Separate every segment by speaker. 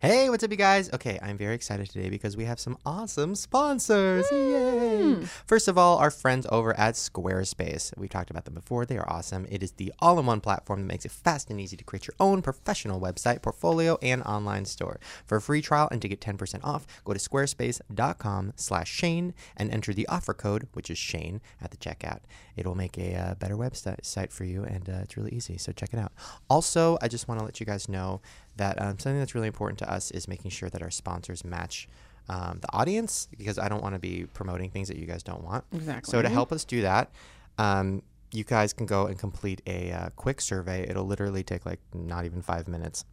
Speaker 1: Hey, what's up, you guys? Okay, I'm very excited today because we have some awesome sponsors. Yay! First of all, our friends over at Squarespace. We've talked about them before. They are awesome. It is the all in one platform that makes it fast and easy to create your own professional website, portfolio, and online store. For a free trial and to get 10% off, go to squarespace.com slash Shane and enter the offer code, which is Shane, at the checkout. It'll make a uh, better website site for you, and uh, it's really easy. So check it out. Also, I just want to let you guys know that um, something that's really important to us is making sure that our sponsors match um, the audience because I don't want to be promoting things that you guys don't want.
Speaker 2: Exactly.
Speaker 1: So to help us do that, um, you guys can go and complete a uh, quick survey. It'll literally take like not even five minutes.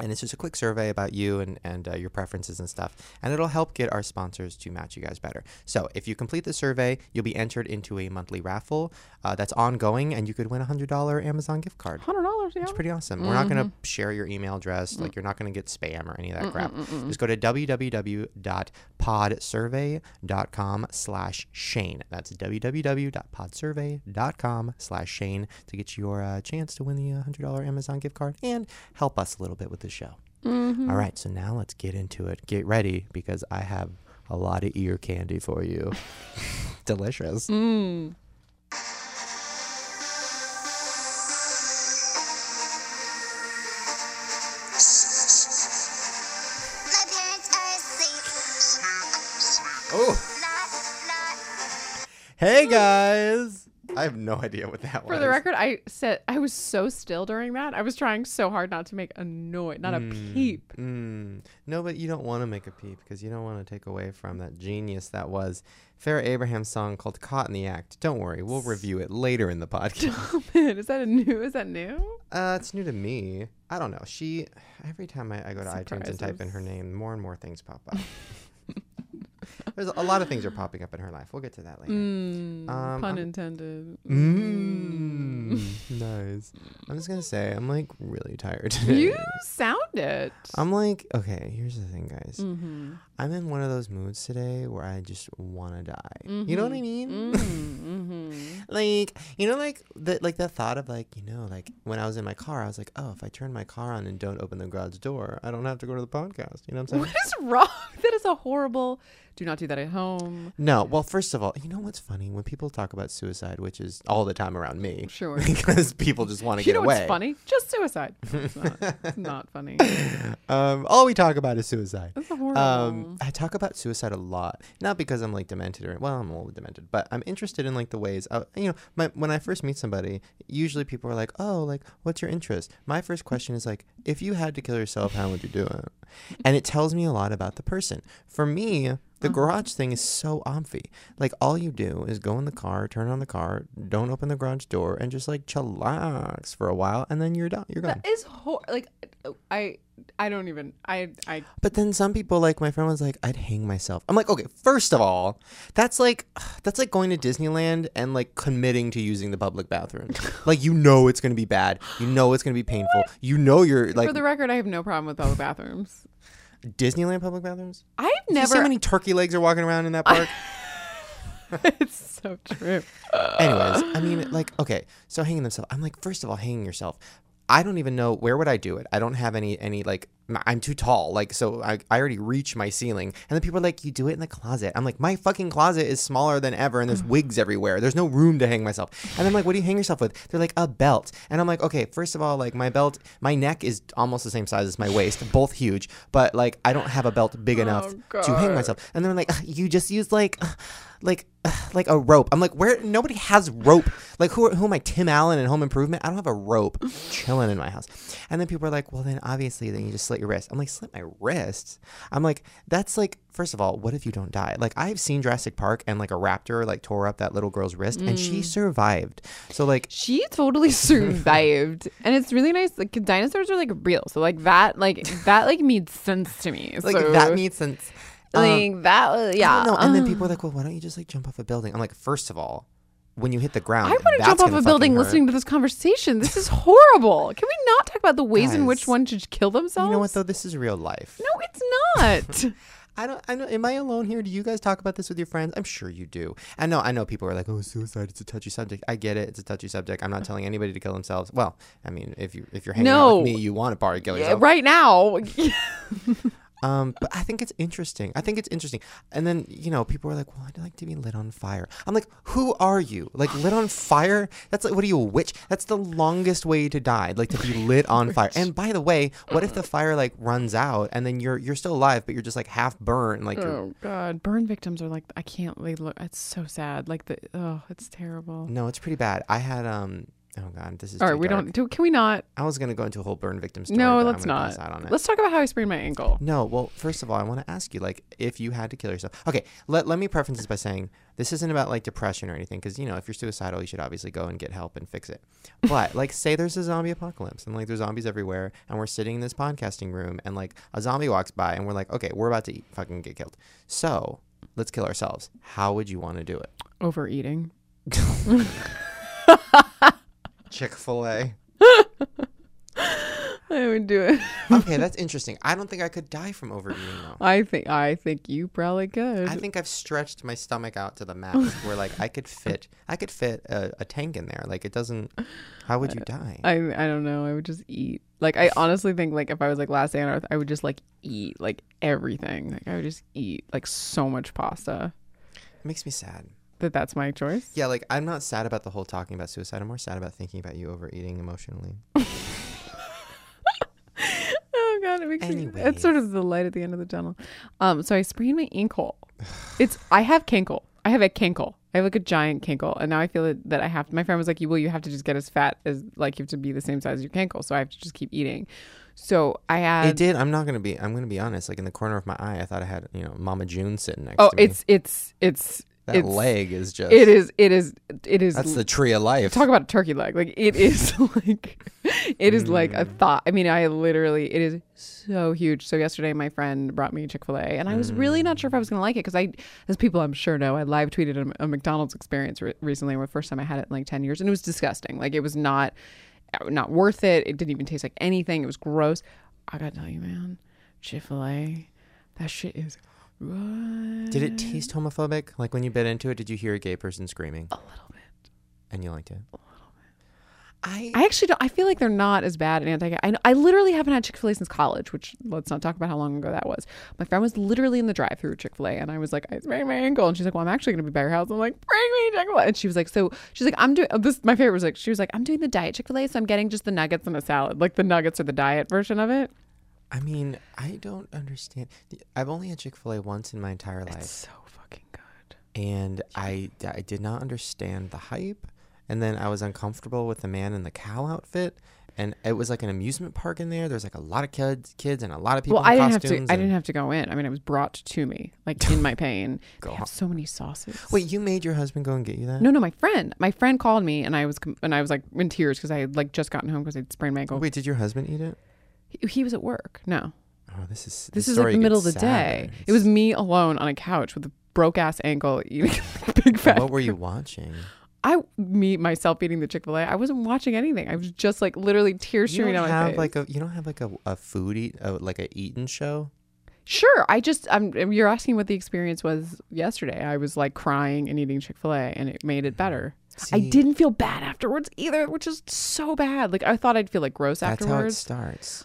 Speaker 1: And it's just a quick survey about you and, and uh, your preferences and stuff. And it'll help get our sponsors to match you guys better. So, if you complete the survey, you'll be entered into a monthly raffle uh, that's ongoing, and you could win a $100 Amazon gift card.
Speaker 2: Hundred dollars, yeah.
Speaker 1: It's pretty awesome. We're not
Speaker 2: Mm-hmm.
Speaker 1: going to share your email address.
Speaker 2: Mm.
Speaker 1: Like, you're not going to get spam or any of that crap. Just go to www.podsurvey.com slash Shane. That's www.podsurvey.com slash Shane to get your uh, chance to win the uh, $100 Amazon gift card and help us a little bit with the show.
Speaker 2: Mm-hmm.
Speaker 1: All right, so now let's get into it. Get ready because I have a lot of ear candy for you. Delicious.
Speaker 2: Mm.
Speaker 3: My parents are asleep.
Speaker 1: Oh,
Speaker 3: Not, not.
Speaker 1: hey guys. I have no idea what that was.
Speaker 2: For the record, I said I was so still during that. I was trying so hard not to make a noise, not
Speaker 1: Hmm.
Speaker 2: a peep.
Speaker 1: Mm. No, but you don't want to make a peep because you don't want to take away from that genius that was Farrah Abraham's song called Caught in the Act. Don't worry, we'll review it later in the podcast.
Speaker 2: Oh man, is that a new? Is that new?
Speaker 1: uh, it's new to me. I don't know. She, every time I, I go to iTunes and type in
Speaker 2: Surprises.
Speaker 1: her name, more and more things pop up. There's a lot of things are popping up in her life. We'll get to that later.
Speaker 2: Mm,
Speaker 1: Um,
Speaker 2: pun
Speaker 1: I'm-
Speaker 2: intended.
Speaker 1: Mm. nice. I'm just going to say, I'm like really tired today.
Speaker 2: You sound it.
Speaker 1: I'm like, okay, here's the thing, guys.
Speaker 2: Mm-hmm.
Speaker 1: I'm in one of those moods today where I just want to die. You know what I mean?
Speaker 2: Mm. Mm-hmm.
Speaker 1: like, you know, like the like the thought of like, you know, like when I was in my car, I was like, oh, if I turn my car on and don't open the garage door, I don't have to go to the podcast. You know what I'm
Speaker 2: What
Speaker 1: saying?
Speaker 2: is wrong? That is a horrible. Do not do that at home.
Speaker 1: No, well, first of all, you know what's funny when people talk about suicide, which is all the time around me,
Speaker 2: Sure.
Speaker 1: because people just want to
Speaker 2: You
Speaker 1: get
Speaker 2: know
Speaker 1: away.
Speaker 2: what's funny? Just suicide. It's not, it's not funny.
Speaker 1: Um, all we talk about is suicide.
Speaker 2: That's horrible.
Speaker 1: Um, I talk about suicide a lot, not because I'm like demented or well, I'm a little demented, but I'm interested in like the ways. Uh, you know, my, when I first meet somebody, usually people are like, "Oh, like, what's your interest?" My first question is like, "If you had to kill yourself, how would you do it?" And it tells me a lot about the person. For me, the garage thing is so obvi. Like, all you do is go in the car, turn on the car, don't open the garage door, and just like chillax for a while, and then you're done. You're gone.
Speaker 2: That is hor- like I I don't even I I
Speaker 1: But then some people, like my friend was like, I'd hang myself. I'm like, okay, first of all, that's like that's like going to Disneyland and like committing to using the public bathroom. like you know it's gonna be bad. You know it's gonna be painful. You know you're like
Speaker 2: for the record I have no problem with public bathrooms.
Speaker 1: Disneyland public bathrooms?
Speaker 2: I've
Speaker 1: Do you
Speaker 2: never
Speaker 1: see how many turkey legs are walking around in that park?
Speaker 2: it's so true.
Speaker 1: Anyways, I mean, like, okay, so hanging themselves. I'm like, first of all, hanging yourself. I don't even know where would I do it. I don't have any any like m- I'm too tall. Like so I, I already reach my ceiling. And then people are like, you do it in the closet. I'm like, my fucking closet is smaller than ever and there's wigs everywhere. There's no room to hang myself. And I'm like, what do you hang yourself with? They're like, a belt. And I'm like, okay, first of all, like my belt, my neck is almost the same size as my waist, both huge, but like I don't have a belt big enough to hang
Speaker 2: God.
Speaker 1: myself. And they're like, "Ugh, you just use like, ugh, like, ugh, like a rope. I'm like, where? Nobody has rope. Like, who? Are, who am I? Tim Allen and Home Improvement? I don't have a rope chilling in my house. And then people are like, well, then obviously, then you just slit your wrist. I'm like, slit my wrist. I'm like, that's like, first of all, what if you don't die? Like, I've seen Jurassic Park and like a raptor like tore up that little girl's wrist and
Speaker 2: Mm.
Speaker 1: she survived. So like,
Speaker 2: She totally survived. and it's really nice like 'cause dinosaurs are like real. So like that like that like made sense to me.
Speaker 1: like
Speaker 2: So,
Speaker 1: that made sense. Um,
Speaker 2: like that was yeah. Uh,
Speaker 1: I don't know. And then people are like, well, why don't you just like jump off a building? I'm like, first of all. When you hit the ground,
Speaker 2: I wouldn't
Speaker 1: that's
Speaker 2: jump off
Speaker 1: gonna
Speaker 2: a
Speaker 1: fucking
Speaker 2: building
Speaker 1: hurt.
Speaker 2: listening to this conversation. This is horrible. Can we not talk about the ways in
Speaker 1: Guys,
Speaker 2: which one should kill themselves?
Speaker 1: You know what though? This is real life.
Speaker 2: No, it's not.
Speaker 1: I don't. I know. Am I alone here? Do you guys talk about this with your friends? I'm sure you do. I know. I know. People are like, "Oh, suicide. It's a touchy subject." I get it. It's a touchy subject.
Speaker 2: Mm-hmm.
Speaker 1: I'm not telling anybody to kill themselves. Well, I mean, if you if you're hanging out with
Speaker 2: No.
Speaker 1: me, you want to probably kill
Speaker 2: Yeah,
Speaker 1: yourself.
Speaker 2: right now.
Speaker 1: Um, but I think it's interesting. I think it's interesting. And then you know, people are like, "Well, I'd like to be lit on fire." I'm like, "Who are you? Like lit on fire? That's like, what are you a witch? That's the longest way to die. Like to be lit on fire. And by the way, what if the fire like runs out and then you're you're still alive, but you're just like half burned, like you're
Speaker 2: oh God, burn victims are like I can't. They look. It's so sad. Like the oh, it's terrible.
Speaker 1: No, it's pretty bad. I had um. Oh god, this is.
Speaker 2: All
Speaker 1: too
Speaker 2: right, we
Speaker 1: dark.
Speaker 2: don't. Do, can we not?
Speaker 1: I was gonna go into a whole burn victim story.
Speaker 2: No,
Speaker 1: but
Speaker 2: let's
Speaker 1: I'm gonna Pass
Speaker 2: not.
Speaker 1: out on it.
Speaker 2: Let's talk about how I sprained my ankle.
Speaker 1: No, well, first of all, I want to ask you, like, if you had to kill yourself. Okay, let, let me preface this by saying this isn't about like depression or anything, because you know, if you're suicidal, you should obviously go and get help and fix it. But like, say there's a zombie apocalypse and like there's zombies everywhere, and we're sitting in this podcasting room, and like a zombie walks by, and we're like, okay, we're about to eat, fucking get killed. So let's kill ourselves. How would you want to do it?
Speaker 2: Overeating.
Speaker 1: Chick Fil A.
Speaker 2: I would do it.
Speaker 1: okay, that's interesting. I don't think I could die from overeating though.
Speaker 2: I think. I think you probably could.
Speaker 1: I think I've stretched my stomach out to the max where like I could fit I could fit a, a tank in there. Like it doesn't how would you die?
Speaker 2: Uh, I I don't know. I would just eat. Like I honestly think like if I was like last day on earth, I would just like eat like everything. Like I would just eat like so much pasta.
Speaker 1: It makes me sad.
Speaker 2: That that's my choice.
Speaker 1: Yeah, like I'm not sad about the whole talking about suicide. I'm more sad about thinking about you overeating emotionally.
Speaker 2: Oh god, it makes me. That's sort of the light at the end of the tunnel. Um, so I sprained my ankle. It's I have kinkle. I have a kinkle. I have like a giant kinkle, and now I feel that, that I have. My friend was like, "You well, you have to just get as fat as like you have to be the same size as your kinkle." So I have to just keep eating. So I
Speaker 1: It
Speaker 2: had.
Speaker 1: did. I'm not gonna be I'm gonna be honest. Like in the corner of my eye, I thought I had you know Mama June sitting next
Speaker 2: Oh,
Speaker 1: to me.
Speaker 2: it's it's it's
Speaker 1: that
Speaker 2: it's
Speaker 1: leg is just
Speaker 2: it is it is it is
Speaker 1: that's the tree of life.
Speaker 2: talk about a turkey leg like it is like it is like a thought i mean i literally it is so huge so yesterday my friend brought me chick-fil-a and i was really not sure if i was gonna like it because i as people i'm sure know i live tweeted a, a mcdonald's experience re- recently the first time i had it in like 10 years and it was disgusting like it was not not worth it it didn't even taste like anything it was gross i gotta tell you man chick-fil-a that shit is good.
Speaker 1: did it taste homophobic? Like when you bit into it, did you hear a gay person screaming? A little bit. And you liked it? A little bit. I
Speaker 2: I actually don't. I feel like they're not as bad at anti. I, I literally haven't had Chick Fil A since college, which let's not talk about how long ago that was. My friend was literally in the drive-through Chick Fil A, and I was like, I sprained my ankle, and she's like, Well, I'm actually going to be by your house. I'm like, Bring me Chick Fil A, and she was like, So she's like, I'm doing oh, this. My favorite was like, she was like, I'm doing the diet Chick Fil A, so I'm getting just the nuggets and a salad. Like the nuggets are the diet version of it.
Speaker 1: I mean, I don't understand. The- I've only had Chick Fil A once in my entire
Speaker 2: It's
Speaker 1: life,
Speaker 2: so fucking good.
Speaker 1: and I I did not understand the hype. And then I was uncomfortable with the man in the cow outfit, and it was like an amusement park in there. There's like a lot of kids, kids, and a lot of people.
Speaker 2: Well,
Speaker 1: in
Speaker 2: I didn't have
Speaker 1: costumes
Speaker 2: to. I
Speaker 1: and-
Speaker 2: didn't have to go in. I mean, it was brought to me, like in my pain. They have so many sauces.
Speaker 1: Wait, you made your husband go and get you that?
Speaker 2: No, no, my friend. My friend called me, and I was com- and I was like in tears because I had like just gotten home because I'd sprained my ankle.
Speaker 1: Oh, Wait, did your husband eat it?
Speaker 2: He, he was at work. No,
Speaker 1: Oh, this is
Speaker 2: this,
Speaker 1: this
Speaker 2: is like
Speaker 1: story
Speaker 2: the middle of
Speaker 1: gets
Speaker 2: the day.
Speaker 1: sadder.
Speaker 2: It was me alone on a couch with a broke ass ankle eating big fat.
Speaker 1: What were you watching?
Speaker 2: I me myself eating the Chick Fil A. I wasn't watching anything. I was just like literally tears
Speaker 1: You
Speaker 2: streaming
Speaker 1: don't
Speaker 2: down my
Speaker 1: have
Speaker 2: face.
Speaker 1: like a you don't have like a a food eat a, like a eating show.
Speaker 2: sure, I just I'm. You're asking what the experience was yesterday. I was like crying and eating Chick Fil A, and it made it better. I
Speaker 1: See,
Speaker 2: didn't feel bad afterwards either, which is so bad. Like I thought I'd feel like gross
Speaker 1: That's how it
Speaker 2: afterwards.
Speaker 1: starts.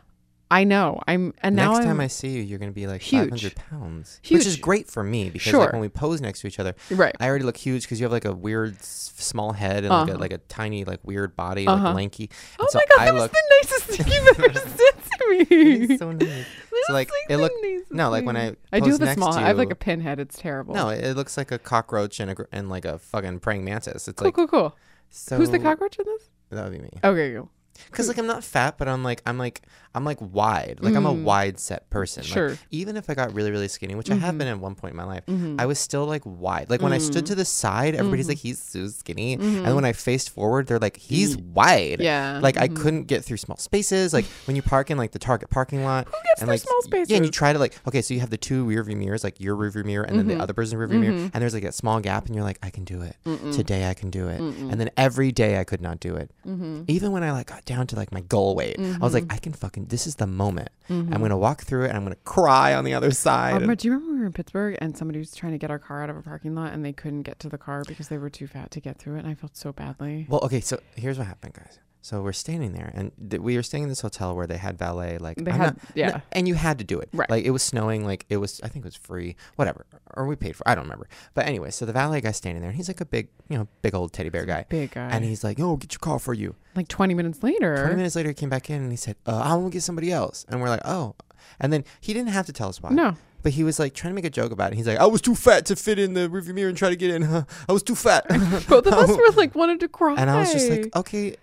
Speaker 2: I know. I'm and now
Speaker 1: next
Speaker 2: I'm,
Speaker 1: time I see you, you're going to be like
Speaker 2: Huge.
Speaker 1: 500 pounds, which is
Speaker 2: Huge.
Speaker 1: great for me because
Speaker 2: Sure.
Speaker 1: like when we pose next to each other,
Speaker 2: Right.
Speaker 1: I already look huge because you have like a weird s- small head and like, a,
Speaker 2: Uh-huh.
Speaker 1: like a tiny like weird body,
Speaker 2: Uh-huh.
Speaker 1: like lanky.
Speaker 2: oh
Speaker 1: And so
Speaker 2: my god,
Speaker 1: I
Speaker 2: that
Speaker 1: look
Speaker 2: was the nicest thing you've ever said to me.
Speaker 1: It's so nice.
Speaker 2: That
Speaker 1: so like
Speaker 2: was,
Speaker 1: it
Speaker 2: the
Speaker 1: look
Speaker 2: nicest
Speaker 1: no like when
Speaker 2: thing.
Speaker 1: I
Speaker 2: I do
Speaker 1: pose
Speaker 2: have a
Speaker 1: next
Speaker 2: small.
Speaker 1: to
Speaker 2: I have like
Speaker 1: you-
Speaker 2: a pinhead. It's terrible.
Speaker 1: no, it looks like a cockroach and a gr- and like a fucking praying mantis. It's
Speaker 2: cool,
Speaker 1: like
Speaker 2: cool, cool.
Speaker 1: so.
Speaker 2: Who's the cockroach in this?
Speaker 1: That would be me.
Speaker 2: Okay, cool.
Speaker 1: Because like I'm not fat, but I'm like I'm like I'm like wide. Like I'm a wide set person.
Speaker 2: Mm. Sure. Mm-hmm.
Speaker 1: Like, even if I got really really skinny, which I have been at one point in my life, I was still like wide. Like when I
Speaker 2: Mm.
Speaker 1: stood to the side,
Speaker 2: Mm-hmm.
Speaker 1: everybody's like he's so skinny, and when I faced forward, they're like he's wide.
Speaker 2: Yeah. Mm-hmm.
Speaker 1: Like I couldn't get through small spaces. Like when you park in like the Target parking lot, who
Speaker 2: gets
Speaker 1: and,
Speaker 2: through
Speaker 1: like,
Speaker 2: small
Speaker 1: y- Yeah, and you
Speaker 2: spaces?
Speaker 1: try to like okay, so you have the two rear view mirrors, like your rear view mirror, and
Speaker 2: Mm-hmm.
Speaker 1: then the other person's rear view mirror, and there's like that small gap, and you're
Speaker 2: Mm-hmm.
Speaker 1: like I can do it today, I can do it, and then every day I could not do it. Even when I like got got down to like my goal weight. I was like, I can fucking, this is the moment.
Speaker 2: Mm-hmm.
Speaker 1: I'm going to walk through it and I'm going to cry on the other side.
Speaker 2: Um, but do you remember we were in Pittsburgh and somebody was trying to get our car out of a parking lot and they couldn't get to the car because they were too fat to get through it? And I felt so badly.
Speaker 1: Well, okay, so here's what happened, guys. So we're standing there, and th- we were staying in this hotel where they had valet. Like
Speaker 2: They
Speaker 1: I'm not-
Speaker 2: had- yeah.
Speaker 1: and you had to do it.
Speaker 2: Right.
Speaker 1: Like it was snowing. Like it was. I think it was free. Whatever, or we paid for. I don't remember. But anyway, so the valet guy's standing there, and he's like a big, you know, big old teddy bear guy.
Speaker 2: Big guy.
Speaker 1: And he's like, "Yo, get your car for you."
Speaker 2: like 20 minutes later.
Speaker 1: Twenty minutes later, he came back in and he said, uh, "I want to get somebody else." And we're like, "Oh," and then he didn't have to tell us why.
Speaker 2: No.
Speaker 1: But he was like trying to make a joke about it. He's like, "I was too fat to fit in the rearview mirror and try to get in. Huh? I was too fat."
Speaker 2: Both of us were like wanted to cry.
Speaker 1: And I was just like, okay,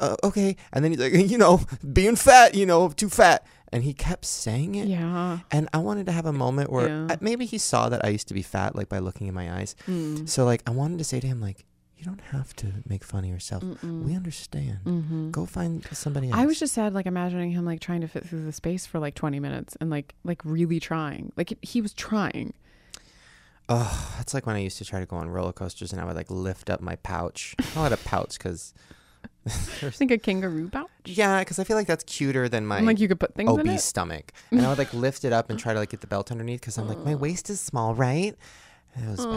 Speaker 1: uh, okay. And then he's like, you know, being fat, you know, too fat. And he kept saying it.
Speaker 2: yeah.
Speaker 1: And I wanted to have a moment where
Speaker 2: Yeah.
Speaker 1: I, maybe he saw that I used to be fat, like by looking in my eyes.
Speaker 2: Mm.
Speaker 1: So, like, I wanted to say to him, like, you don't have to make fun of yourself. We understand.
Speaker 2: Mm-hmm.
Speaker 1: Go find somebody else.
Speaker 2: I was just sad, like imagining him like trying to fit through the space for like 20 minutes and like like really trying. Like it, he was trying.
Speaker 1: Oh, that's like when I used to try to go on roller coasters and I would like lift up my pouch. I call it a pouch because,
Speaker 2: Just think a kangaroo pouch.
Speaker 1: yeah, because I feel like that's cuter than my
Speaker 2: And like you could put things in
Speaker 1: obese
Speaker 2: it.
Speaker 1: stomach. And I would like lift it up and try to like get the belt underneath because I'm like,
Speaker 2: Oh.
Speaker 1: my waist is small, right? It was bad.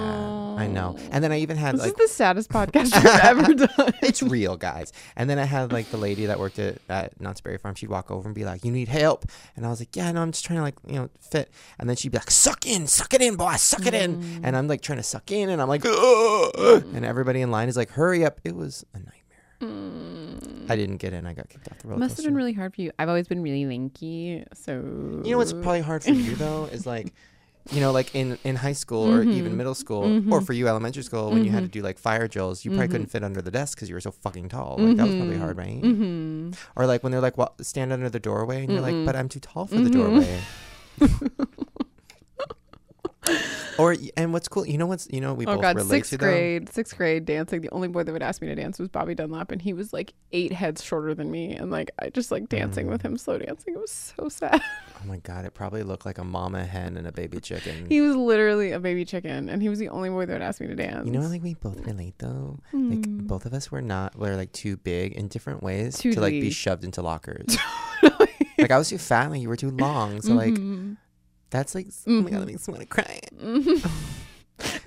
Speaker 1: I know. And then I even had
Speaker 2: Oh. This
Speaker 1: like,
Speaker 2: is the saddest podcast I've ever done.
Speaker 1: it's real, guys. And then I had like the lady that worked at, at Knott's Berry Farm. She'd walk over and be like, you need help. And I was like, yeah, no, I'm just trying to like, you know, fit. And then she'd be like, suck in, suck it in, boy, suck it
Speaker 2: Mm.
Speaker 1: in. And I'm like trying to suck in and I'm like, "Ugh." and everybody in line is like, hurry up. It was a nightmare. I didn't get in. I got kicked off the roller
Speaker 2: Mm, Must
Speaker 1: coaster.
Speaker 2: have been really hard for you. I've always been really lanky, so
Speaker 1: You know what's probably hard for you though is like, you know, like in in high school or
Speaker 2: Mm-hmm.
Speaker 1: even middle school or for you elementary school when you had to do like fire drills, you probably couldn't
Speaker 2: Mm-hmm.
Speaker 1: fit under the desk because you were so fucking tall. Like that was probably hard, right?
Speaker 2: Mm. Mm-hmm.
Speaker 1: Or like when they're like wa- stand under the doorway and you're like, but I'm too tall for
Speaker 2: Mm-hmm.
Speaker 1: the doorway. or and what's cool, you know what's you know what we
Speaker 2: Oh
Speaker 1: both
Speaker 2: god,
Speaker 1: relate to
Speaker 2: sixth
Speaker 1: though?
Speaker 2: grade, sixth grade dancing. The only boy that would ask me to dance was Bobby Dunlap, and he was like eight heads shorter than me, and like I just like
Speaker 1: Mm.
Speaker 2: dancing with him, slow dancing. It was so sad.
Speaker 1: Oh my god, it probably looked like a mama hen and a baby chicken.
Speaker 2: he was literally a baby chicken, and he was the only boy that would ask me to dance. Hmm.
Speaker 1: You know, like we both relate though. Like
Speaker 2: Mm.
Speaker 1: both of us were not were like too big in different ways to like be
Speaker 2: Totally.
Speaker 1: shoved into lockers. like I was too fat, like you were too long. So like
Speaker 2: Mm-hmm.
Speaker 1: that's like s- oh my god, that makes me want to cry.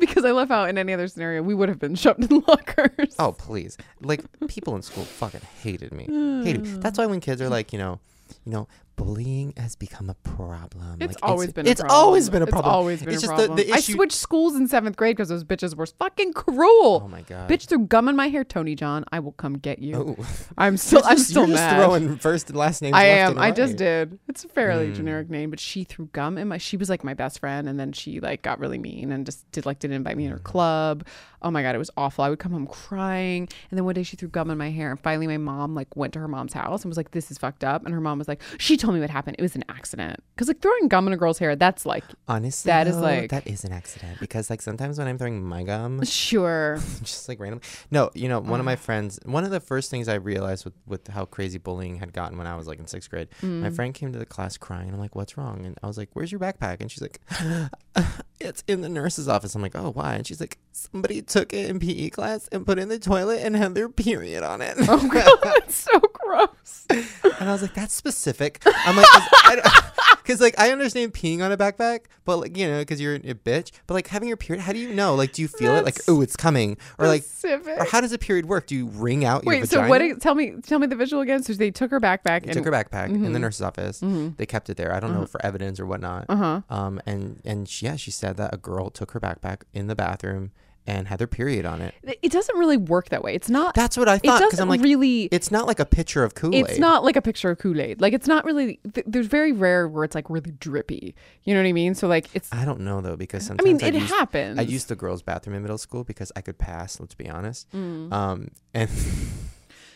Speaker 2: because I love how in any other scenario we would have been shoved in lockers.
Speaker 1: Oh please! Like people in school fucking hated me. hated me. That's why when kids are like, you know, you know, bullying has become a problem.
Speaker 2: It's
Speaker 1: like,
Speaker 2: always been. A
Speaker 1: it's
Speaker 2: problem.
Speaker 1: always been a problem.
Speaker 2: It's always been
Speaker 1: It's
Speaker 2: a
Speaker 1: just the-
Speaker 2: problem.
Speaker 1: the
Speaker 2: I
Speaker 1: issue-
Speaker 2: switched schools in seventh grade because those bitches were fucking cruel.
Speaker 1: Oh my god,
Speaker 2: Bitch threw gum in my hair, Tony John. I will come get you.
Speaker 1: Oh.
Speaker 2: I'm still. I'm
Speaker 1: You're
Speaker 2: still
Speaker 1: just
Speaker 2: mad.
Speaker 1: throwing first and last names.
Speaker 2: I
Speaker 1: left
Speaker 2: am.
Speaker 1: and
Speaker 2: I just
Speaker 1: right. Hmm.
Speaker 2: did. It's a fairly generic name, but she threw gum in my. She was like my best friend, and then she like got really mean and just did like didn't invite me in her
Speaker 1: Hmm.
Speaker 2: club. Oh my god, it was awful. I would come home crying, and then one day she threw gum in my hair, and finally my mom like went to her mom's house and was like, "This is fucked up," and her mom was like, "She told me what happened. It was an accident." Because like throwing gum in a girl's hair, that's like
Speaker 1: Honestly,
Speaker 2: That is
Speaker 1: though,
Speaker 2: like-
Speaker 1: that is an accident because like sometimes when I'm throwing my gum,
Speaker 2: sure.
Speaker 1: just like randomly. No, you know, one of my
Speaker 2: Uh-huh.
Speaker 1: friends, one of the first things I realized with, with how crazy bullying had gotten when I was like in sixth grade, my
Speaker 2: Mm.
Speaker 1: friend came to the class crying. And I'm like, what's wrong? And I was like, where's your backpack? And she's like, it's in the nurse's office. I'm like, oh, why? And she's like, somebody took it in PE class and put it in the toilet and had their period on it.
Speaker 2: Oh god, that's so gross.
Speaker 1: And I was like, that's specific. I'm like, because like I understand peeing on a backpack, but like you know, because you're a bitch. But like having your period, how do you know? Like, do you feel it? Like,
Speaker 2: That's
Speaker 1: oh, it's coming, or like,
Speaker 2: Specific.
Speaker 1: or how does a period work? Do you wring out your
Speaker 2: Wait,
Speaker 1: vagina?
Speaker 2: so what? ex- Tell me, tell me the visual again. So they took her backpack
Speaker 1: They
Speaker 2: and
Speaker 1: took her backpack in the
Speaker 2: Mm-hmm.
Speaker 1: nurse's office. They kept it there. I
Speaker 2: Uh-huh.
Speaker 1: don't know for evidence or whatnot. Uh-huh. Um, and and she, yeah, she said that a girl took her backpack in the bathroom and had their period on it.
Speaker 2: it doesn't really work that way. It's not.
Speaker 1: That's what I thought. Because
Speaker 2: doesn't
Speaker 1: I'm like,
Speaker 2: really-
Speaker 1: it's not like a picture of Kool Aid.
Speaker 2: it's not like a picture of Kool Aid. Like it's not really. Th- there's very rare where it's like really drippy. You know what I mean? So like it's.
Speaker 1: I don't know though because
Speaker 2: I
Speaker 1: sometimes
Speaker 2: mean, it
Speaker 1: used-
Speaker 2: happens.
Speaker 1: I used the girls' bathroom in middle school because I could pass. Let's be honest.
Speaker 2: Mm.
Speaker 1: Um, and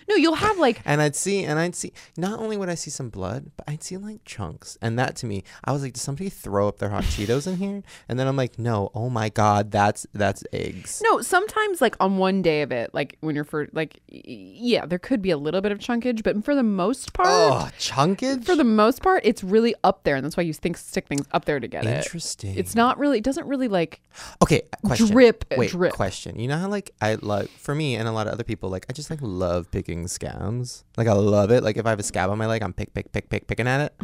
Speaker 2: no, you'll have like.
Speaker 1: and I'd see and I'd see not only would I see some blood, but I'd see like chunks. And that to me, I was like, did somebody throw up their hot Cheetos in here? And then I'm like, no, oh my god, that's that's eggs.
Speaker 2: No, sometimes like on one day of it, like when you're for like, y- yeah, there could be a little bit of chunkage, but for the most part,
Speaker 1: Oh, chunkage.
Speaker 2: for the most part, it's really up there, and that's why you think stick things up there to get it.
Speaker 1: Interesting.
Speaker 2: It's not really. It doesn't really like.
Speaker 1: Okay, question.
Speaker 2: Drip,
Speaker 1: Wait,
Speaker 2: drip.
Speaker 1: question. You know how like I love for me and a lot of other people like I just like love picking picking scabs. Like I love it. Like if I have a scab on my leg, I'm pick, pick, pick, pick, picking at it.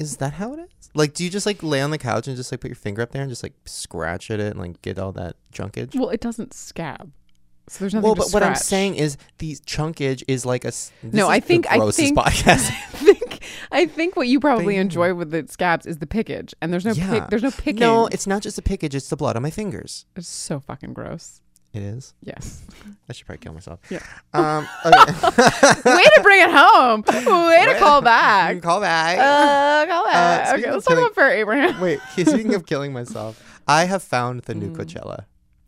Speaker 1: Is that how it is? Like, do you just like lay on the couch and just like put your finger up there and just like scratch at it and like get all that junkage?
Speaker 2: Well, it doesn't scab. So there's nothing
Speaker 1: Well,
Speaker 2: to
Speaker 1: but what I'm
Speaker 2: scratch.
Speaker 1: saying is the chunkage is like a. s- this
Speaker 2: No,
Speaker 1: is
Speaker 2: I
Speaker 1: the
Speaker 2: think- I
Speaker 1: grossest
Speaker 2: think-
Speaker 1: podcast.
Speaker 2: I think I think what you probably
Speaker 1: Thing.
Speaker 2: enjoy with the scabs is the pickage, and there's no
Speaker 1: Yeah.
Speaker 2: pick, there's no picking.
Speaker 1: No, it's not just the pickage; it's the blood on my fingers.
Speaker 2: it's so fucking gross.
Speaker 1: It is.
Speaker 2: Yes.
Speaker 1: I should probably kill myself.
Speaker 2: Yeah.
Speaker 1: Um. Okay.
Speaker 2: Way to bring it home. Way to call back.
Speaker 1: Call back.
Speaker 2: Uh, call back.
Speaker 1: speaking
Speaker 2: okay,
Speaker 1: of
Speaker 2: let's talk
Speaker 1: killing-
Speaker 2: about Fair Abraham.
Speaker 1: Wait, speaking of killing myself, I have found the
Speaker 2: Mm.
Speaker 1: new Coachella.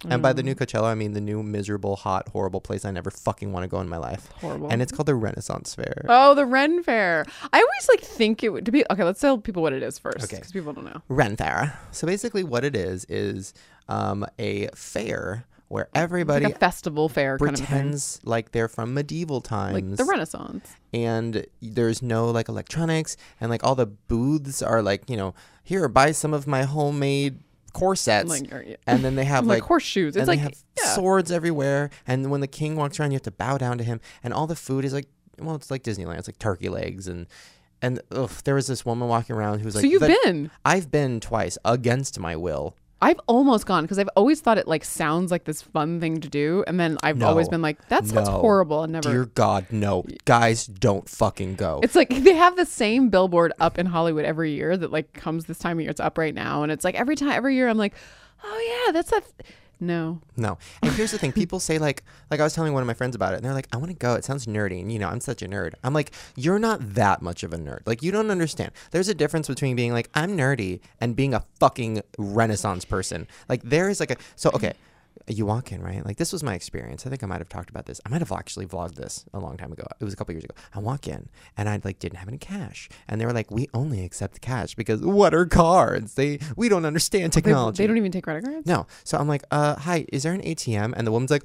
Speaker 1: And by the new Coachella, I mean the new miserable, hot, horrible place I never fucking want to go in my life.
Speaker 2: Horrible.
Speaker 1: And it's called the Renaissance Fair.
Speaker 2: Oh, the Ren Fair. I always like think it would to be okay. Let's tell people what it is first,
Speaker 1: Okay.
Speaker 2: because people don't know.
Speaker 1: Ren Fair. So basically, what it is is um, a fair where everybody
Speaker 2: Like a festival fair kind of thing,
Speaker 1: pretends like they're from medieval
Speaker 2: like
Speaker 1: times.
Speaker 2: the Renaissance.
Speaker 1: and there's no like electronics and like all the booths are like you know here buy some of my homemade corsets
Speaker 2: Like, or- yeah.
Speaker 1: and then they have
Speaker 2: Like
Speaker 1: like,
Speaker 2: horseshoes. It's
Speaker 1: and
Speaker 2: like-
Speaker 1: they have
Speaker 2: yeah.
Speaker 1: swords everywhere and when the king walks around you have to bow down to him and all the food is like well it's like disneyland it's like turkey legs and and ugh, there was this woman walking around who was like
Speaker 2: so you've
Speaker 1: the-
Speaker 2: been.
Speaker 1: i've been twice against my will
Speaker 2: I've almost gone because I've always thought it like sounds like this fun thing to do, and then I've always
Speaker 1: No.
Speaker 2: been like, that sounds
Speaker 1: No.
Speaker 2: horrible, and never.
Speaker 1: dear god no guys don't fucking go
Speaker 2: It's like they have the same billboard up in Hollywood every year that like comes this time of year. It's up right now, and it's like every time, every year, I'm like, oh yeah, that's that. No,
Speaker 1: No. And here's the thing people say, like, like I was telling one of my friends about it, and they're like, I want to go. It sounds nerdy. And, you know, I'm such a nerd. I'm like, you're not that much of a nerd. Like, you don't understand. There's a difference between being like, I'm nerdy and being a fucking Renaissance person. Like, there is like a. So, okay. You walk in, right? Like, this was my experience. I think I might have talked about this. I might have actually vlogged this a long time ago. It was a couple years ago. I walk in and I like didn't have any cash. And they were like, we only accept cash because what are cards? They, we don't understand
Speaker 2: they,
Speaker 1: technology.
Speaker 2: they don't even take credit cards.
Speaker 1: No. So I'm like, uh, hi, is there an ATM? And the woman's like,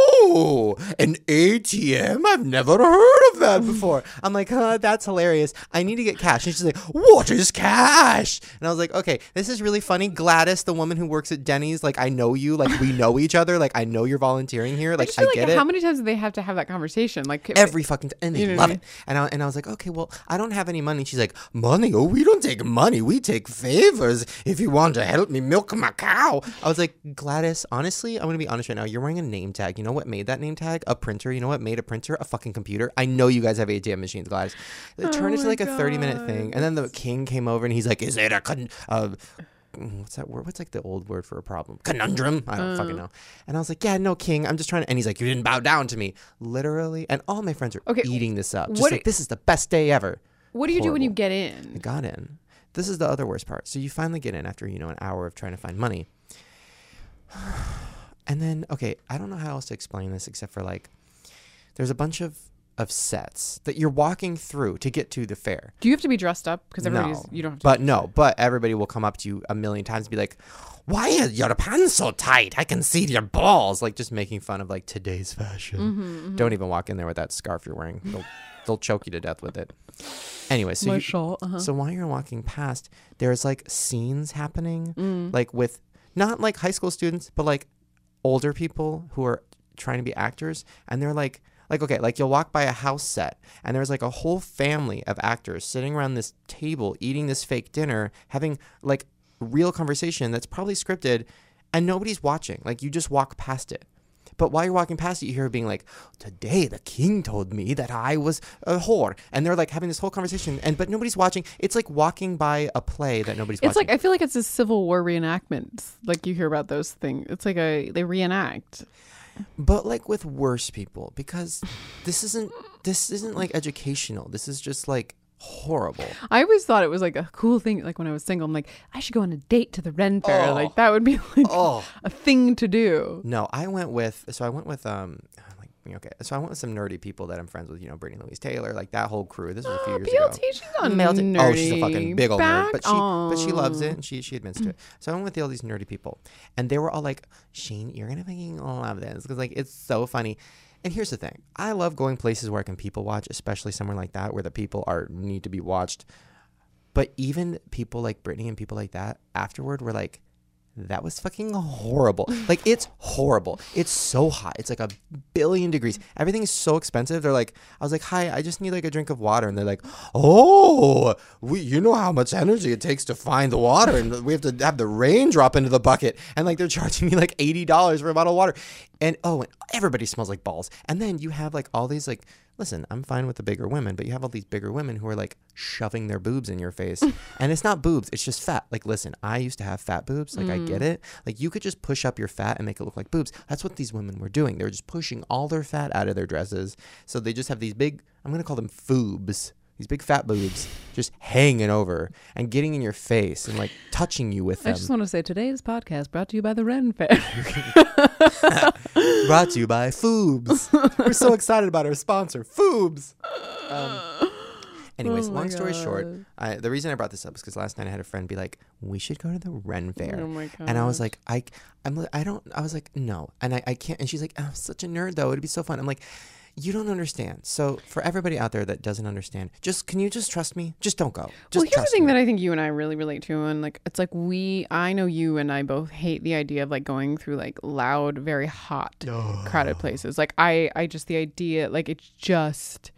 Speaker 1: oh, an ATM? I've never heard of that before. I'm like, huh, that's hilarious. I need to get cash. And she's like, what is cash? And I was like, okay, this is really funny. Gladys, the woman who works at Denny's, like, I know you. Like, we know each other. Like, I know you're volunteering here.
Speaker 2: I
Speaker 1: Like,
Speaker 2: just
Speaker 1: I,
Speaker 2: feel like
Speaker 1: get it
Speaker 2: how many times do they have to have that conversation? Like if-
Speaker 1: every fucking time, and they
Speaker 2: know what I
Speaker 1: love
Speaker 2: mean?
Speaker 1: it. And I and I was like, okay, well, I don't have any money. She's like, money? Oh, we don't take money. We take favors. If you want to help me milk my cow, I was like, Gladys. Honestly, I'm gonna be honest right now. You're wearing a name tag. You know what made that name tag? A printer. You know what made a printer? A fucking computer. I know you guys have ATM machines, Gladys. It turned into
Speaker 2: Oh my
Speaker 1: like a 30 minute thing, and then the king came over and he's like, is it a con- uh, mm, what's that word? What's like the old word for a problem? Conundrum? I don't
Speaker 2: Mm.
Speaker 1: fucking know. And I was like, yeah, no, King. I'm just trying to. And he's like, you didn't bow down to me, literally. And all my friends are
Speaker 2: Okay,
Speaker 1: eating this up. Just
Speaker 2: what
Speaker 1: like,
Speaker 2: i-
Speaker 1: this is the best day ever.
Speaker 2: what do you do when you
Speaker 1: Horrible.
Speaker 2: get
Speaker 1: I
Speaker 2: in?
Speaker 1: got in. This is the other worst part. So you finally get in after, you know, an hour of trying to find money. And then, okay, I don't know how else to explain this except for like, there's a bunch of, of sets that you're walking through to get to the fair.
Speaker 2: Do you have to be dressed up? Because everybody's you don't have to.
Speaker 1: But no, but everybody will come up to you a million times and be like, "Why is your pants so tight? I can see your balls." Like just making fun of like today's fashion.
Speaker 2: Mm-hmm,
Speaker 1: Don't even walk in there with that scarf you're wearing. They'll, they'll choke you to death with it. Anyway, so you,
Speaker 2: Marshall, uh-huh.
Speaker 1: so while you're walking past, there's like scenes happening, like with not like high school students, but like older people who are trying to be actors. And they're like, like, okay, like you'll walk by a house set and there's like a whole family of actors sitting around this table, eating this fake dinner, having like real conversation that's probably scripted and nobody's watching. Like you just walk past it. But while you're walking past it, you hear her being like, "Today the king told me that I was a whore," and they're like having this whole conversation, and but nobody's watching. It's like walking by a play that nobody's
Speaker 2: It's
Speaker 1: watching.
Speaker 2: like I feel like it's a Civil War reenactment. Like you hear about those things. It's like a they reenact.
Speaker 1: but like with worse people, because this isn't this isn't like educational. This is just like horrible.
Speaker 2: I always thought it was like a cool thing. Like when I was single, I'm like I should go on a date to the Ren
Speaker 1: Oh.
Speaker 2: Fair. Like that would be like a thing to do.
Speaker 1: No, I went with so I went with um like okay, so I went with some nerdy people that I'm friends with. You know, Brittany Louise Taylor, like that whole crew. This was a few years ago.
Speaker 2: BLT, she's not
Speaker 1: Melted-
Speaker 2: nerdy.
Speaker 1: Oh, she's a fucking big old nerd,
Speaker 2: Back
Speaker 1: but she but she loves it
Speaker 2: on.
Speaker 1: and she she admits to it. So I went with all these nerdy people, and they were all like, "Shane, you're gonna fucking love this because like it's so funny." And here's the thing: I love going places where I can people watch, especially somewhere like that where the people are need to be watched. But even people like Brittany and people like that afterward were like, that was fucking horrible. Like it's horrible. It's so hot. It's like a billion degrees. Everything is so expensive. They're like, I was like, hi, I just need like a drink of water, and they're like, oh, we, you know how much energy it takes to find the water, and we have to have the rain drop into the bucket, and like they're charging me like eighty dollars for a bottle of water, and oh, and everybody smells like balls. And then you have like all these like listen, I'm fine with the bigger women, but you have all these bigger women who are like shoving their boobs in your face. and it's not boobs, it's just fat. Like, listen, I used to have fat boobs. Like, I get it. Like, you could just push up your fat and make it look like boobs. That's what these women were doing. They were just pushing all their fat out of their dresses. So they just have these big, I'm going to call them foobs. These big fat boobs just hanging over and getting in your face and like touching you with
Speaker 2: I
Speaker 1: them.
Speaker 2: just want to say today's podcast brought to you by the Ren Fair.
Speaker 1: Brought to you by Foobs. We're so excited about our sponsor, Foobs. Um, anyways,
Speaker 2: Oh my
Speaker 1: long story short,
Speaker 2: God.
Speaker 1: I, the reason I brought this up is because last night I had a friend be like, "We should go to the Ren Fair,"
Speaker 2: Oh my
Speaker 1: and I was like, "I, I'm, li- I don't." I was like, "No," and I, I can't. And she's like, "I'm such a nerd, though. It'd be so fun." I'm like. You don't understand. So, for everybody out there that doesn't understand, just can you just trust me? Just don't go. Just
Speaker 2: well, here's
Speaker 1: trust
Speaker 2: the thing
Speaker 1: me.
Speaker 2: that I think you and I really relate to, and like it's like we, I know you and I both hate the idea of like going through like loud, very hot, crowded places. Like I, I just the idea, like it's just,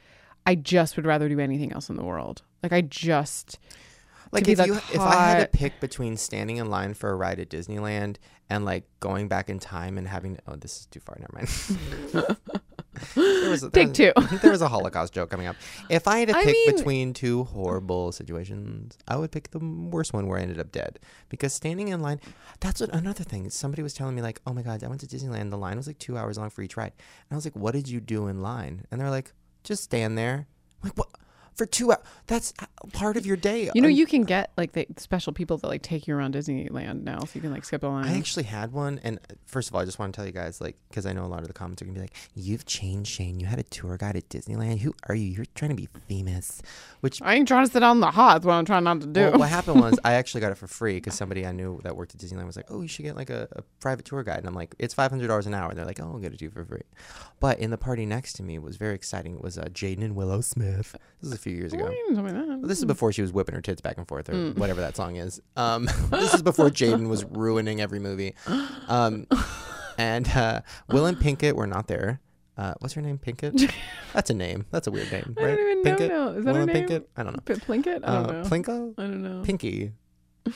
Speaker 2: I just would rather do anything else in the world. Like I just,
Speaker 1: like
Speaker 2: be,
Speaker 1: if
Speaker 2: like,
Speaker 1: you if I had
Speaker 2: hot.
Speaker 1: to pick between standing in line for a ride at Disneyland and like going back in time and having oh this is too far never mind. there was, there
Speaker 2: Take
Speaker 1: was-
Speaker 2: two.
Speaker 1: there was a Holocaust joke coming up. If I had to
Speaker 2: I
Speaker 1: pick
Speaker 2: mean-
Speaker 1: between two horrible situations, I would pick the worst one where I ended up dead because standing in line. That's what, another thing. Somebody was telling me like, oh my god, I went to Disneyland. The line was like two hours long for each ride, and I was like, what did you do in line? And they're like, just stand there. I'm like what? For two hours, that's uh, part of your day.
Speaker 2: you know,
Speaker 1: I'm-
Speaker 2: you can get like the special people that like take you around Disneyland now, so you can like skip the line.
Speaker 1: I actually had one, and uh, first of all, I just want to tell you guys, like, because I know a lot of the comments are gonna be like, "You've changed, Shane. You had a tour guide at Disneyland. Who are you? You're trying to be famous." Which
Speaker 2: I ain't trying to sit out in the hot. That's what I'm trying not to do.
Speaker 1: well, what happened was I actually got it for free because somebody I knew that worked at Disneyland was like, "Oh, you should get like a, a private tour guide," and I'm like, "It's five hundred dollars an hour." And they're like, "Oh, I'll get it to you for free." But in the party next to me was very exciting. It was uh, Jaden and Willow Smith. This is a few years ago.
Speaker 2: Why you tell me that?
Speaker 1: This is before she was whipping her tits back and forth or
Speaker 2: Hmm.
Speaker 1: whatever that song is. Um, this is before Jaden was ruining every movie. Um, and uh, Will and Pinkett were not there. Uh, what's her name? Pinkett? That's a name. That's a weird name,
Speaker 2: I
Speaker 1: right?
Speaker 2: don't even know
Speaker 1: Pinkett?
Speaker 2: now. Is that
Speaker 1: Will
Speaker 2: her
Speaker 1: and
Speaker 2: name?
Speaker 1: Pinkett? I don't know.
Speaker 2: P- Plinkett? I don't
Speaker 1: Uh,
Speaker 2: know.
Speaker 1: Plinko?
Speaker 2: I don't know.
Speaker 1: Pinky?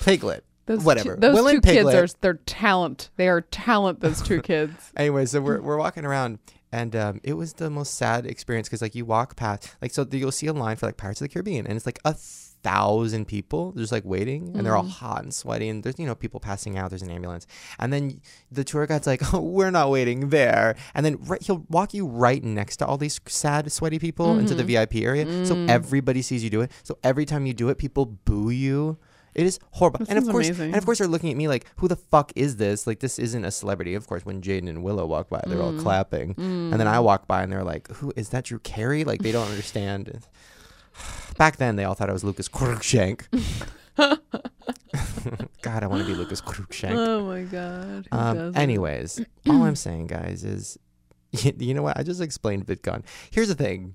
Speaker 1: Piglet?
Speaker 2: Those two-
Speaker 1: Whatever.
Speaker 2: those
Speaker 1: Will
Speaker 2: two
Speaker 1: and
Speaker 2: kids
Speaker 1: Piglet.
Speaker 2: are their talent. They are talent. Those two kids.
Speaker 1: anyway, so we're, we're walking around, and um, it was the most sad experience because like you walk past, like so you'll see a line for like Pirates of the Caribbean, and it's like a thousand people just like waiting, and they're all
Speaker 2: Mm-hmm.
Speaker 1: hot and sweaty, and there's you know people passing out, there's an ambulance, and then the tour guide's like, oh, we're not waiting there, and then right, he'll walk you right next to all these sad sweaty people into
Speaker 2: Mm-hmm.
Speaker 1: the VIP area, so
Speaker 2: Mm.
Speaker 1: everybody sees you do it, so every time you do it, people boo you. It is horrible, and of
Speaker 2: sounds
Speaker 1: course,
Speaker 2: amazing.
Speaker 1: and of course, they're looking at me like, "Who the fuck is this?" Like, this isn't a celebrity. Of course, when Jaden and Willow walk by, they're
Speaker 2: Mm.
Speaker 1: all clapping, and then I walk by, and they're like, "Who is that? Drew Carey?" Like, they don't understand. Back then, they all thought I was Lucas Cruikshank. God, I want to be Lucas Cruikshank.
Speaker 2: Oh my god. Who
Speaker 1: Um,
Speaker 2: doesn't?
Speaker 1: anyways, all I'm saying, guys, is you know what? I just explained VidCon. Here's the thing: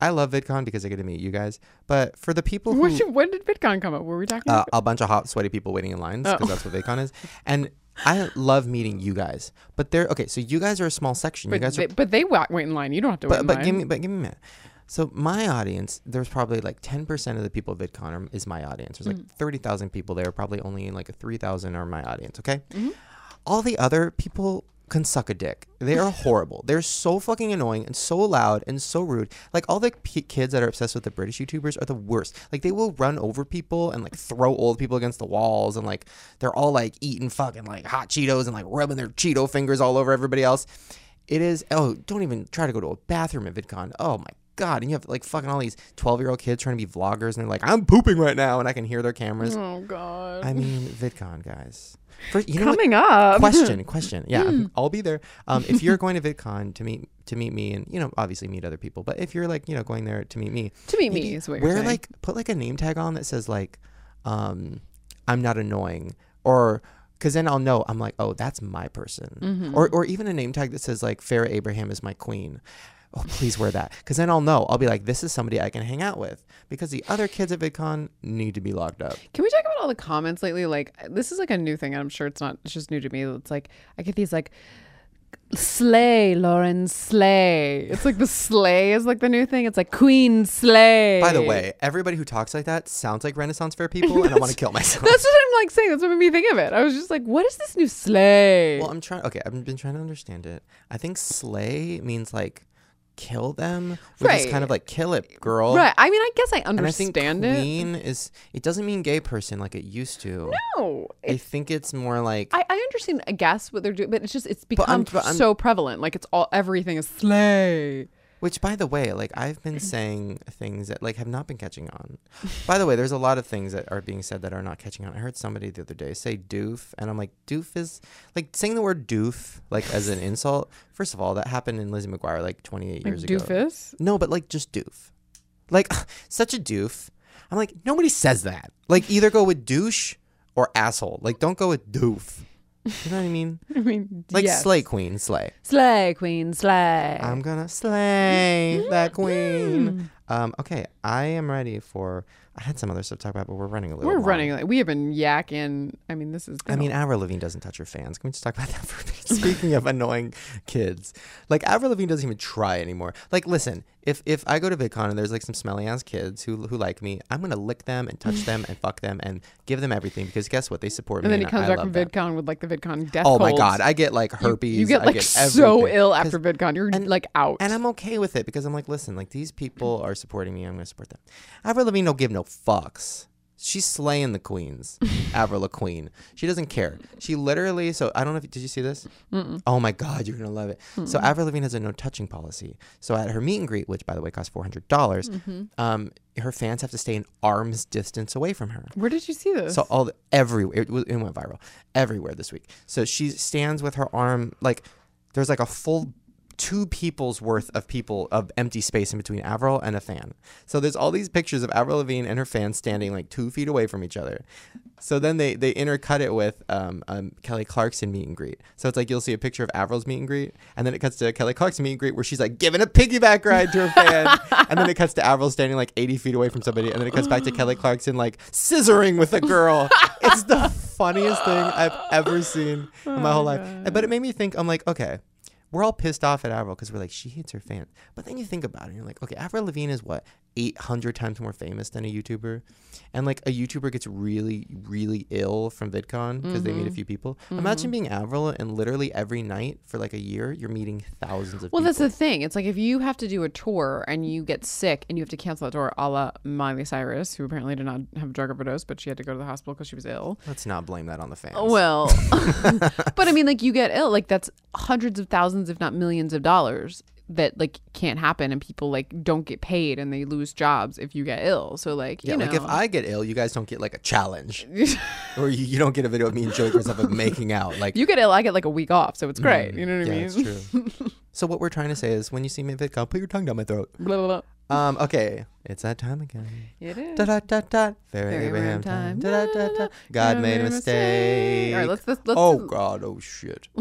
Speaker 1: I love VidCon because I get to meet you guys. But for the people who
Speaker 2: When did, when did VidCon come up? Were we talking?
Speaker 1: uh,
Speaker 2: about-
Speaker 1: a bunch of hot, sweaty people waiting in lines because
Speaker 2: Oh.
Speaker 1: that's what VidCon is. And I love meeting you guys, but they're okay. So you guys are a small section. you
Speaker 2: but,
Speaker 1: guys
Speaker 2: they,
Speaker 1: are,
Speaker 2: but they wa- wait in line. You don't have to wait
Speaker 1: but
Speaker 2: in
Speaker 1: but
Speaker 2: line.
Speaker 1: give me but give me a minute. So my audience, there's probably like 10% of the people at VidCon are, is my audience. There's like
Speaker 2: Mm.
Speaker 1: 30,000 people there. Probably only like 3,000 are my audience. Okay,
Speaker 2: Mm-hmm.
Speaker 1: all the other people can suck a dick. They are horrible. They're so fucking annoying and so loud and so rude. Like all the p- kids that are obsessed with the British YouTubers are the worst. Like they will run over people and like throw old people against the walls and like they're all like eating fucking like hot Cheetos and like rubbing their Cheeto fingers all over everybody else. It is oh, don't even try to go to a bathroom at VidCon. Oh my god, and you have like fucking all these 12-year-old kids trying to be vloggers and they're like, "I'm pooping right now." And I can hear their cameras.
Speaker 2: Oh god.
Speaker 1: I mean, VidCon, guys. First, you know what?
Speaker 2: Coming up.
Speaker 1: question question yeah
Speaker 2: mm.
Speaker 1: i'll be there um, if you're going to vidcon to meet to meet me and you know obviously meet other people but if you're like you know going there to meet me
Speaker 2: to meet
Speaker 1: maybe
Speaker 2: me is what you're
Speaker 1: wear
Speaker 2: saying.
Speaker 1: like put like a name tag on that says like um i'm not annoying or because then i'll know
Speaker 2: Mm-hmm.
Speaker 1: i'm like oh that's my person or or even a name tag that says like farah abraham is my queen oh, please wear that. Because then I'll know. I'll be like, this is somebody I can hang out with. Because the other kids at VidCon need to be locked up.
Speaker 2: Can we talk about all the comments lately? Like, this is like a new thing. I'm sure it's not. It's just new to me. It's like I get these like, slay, Lauren, slay. It's like the slay is like the new thing. It's like Queen slay.
Speaker 1: By the way, everybody who talks like that sounds like Renaissance Fair people, and I want to kill myself.
Speaker 2: that's what I'm like saying. That's what made me think of it. I was just like, what is this new slay?
Speaker 1: Well, I'm trying. Okay, I've been trying to understand it. I think slay means like kill them, which is kind of
Speaker 2: Right.
Speaker 1: like kill it, girl.
Speaker 2: right. I mean, I guess I
Speaker 1: And I think
Speaker 2: understand it.
Speaker 1: queen is it doesn't mean gay person like it used to.
Speaker 2: No,
Speaker 1: I think it's more like
Speaker 2: I, I understand, I guess, what they're doing, but it's just, it's
Speaker 1: I'm-
Speaker 2: become
Speaker 1: but I'm-
Speaker 2: so prevalent. Like, it's all, everything is slay.
Speaker 1: Which, by the way, like I've been saying things that like have not been catching on. by the way, there's a lot of things that are being said that are not catching on. I heard somebody the other day say "doof," and I'm like, "Doof is like saying the word "doof" like as an insult." First of all, that happened in Lizzie McGuire like 28
Speaker 2: Like,
Speaker 1: years ago.
Speaker 2: doofus.
Speaker 1: No, but like just doof, like such a doof. I'm like, nobody says that. Like either go with douche or asshole. Like don't go with doof. You know what I mean?
Speaker 2: I mean,
Speaker 1: Like
Speaker 2: yes.
Speaker 1: slay queen, slay.
Speaker 2: Slay, queen, slay.
Speaker 1: I'm gonna slay that
Speaker 2: Hmm.
Speaker 1: queen. Um, okay, I am ready for. I had some other stuff to talk about, but we're running a little.
Speaker 2: We're
Speaker 1: long.
Speaker 2: running. Like, we have been yakking. I mean, this is.
Speaker 1: I mean, Avril Lavigne doesn't touch her fans. Can we just talk about that for a minute? Speaking of annoying kids, like Avril Lavigne doesn't even try anymore. Like, listen, if if I go to VidCon and there's like some smelly ass kids who who like me, I'm gonna lick them and touch them and fuck them and give them everything because guess what? They support
Speaker 2: and
Speaker 1: me.
Speaker 2: then he
Speaker 1: I-
Speaker 2: comes
Speaker 1: I
Speaker 2: back
Speaker 1: love
Speaker 2: from
Speaker 1: them.
Speaker 2: VidCon with like the VidCon death.
Speaker 1: Oh my
Speaker 2: colds.
Speaker 1: god, I get like herpes.
Speaker 2: you get
Speaker 1: I
Speaker 2: like
Speaker 1: get
Speaker 2: so
Speaker 1: everything.
Speaker 2: ill
Speaker 1: 'Cause
Speaker 2: after VidCon. You're
Speaker 1: and-
Speaker 2: like out.
Speaker 1: And I'm okay with it because I'm like, listen, like these people are supporting me. I'm going to support them. Avril Lavigne don't give no fucks. She's slaying the queens. Avril La Queen. She doesn't care. She literally. So I don't know if did you see this? Oh my God, you're gonna love it. So Avril Lavigne has a no touching policy. So at her meet and greet, which by the way costs four hundred dollars, um, her fans have to stay an arm's distance away from her.
Speaker 2: Where did you see this?
Speaker 1: So all the, everywhere it, was- it went viral everywhere this week. So she stands with her arm like there's like a full two people's worth of people of empty space in between Avril and a fan. So there's all these pictures of Avril Lavigne and her fans standing like two feet away from each other. So then they they intercut it with um, um, Kelly Clarkson meet and greet. So it's like you'll see a picture of Avril's meet and greet, and then it cuts to Kelly Clarkson meet and greet where she's like giving a piggyback ride to her fan, and then it cuts to Avril standing like 80 feet away from somebody, and then it cuts back to Kelly Clarkson like scissoring with a girl. it's the funniest thing I've ever seen in my whole life. But it made me think. I'm like, okay. We're all pissed off at Avril because we're like, she hates her fans. But then you think about it, and you're like, okay, Avril Lavigne is what, 800 times more famous than a YouTuber? and like a YouTuber gets really, really ill from VidCon because they meet
Speaker 2: Mm-hmm.
Speaker 1: a few people. Imagine being Avril and literally every night for like a year, you're meeting thousands of
Speaker 2: well,
Speaker 1: people.
Speaker 2: that's the thing. It's like if you have to do a tour and you get sick and you have to cancel that tour, a la Miley Cyrus, who apparently did not have a drug overdose, but she had to go to the hospital because she was ill.
Speaker 1: Let's not blame that on the fans.
Speaker 2: Well, but I mean, like you get ill, like that's hundreds of thousands, if not millions of dollars that like can't happen, and people like don't get paid and they lose jobs if you get ill. So like you
Speaker 1: yeah,
Speaker 2: know,
Speaker 1: like if I get ill, you guys don't get like a challenge, or you, you don't get a video of me and Joey Graceffa making out. Like,
Speaker 2: you get ill, I get like a week off, so it's great. You know what
Speaker 1: Mm, yeah,
Speaker 2: I mean?
Speaker 1: it's true. so what we're trying to say is, when you see me at VidCon, put your tongue down my throat.
Speaker 2: Blah, blah, blah.
Speaker 1: Um, okay, it's that time again.
Speaker 2: It is.
Speaker 1: Da da da da. Fair
Speaker 2: Fair
Speaker 1: Abraham
Speaker 2: Abraham
Speaker 1: time.
Speaker 2: time.
Speaker 1: Da da da da.
Speaker 2: Da-da-da-da.
Speaker 1: God
Speaker 2: God
Speaker 1: made a
Speaker 2: made a
Speaker 1: mistake.
Speaker 2: mistake. All right, let's- let's- let's
Speaker 1: Oh
Speaker 2: do-
Speaker 1: God. Oh shit.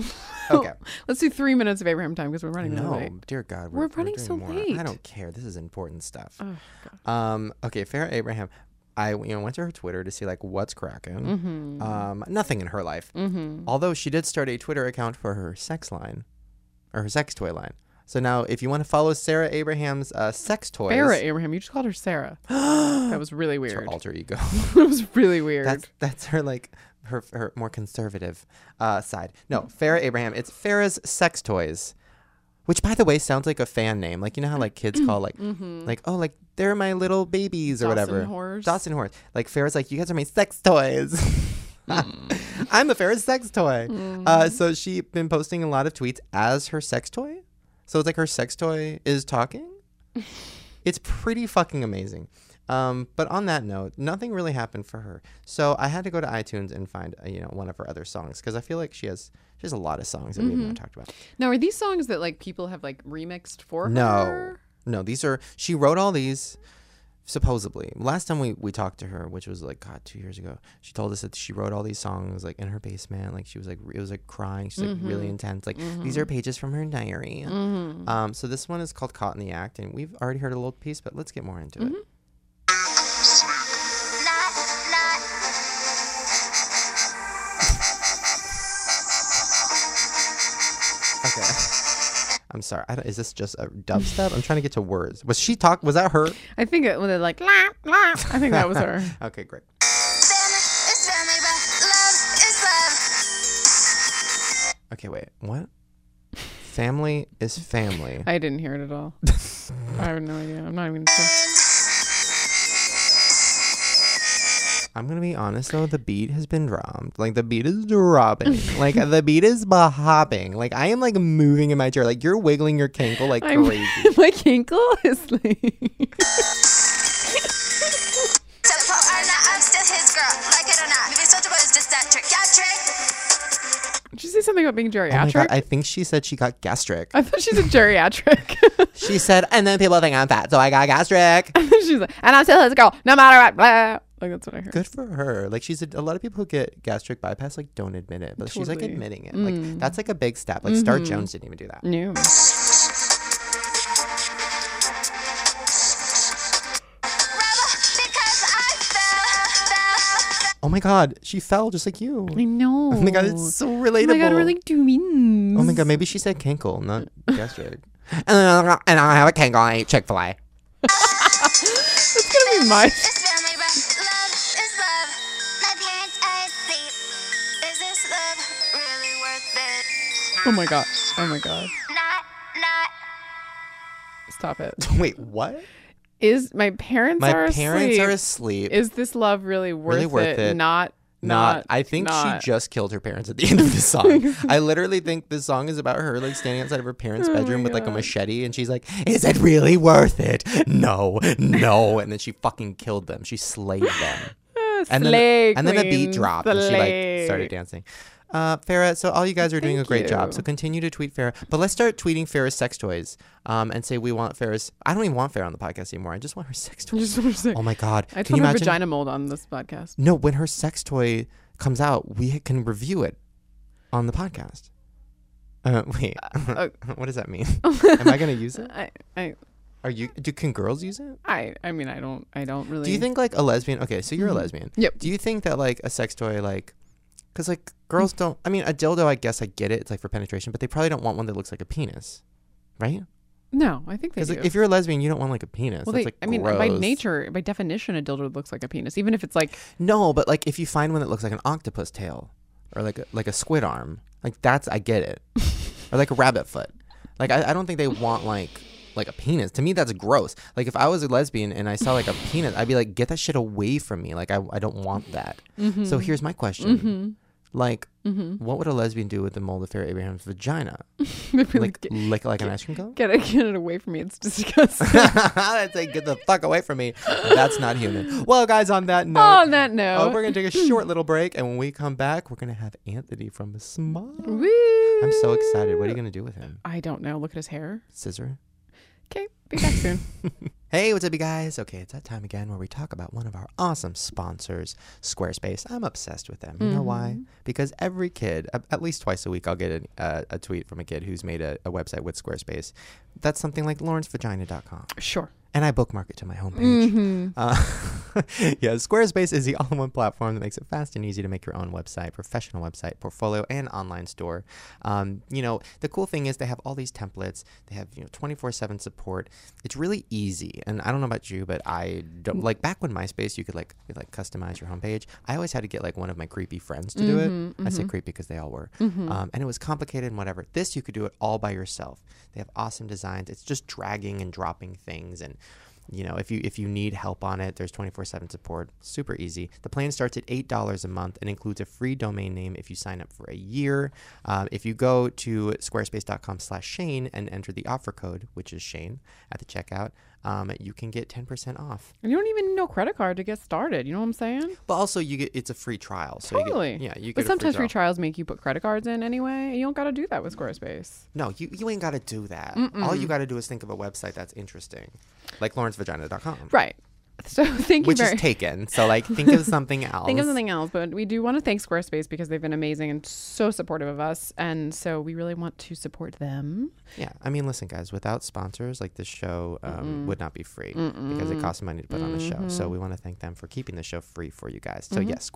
Speaker 1: Okay.
Speaker 2: Let's do three minutes of Abraham time because we're running
Speaker 1: No,
Speaker 2: no. late.
Speaker 1: dear God,
Speaker 2: We're running
Speaker 1: doing
Speaker 2: so
Speaker 1: more. I
Speaker 2: late.
Speaker 1: don't care. This is important stuff. um, okay, Farrah Abraham. I you know went to her Twitter to see like what's cracking.
Speaker 2: Mm-hmm.
Speaker 1: Um, nothing in her life. Although she did start a Twitter account for her sex line, or her sex toy line. So now, if you want to follow Sarah Abraham's uh, sex toys,
Speaker 2: Sarah Abraham, you just called her Sarah. that was really
Speaker 1: Oh. her
Speaker 2: weird.
Speaker 1: alter ego.
Speaker 2: it was really weird.
Speaker 1: That's that's her like her her more conservative uh, side. No, Farrah Abraham. It's Farrah's sex toys, which by the way sounds like a fan name. Like you know how like kids call like like oh like they're my little babies or
Speaker 2: Mm-hmm. Dawson
Speaker 1: whatever.
Speaker 2: whores.
Speaker 1: Dawson horse. Like Farrah's like you guys are my sex toys.
Speaker 2: Hmm.
Speaker 1: I'm a Farrah's sex toy. Uh, so she's been posting a lot of tweets as her sex toy. So it's like her sex toy is talking. It's pretty fucking amazing. Um, but on that note, nothing really happened for her. So I had to go to iTunes and find uh, you know one of her other songs because I feel like she has she has a lot of songs that
Speaker 2: Mm-hmm.
Speaker 1: we have not talked about.
Speaker 2: now, are these songs that like people have like remixed for
Speaker 1: No,
Speaker 2: her?
Speaker 1: no, these are she wrote all these. supposedly last time we, we talked to her which was like god two years ago she told us that she wrote all these songs like in her basement like she was like it was like crying she's like
Speaker 2: Mm-hmm.
Speaker 1: really intense like these are pages from her diary um so this one is called caught in the act and we've already heard a little piece but let's get more into it
Speaker 3: Not, not.
Speaker 1: okay i'm sorry I don't, is this just a dubstep i'm trying to get to words was she talk was that her
Speaker 2: I think it when they're like, "Lap, lap," I think that was her.
Speaker 1: okay great
Speaker 3: Family is family, but love is love.
Speaker 1: okay wait what family is family
Speaker 2: I didn't hear it at all. I have no idea. I'm not even. Sure.
Speaker 1: I'm gonna be honest though, the beat has been dropped. Like the beat is dropping. like the beat is bah- hopping. Like I am like moving in my chair. Like you're wiggling your cankle like
Speaker 2: I'm,
Speaker 1: crazy. Oh
Speaker 2: my ankle is like.
Speaker 3: Tell Paul or not, I'm still his girl. Like it or not, maybe social is just that trick. Yeah, trick.
Speaker 2: Did you say something about being
Speaker 1: Oh my
Speaker 2: geriatric?
Speaker 1: god! I think she said she got gastric.
Speaker 2: I thought she's a geriatric.
Speaker 1: She said, and then people think I'm fat, so I got gastric.
Speaker 2: she's like, and I'm still his girl, no matter what. Blah. Like that's what I heard.
Speaker 1: Good for her. Like she's a, a lot of people who get gastric bypass like don't admit it, but she's like
Speaker 2: Totally. Mm. Mm-hmm.
Speaker 1: admitting it. Like that's like a big step. Like Star Jones didn't even do that.
Speaker 2: New.
Speaker 3: Rebel because I fell, fell, fell.
Speaker 1: Oh my god, she fell just like you.
Speaker 2: I know.
Speaker 1: Oh my god, it's so relatable.
Speaker 2: Oh my god, we're like twins.
Speaker 1: Oh my god, maybe she said cankle, not gastric. and then and I have a cankle. I eat Chick Fil A.
Speaker 2: That's gonna be my.
Speaker 3: It's family, but love is love. My parents are asleep. Is this love really worth it?
Speaker 2: Oh my god. Oh my god.
Speaker 3: Not, not.
Speaker 2: Stop it.
Speaker 1: Wait, what?
Speaker 2: Is my parents
Speaker 1: My
Speaker 2: are
Speaker 1: parents
Speaker 2: asleep.
Speaker 1: are asleep.
Speaker 2: Is this love really worth,
Speaker 1: Really worth it.
Speaker 2: Not.
Speaker 1: not,
Speaker 2: Not.
Speaker 1: I think she
Speaker 2: not.
Speaker 1: just killed her parents at the end of the song. I literally think this song is about her like standing outside of her
Speaker 2: Oh
Speaker 1: parents' bedroom with like a machete and she's like, Is it really worth it? No, no. And then she fucking killed them. She slayed them. and
Speaker 2: slay
Speaker 1: then, and then a
Speaker 2: queen,
Speaker 1: beat dropped and she like
Speaker 2: slay.
Speaker 1: started dancing. Uh, Farah, so all you guys are doing a
Speaker 2: Thank
Speaker 1: great job.
Speaker 2: you.
Speaker 1: So continue to tweet Farah, but let's start tweeting Farah's sex toys um, and say we want Farah's. I don't even want Farah on the podcast anymore. I just want her sex toys.
Speaker 2: Just want to say.
Speaker 1: Oh my god!
Speaker 2: I
Speaker 1: Can
Speaker 2: told
Speaker 1: you
Speaker 2: her
Speaker 1: imagine?
Speaker 2: vagina mold on this podcast.
Speaker 1: No, when her sex toy comes out, we can review it on the podcast. Uh, wait,
Speaker 2: oh.
Speaker 1: what does that mean? Am I gonna use it?
Speaker 2: I, I,
Speaker 1: Are you? Do can girls use it?
Speaker 2: I, I mean, I don't, I don't really. Mm-hmm.
Speaker 1: Do you think like a lesbian? Okay, so you're a lesbian.
Speaker 2: Yep.
Speaker 1: Do you think that like a sex toy like? Because like girls don't. I mean, a dildo. I guess I get it. It's like for penetration, but they probably don't want one that looks like a penis, right?
Speaker 2: No, I think they
Speaker 1: Because
Speaker 2: do.
Speaker 1: like, if you're a lesbian, you don't want like a penis.
Speaker 2: well,
Speaker 1: That's
Speaker 2: they,
Speaker 1: like
Speaker 2: I mean, by
Speaker 1: gross.
Speaker 2: nature, by definition, a dildo looks like a penis, even if it's like
Speaker 1: No, but like if you find one that looks like an octopus tail or like a, like a squid arm, like that's I get it, or like a rabbit foot. Like I, I don't think they want like like a penis. To me, that's gross. Like if I was a lesbian and I saw like a penis, I'd be like, get that shit away from me. Like I I don't want that.
Speaker 2: Mm-hmm.
Speaker 1: So here's my question. Like, what would a lesbian do with the mold of Fair Abraham's vagina?
Speaker 2: Maybe
Speaker 1: Like,
Speaker 2: get,
Speaker 1: lick like an ice cream cone?
Speaker 2: get it, get it away from me. It's disgusting.
Speaker 1: I'd say, get the fuck away from me. That's not human. Well, guys, on that note,
Speaker 2: On that note,
Speaker 1: Oh, we're gonna take a short little break, and when we come back, we're gonna have Anthony from the Smog.
Speaker 2: Woo.
Speaker 1: I'm so excited. What are you gonna do with him?
Speaker 2: I don't know. Look at his hair.
Speaker 1: Scissor.
Speaker 2: Okay, be back soon.
Speaker 1: Hey, what's up, you guys? Okay, it's that time again where we talk about one of our awesome sponsors, Squarespace. I'm obsessed with them. You know why? Because every kid, a- at least twice a week, I'll get an, uh, a tweet from a kid who's made a, a website with Squarespace. That's something like lawrencevagina.com.
Speaker 2: Sure.
Speaker 1: and I bookmark it to my homepage. Uh, yeah, Squarespace is the all-in-one platform that makes it fast and easy to make your own website, professional website, portfolio, and online store. Um, you know, the cool thing is they have all these templates. They have you know 24/7 support. It's really easy, and I don't know about you, but I don't like back when MySpace you could like you, like customize your homepage. I always had to get like one of my creepy friends to do it. I say creepy because they all were, um, and it was complicated and whatever. This you could do it all by yourself. They have awesome designs. It's just dragging and dropping things and you know if you if you need help on it there's 24-7 support super easy the plan starts at $8 a month and includes a free domain name if you sign up for a year um, if you go to squarespace.com slash shane and enter the offer code which is shane at the checkout um, you can get 10% off
Speaker 2: And you don't even need no credit card to get started. You know what I'm saying?
Speaker 1: but also you get it's a free trial so
Speaker 2: Totally.
Speaker 1: you get, yeah you
Speaker 2: But
Speaker 1: get
Speaker 2: sometimes
Speaker 1: a free
Speaker 2: free
Speaker 1: trial.
Speaker 2: trials make you put credit cards in anyway. and You don't got to do that with Squarespace.
Speaker 1: no you, you ain't got to do that all you got to do is think of a website that's interesting like lawrencevagina.com
Speaker 2: Right. So thank you
Speaker 1: which
Speaker 2: very
Speaker 1: is taken. So like, think of something else.
Speaker 2: Think of something else, but we do want to thank Squarespace because they've been amazing and so supportive of us, and so we really want to support them.
Speaker 1: Yeah, I mean, listen, guys. Without sponsors, like this show um, would not be free because it costs money to put on a show. So
Speaker 4: Mm-hmm.
Speaker 1: we want to thank them for keeping the show free for you guys. So yes,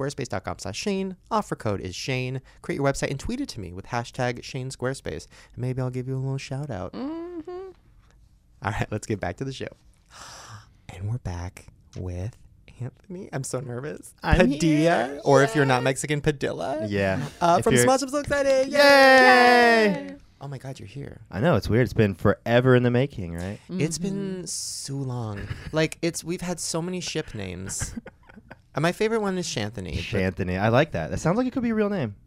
Speaker 1: Squarespace.com/Shane. Offer code is Shane. Create your website and tweet it to me with hashtag Shane Squarespace. And maybe I'll give you a little shout out.
Speaker 4: Mm-hmm.
Speaker 1: All right, let's get back to the show. And we're back with Anthony. I'm so nervous. Padilla, or if you're not Mexican, Padilla.
Speaker 4: Yeah.
Speaker 1: Uh,
Speaker 4: If
Speaker 1: from
Speaker 4: you're-
Speaker 1: Smush, I'm so excited.
Speaker 4: Yay!
Speaker 1: Oh my God, you're here.
Speaker 4: I know it's weird. It's been forever in the making, right?
Speaker 1: It's been so long. Like it's we've had so many ship names. And my favorite one is Shanthony. but
Speaker 4: Shanthony. I like that. That sounds like it could be a real name.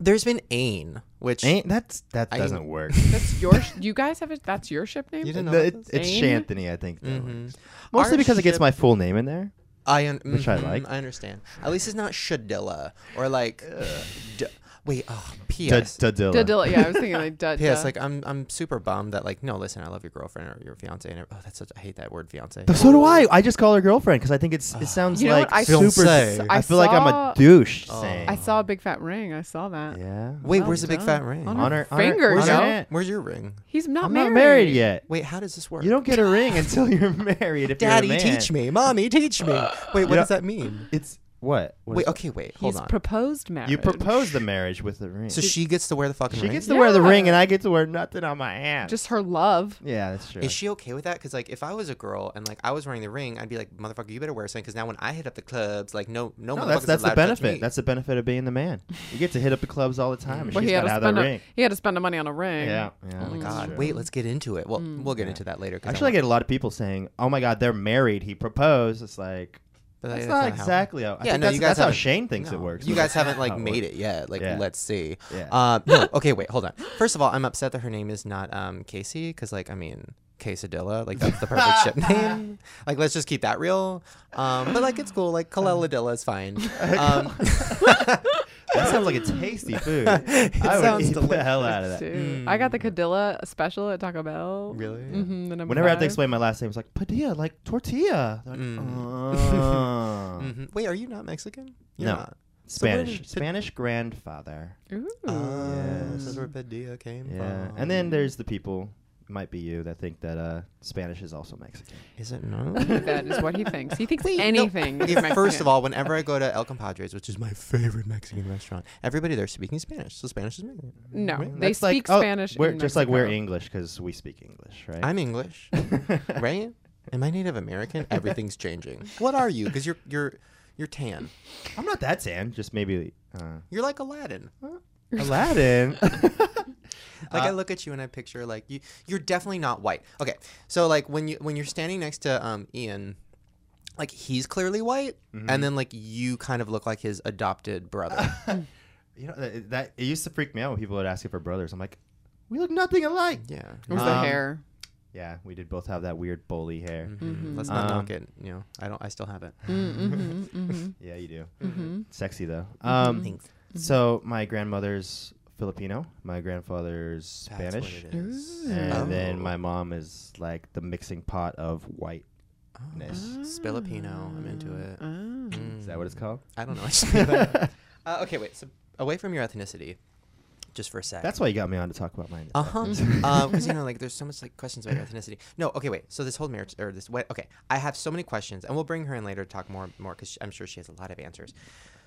Speaker 1: There's been Ain, which
Speaker 4: Ain't that's that
Speaker 1: I-
Speaker 4: doesn't work.
Speaker 2: That's your. sh- you guys have a, That's your ship name.
Speaker 1: You didn't- know
Speaker 4: The- Mm-hmm.
Speaker 1: about
Speaker 4: it- it's
Speaker 2: this?
Speaker 4: Shanthony, I think. that
Speaker 1: Mhm.
Speaker 4: works. Mostly
Speaker 1: Our
Speaker 4: because it gets
Speaker 1: ship-
Speaker 4: my full name in there.
Speaker 1: I un-
Speaker 4: Which I
Speaker 1: mhm,
Speaker 4: like.
Speaker 1: I understand. At least it's not Shadilla or like D- wait, oh
Speaker 4: Da-
Speaker 1: PS.
Speaker 4: Dadilla.
Speaker 2: Dadilla. Yeah, I was thinking like Dad.
Speaker 1: PS, like I'm I'm super bummed that like no, listen, I love your girlfriend or your fiance and oh that's such I hate that word fiance.
Speaker 4: So do I. I just call her girlfriend because I think it's it sounds
Speaker 2: You know
Speaker 4: like
Speaker 2: what? I-
Speaker 4: super.
Speaker 1: Fiancé.
Speaker 4: I,
Speaker 2: I
Speaker 4: feel like I'm a
Speaker 2: saw-
Speaker 4: douche
Speaker 1: Oh.
Speaker 4: saying.
Speaker 2: I saw a big fat ring. I saw that.
Speaker 4: yeah.
Speaker 1: Wait,
Speaker 2: Well
Speaker 1: where's the big
Speaker 2: done.
Speaker 1: fat ring?
Speaker 2: On
Speaker 4: On her-
Speaker 2: her
Speaker 4: on her-
Speaker 2: finger,
Speaker 1: where's,
Speaker 4: on her
Speaker 2: yo.
Speaker 4: hand.
Speaker 1: your, where's your ring?
Speaker 2: He's not
Speaker 4: I'm
Speaker 2: married.
Speaker 4: not married yet.
Speaker 1: Wait, how does this work?
Speaker 4: You don't get a ring until you're married. If
Speaker 1: Daddy
Speaker 4: you're a man.
Speaker 1: teach me. Mommy teach me. Wait, what
Speaker 4: know-
Speaker 1: does that mean?
Speaker 4: It's what? What
Speaker 1: Wait,
Speaker 4: is-
Speaker 1: okay, wait, hold
Speaker 2: He's
Speaker 1: on.
Speaker 2: proposed marriage.
Speaker 4: You propose the marriage with the ring.
Speaker 1: So she gets to wear the fucking
Speaker 4: she
Speaker 1: ring?
Speaker 4: gets to wear the
Speaker 2: Yeah.
Speaker 4: ring, and I get to wear nothing on my hand.
Speaker 2: Just her love.
Speaker 4: yeah, that's true.
Speaker 1: Is she okay with that? Because like, if I was a girl and like I was wearing the ring, I'd be like, "Motherfucker, you better wear something." Because now when I hit up the clubs, like, no, no,
Speaker 4: no,
Speaker 1: motherfucker's
Speaker 4: that's that's the
Speaker 1: allowed to touch me.
Speaker 4: benefit. That's the benefit of being the man. You get to hit up the clubs all the time. And
Speaker 2: Well,
Speaker 4: she's
Speaker 2: he had to
Speaker 4: got to have that
Speaker 2: spend.
Speaker 4: ring.
Speaker 2: A, he had to spend the money on a ring.
Speaker 4: Yeah. yeah.
Speaker 1: Oh my
Speaker 4: that's
Speaker 1: god!
Speaker 4: true. Mm,
Speaker 1: Wait, let's get into it. Well, we'll get into that later. 'cause
Speaker 4: Actually,
Speaker 1: want-
Speaker 4: I get a lot of people saying, "Oh my God, they're married. He proposed." It's like
Speaker 1: but
Speaker 4: that's
Speaker 1: that's
Speaker 4: not
Speaker 1: how-
Speaker 4: exactly how. I
Speaker 1: Yeah,
Speaker 4: think
Speaker 1: no,
Speaker 4: that's,
Speaker 1: you guys
Speaker 4: that's how
Speaker 1: haven't-
Speaker 4: Shane thinks
Speaker 1: No,
Speaker 4: it works.
Speaker 1: You
Speaker 4: but
Speaker 1: guys
Speaker 4: that's
Speaker 1: haven't
Speaker 4: not how
Speaker 1: like
Speaker 4: it
Speaker 1: made it
Speaker 4: works.
Speaker 1: yet. Like,
Speaker 4: Yeah.
Speaker 1: let's see.
Speaker 4: Yeah.
Speaker 1: Uh, no, okay, wait, hold on. First of all, I'm upset that her name is not um, Casey because, like, I mean, Quesadilla, like that's the perfect ship name. Like, let's just keep that real. Um, but like, it's cool. Like, Kaleladilla is fine. Um,
Speaker 4: That sounds like a tasty food. I would
Speaker 1: sounds
Speaker 4: eat the hell out of that.
Speaker 2: Dude, I got the Cadilla special at Taco Bell.
Speaker 1: Really?
Speaker 2: hmm the number
Speaker 4: Whenever I have
Speaker 2: five.
Speaker 4: to explain my last name, it's like Padilla, like tortilla. They're Like,
Speaker 1: Mm.
Speaker 4: "Oh."
Speaker 1: Mhm. Wait, are you not Mexican? You're
Speaker 4: No.
Speaker 1: Not. So where
Speaker 4: Spanish,
Speaker 1: did-
Speaker 4: Spanish grandfather.
Speaker 2: Ooh.
Speaker 4: Uh.
Speaker 1: Oh, this is
Speaker 4: Yes.
Speaker 1: where Padilla came
Speaker 4: Yeah,
Speaker 1: from.
Speaker 4: and then there's the people. Might be you that think that uh, Spanish is also Mexican.
Speaker 1: is it no?
Speaker 2: that is what he thinks. He thinks
Speaker 1: Wait, no.
Speaker 2: anything. is
Speaker 1: Okay, First
Speaker 2: Mexican.
Speaker 1: of all, whenever I go to El Compadres, which is my favorite Mexican restaurant, everybody there speaking Spanish, so Spanish is Mexican.
Speaker 2: no,
Speaker 1: Right?
Speaker 2: they
Speaker 4: That's
Speaker 2: speak
Speaker 4: oh,
Speaker 2: Spanish.
Speaker 4: we're-
Speaker 2: in
Speaker 4: just like we're
Speaker 2: Mexico.
Speaker 4: English because we speak English, right?
Speaker 1: I'm English, right? Am I Native American? Everything's changing. What are you? Because you're you're you're tan.
Speaker 4: I'm not that tan. Just maybe uh,
Speaker 1: You're like Aladdin.
Speaker 4: Aladdin.
Speaker 1: Like I
Speaker 4: Uh,
Speaker 1: look at you and I picture like you you're definitely not white. Okay. So like when you when you're standing next to um Ian like he's clearly white
Speaker 4: Mm-hmm.
Speaker 1: and then like you kind of look like his adopted brother.
Speaker 4: you know that, that- it used to freak me out when people would ask if we're brothers. I'm like, we look nothing alike.
Speaker 1: yeah.
Speaker 2: It was the
Speaker 4: Um,
Speaker 2: hair.
Speaker 4: Yeah, we did both have that weird bully hair.
Speaker 1: Mm-hmm. Let's not
Speaker 4: Um,
Speaker 1: knock it, you know. I don't I still have it.
Speaker 4: Yeah, you do.
Speaker 2: Mm-hmm.
Speaker 1: Mm-hmm.
Speaker 4: Sexy though. Um, So my grandmother's Filipino, my grandfather's
Speaker 1: That's
Speaker 4: Spanish,
Speaker 1: what it is.
Speaker 4: and
Speaker 1: Oh.
Speaker 4: then my mom is like the mixing pot of whiteness.
Speaker 2: Oh.
Speaker 1: It's Filipino. I'm into it.
Speaker 4: Is that what
Speaker 1: Mm.
Speaker 4: it's called?
Speaker 1: I don't know. I just made that up. uh, okay, wait. So away from your ethnicity just for a sec.
Speaker 4: That's why you got me on to talk about mine.
Speaker 1: Uh huh. uh, because you know, like, there's so much like questions about your ethnicity. No, okay, wait. So this whole marriage or this what? Okay, I have so many questions, and we'll bring her in later to talk more, more, because I'm sure she has a lot of answers.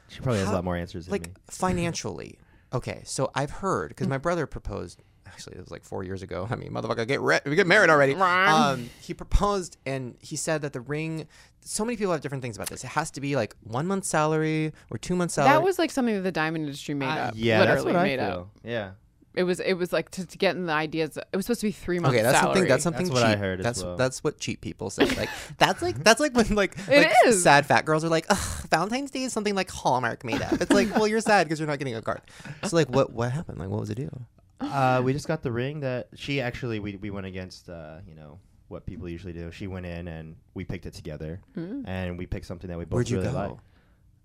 Speaker 4: She probably has a
Speaker 1: How-
Speaker 4: lot more answers than
Speaker 1: Like
Speaker 4: me.
Speaker 1: financially. Okay, so I've heard because my brother proposed. Actually, it was like four years ago. I mean, motherfucker, get re- get married already. Um, he proposed, and he said that the ring. So many people have different things about this. It has to be like one month salary or two months salary.
Speaker 2: That was like something that the diamond industry made
Speaker 1: uh,
Speaker 2: up.
Speaker 4: Yeah,
Speaker 2: literally
Speaker 4: that's what I
Speaker 2: made
Speaker 4: feel.
Speaker 2: up.
Speaker 4: Yeah.
Speaker 2: It was. It was like to, to get in the ideas. It was supposed to be three months.
Speaker 1: Okay, that's
Speaker 2: salary.
Speaker 1: something. That's something.
Speaker 4: That's what I
Speaker 1: cheap.
Speaker 4: heard as
Speaker 1: That's
Speaker 4: well.
Speaker 1: that's what cheap people say. Like that's like that's like when like,
Speaker 2: It
Speaker 1: like
Speaker 2: is.
Speaker 1: sad fat girls are like, Ugh, Valentine's Day is something like Hallmark made up. It's like, well, you're sad because you're not getting a card. So like, what what happened? Like, what was the deal?
Speaker 4: Uh, we just got the ring that she actually we we went against uh, you know what people usually do. She went in and we picked it together,
Speaker 2: Hmm.
Speaker 4: and we picked something that we both
Speaker 1: Where'd you
Speaker 4: really
Speaker 1: go?
Speaker 4: like.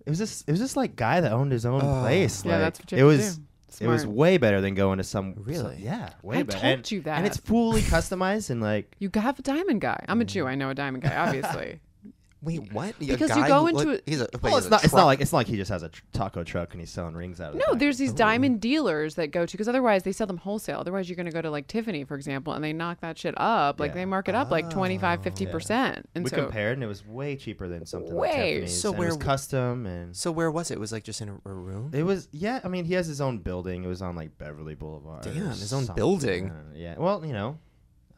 Speaker 4: It was this it was this like guy that owned his own
Speaker 1: Oh.
Speaker 4: place.
Speaker 2: Yeah,
Speaker 4: like,
Speaker 2: that's what you
Speaker 4: it
Speaker 2: have to
Speaker 4: was.
Speaker 2: do.
Speaker 4: It was
Speaker 2: Smart.
Speaker 4: way better than going to some some-
Speaker 1: Really?
Speaker 4: yeah, way
Speaker 2: I
Speaker 4: better.
Speaker 2: told
Speaker 4: and,
Speaker 2: you
Speaker 4: and it's
Speaker 2: that.
Speaker 4: fully customized and like
Speaker 2: You have a diamond guy. I'm a Jew. I know a diamond guy. Obviously.
Speaker 1: Wait, what? A
Speaker 2: Because you
Speaker 1: guy
Speaker 2: go
Speaker 1: who
Speaker 2: into
Speaker 1: look-
Speaker 2: a-
Speaker 1: he's a, wait,
Speaker 4: Well, it's
Speaker 1: he's a
Speaker 4: not. It's
Speaker 1: truck-
Speaker 4: not like it's not like he just has a tr- taco truck and he's selling rings out of. the
Speaker 2: No,
Speaker 4: back.
Speaker 2: there's these diamond dealers that go to because otherwise they sell them wholesale. Otherwise, you're going to go to like Tiffany, for example, and they knock that shit up. Like
Speaker 4: Yeah.
Speaker 2: they mark it up like 25, 50 percent. And
Speaker 4: we
Speaker 2: so
Speaker 4: compared and it was way cheaper than something
Speaker 2: Way.
Speaker 4: like Tiffany's.
Speaker 1: So
Speaker 4: and
Speaker 1: where
Speaker 4: it was
Speaker 1: w-
Speaker 4: custom and
Speaker 1: So where was it? It was like just in a, a room.
Speaker 4: it was yeah. I mean, he has his own building. It was on like Beverly Boulevard. or
Speaker 1: Damn, his own
Speaker 4: something.
Speaker 1: building.
Speaker 4: Uh, yeah. Well, you know,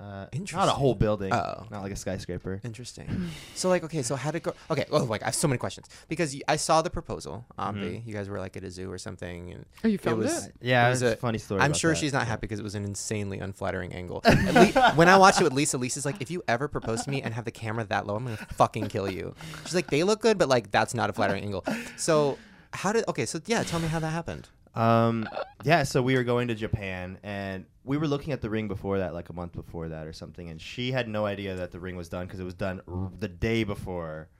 Speaker 4: uh, not
Speaker 1: Interesting.
Speaker 4: a whole building.
Speaker 1: Oh.
Speaker 4: Not like a skyscraper.
Speaker 1: Interesting. so like, okay, so how did go? Okay, oh like I have so many questions because y- I saw the proposal. Obviously, you guys were like at a zoo or something, and
Speaker 2: Oh, you filmed
Speaker 1: was,
Speaker 2: it?
Speaker 4: Mm-hmm. Yeah,
Speaker 1: was
Speaker 4: it's a funny story
Speaker 1: I'm
Speaker 4: about
Speaker 1: sure
Speaker 4: that.
Speaker 1: she's not happy because it was an insanely unflattering angle. At le- when I watched it with Lisa, Lisa's like, "If you ever propose to me and have the camera that low, I'm gonna fucking kill you." She's like, "They look good, but like that's not a flattering angle." So how did? Okay, so yeah, tell me how that happened.
Speaker 4: Um, yeah, so we were going to Japan, and we were looking at the ring before that, like a month before that or something, and she had no idea that the ring was done because it was done r- the day before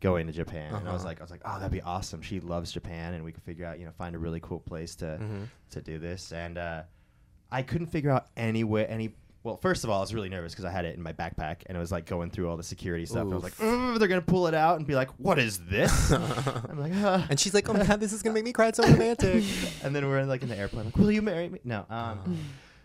Speaker 4: going to Japan. And I was like, I was like, oh, that'd be awesome. She loves Japan, and we could figure out, you know, find a really cool place to to do this. And uh, I couldn't figure out any way, any. Well, first of all, I was really nervous because I had it in my backpack, and it was like going through all the security stuff. And I was like, "Ugh, they're gonna pull it out and be like, "What is this?" I'm like, uh,
Speaker 1: And she's like, "Oh my god, this is gonna make me cry. It's so romantic."
Speaker 4: and then we're like in the airplane, like, "Will you marry me?" No. Um,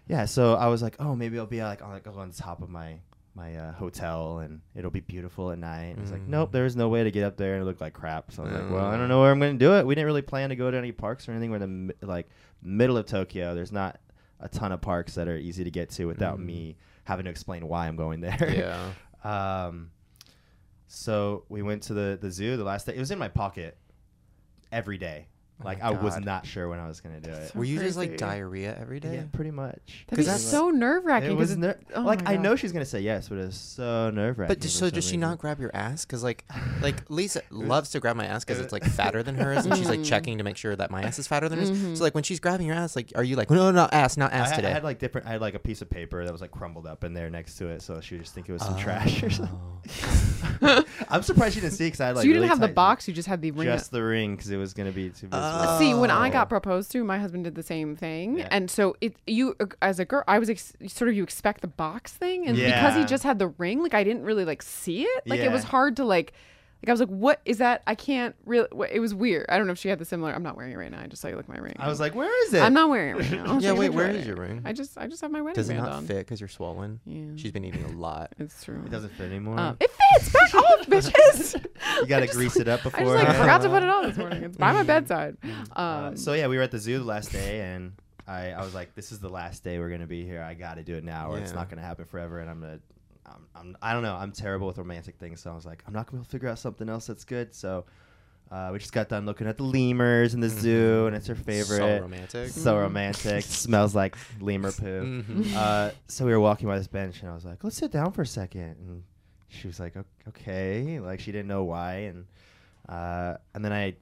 Speaker 4: yeah. So I was like, "Oh, maybe I'll be uh, like on like on top of my my uh, hotel, and it'll be beautiful at night." And it's like, "Nope, there was no way to get up there, and it looked like crap." So I was like, "Well, I don't know where I'm going to do it. We didn't really plan to go to any parks or anything. We're in the mi- like middle of Tokyo. There's not a ton of parks that are easy to get to without me having to explain why I'm going there."
Speaker 1: yeah.
Speaker 4: Um, so we went to the, the zoo the last day. It was in my pocket every day.
Speaker 2: Oh
Speaker 4: Like I was not sure when I was gonna do it.
Speaker 1: Were you just like
Speaker 2: Crazy.
Speaker 1: diarrhea every day?
Speaker 4: Yeah, pretty much.
Speaker 2: That'd be
Speaker 1: 'Cause that's-
Speaker 2: so nerve
Speaker 4: It
Speaker 2: wracking.
Speaker 4: was ner- like
Speaker 2: Oh my
Speaker 4: I
Speaker 2: God.
Speaker 4: know she's gonna say yes, but it's so nerve wracking.
Speaker 1: But just, so does she not grab your ass? Because like, like Lisa loves to grab my ass because it's like fatter than hers, and she's
Speaker 4: Mm.
Speaker 1: like checking to make sure that my ass is fatter than hers. So like when she's grabbing your ass, like, are you like, no, no, no ass, not
Speaker 4: Mm-hmm. I
Speaker 1: ass
Speaker 4: had,
Speaker 1: today?
Speaker 4: I had like different. I had like a piece of paper that was like crumbled up in there next to it, so she would just think it was some trash or something. I'm surprised she didn't see because I had, like.
Speaker 2: Oh. so you didn't
Speaker 4: really
Speaker 2: have the
Speaker 4: tight-
Speaker 2: box; you just had the ring. Oh.
Speaker 4: just the ring, because it was gonna be too busy.
Speaker 2: See, when I got proposed to, my husband did the same thing,
Speaker 4: Yeah.
Speaker 2: and so it you uh, as a girl, I was ex- sort of you expect the box thing, and because he
Speaker 4: Yeah.
Speaker 2: just had the ring, like I didn't really like see it, like it was
Speaker 4: Yeah.
Speaker 2: hard to like, like I was like, what is that? I can't really. What, it was weird. I don't know if she had the similar. I'm not wearing it right now. I just saw you look at my ring.
Speaker 4: I was like, "Where is it?"
Speaker 2: I'm not wearing it right now.
Speaker 1: Yeah,
Speaker 2: She's
Speaker 1: wait,
Speaker 2: like,
Speaker 1: where
Speaker 2: "What?"
Speaker 1: is your ring?
Speaker 2: I just, I just have my wedding
Speaker 1: Does it
Speaker 2: band
Speaker 1: not
Speaker 2: on.
Speaker 1: fit because you're swollen?
Speaker 2: Yeah.
Speaker 1: She's been eating a lot.
Speaker 2: It's true.
Speaker 4: It doesn't fit anymore.
Speaker 2: Um, it fits back off, bitches.
Speaker 4: You gotta
Speaker 2: I just,
Speaker 4: grease it up
Speaker 2: I just
Speaker 4: before.
Speaker 2: like forgot to put it on this morning. It's by my bedside.
Speaker 4: Uh,
Speaker 2: Um,
Speaker 4: so yeah, we were at the zoo the last day, and I, I was like, "This is the last day we're gonna be here. I gotta do it now, or it's
Speaker 1: Yeah.
Speaker 4: not gonna happen forever." And I'm gonna, I'm, I'm, I don't know. I'm terrible with romantic things, so I was like, "I'm not gonna be able to figure out something else that's good." So uh, we just got done looking at the lemurs in the zoo, and it's her favorite.
Speaker 1: So romantic.
Speaker 4: So romantic. Smells like lemur poo.
Speaker 1: Mm-hmm.
Speaker 4: Uh, so we were walking by this bench, and I was like, "Let's sit down for a second. And she was like, "O- "Okay," like she didn't know why, and uh, and then I,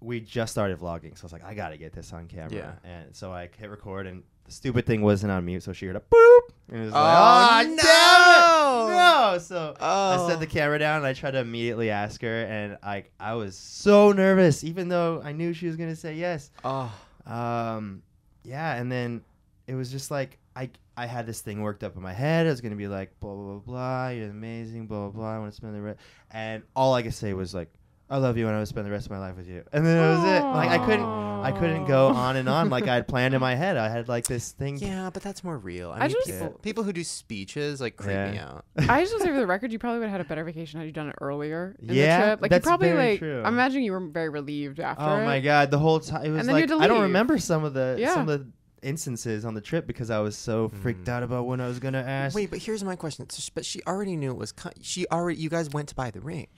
Speaker 4: we just started vlogging, so I was like, "I gotta get this on camera."
Speaker 1: Yeah.
Speaker 4: And so I hit record, and the stupid thing wasn't on mute, so she heard a boop, and it was like, "Oh, damn it, no!" So I
Speaker 1: Oh.
Speaker 4: set the camera down, and I tried to immediately ask her, and I I was so nervous, even though I knew she was gonna say yes.
Speaker 1: Oh,
Speaker 4: Um, yeah, and then it was just like I I had this thing worked up in my head. I was gonna be like blah blah blah, blah you're amazing, blah blah blah. I want to spend the rest, and all I could say was like I love you, and I would spend the rest of my life with you. And then that was it. Like I couldn't I couldn't go on and on like I had planned in my head. I had like this thing.
Speaker 1: yeah, but that's more real. I,
Speaker 2: I
Speaker 1: mean,
Speaker 2: just-
Speaker 1: people, people who do speeches like creep me
Speaker 4: Yeah.
Speaker 1: out.
Speaker 2: I just want to say for the record, you probably would have had a better vacation had you done it earlier in the
Speaker 4: Yeah,
Speaker 2: trip. Like
Speaker 4: that's
Speaker 2: you probably
Speaker 4: very
Speaker 2: like
Speaker 4: true.
Speaker 2: I'm imagining you were very relieved after.
Speaker 4: Oh
Speaker 2: it.
Speaker 4: my god, the whole time it was
Speaker 2: And then you
Speaker 4: like
Speaker 2: had to
Speaker 4: I don't
Speaker 2: leave.
Speaker 4: remember some of the
Speaker 2: Yeah.
Speaker 4: some of the instances on the trip because I was so freaked out about when I was gonna ask.
Speaker 1: Wait, but here's my question. So, sh- but she already knew it was. Cu- she already. You guys went to buy the ring.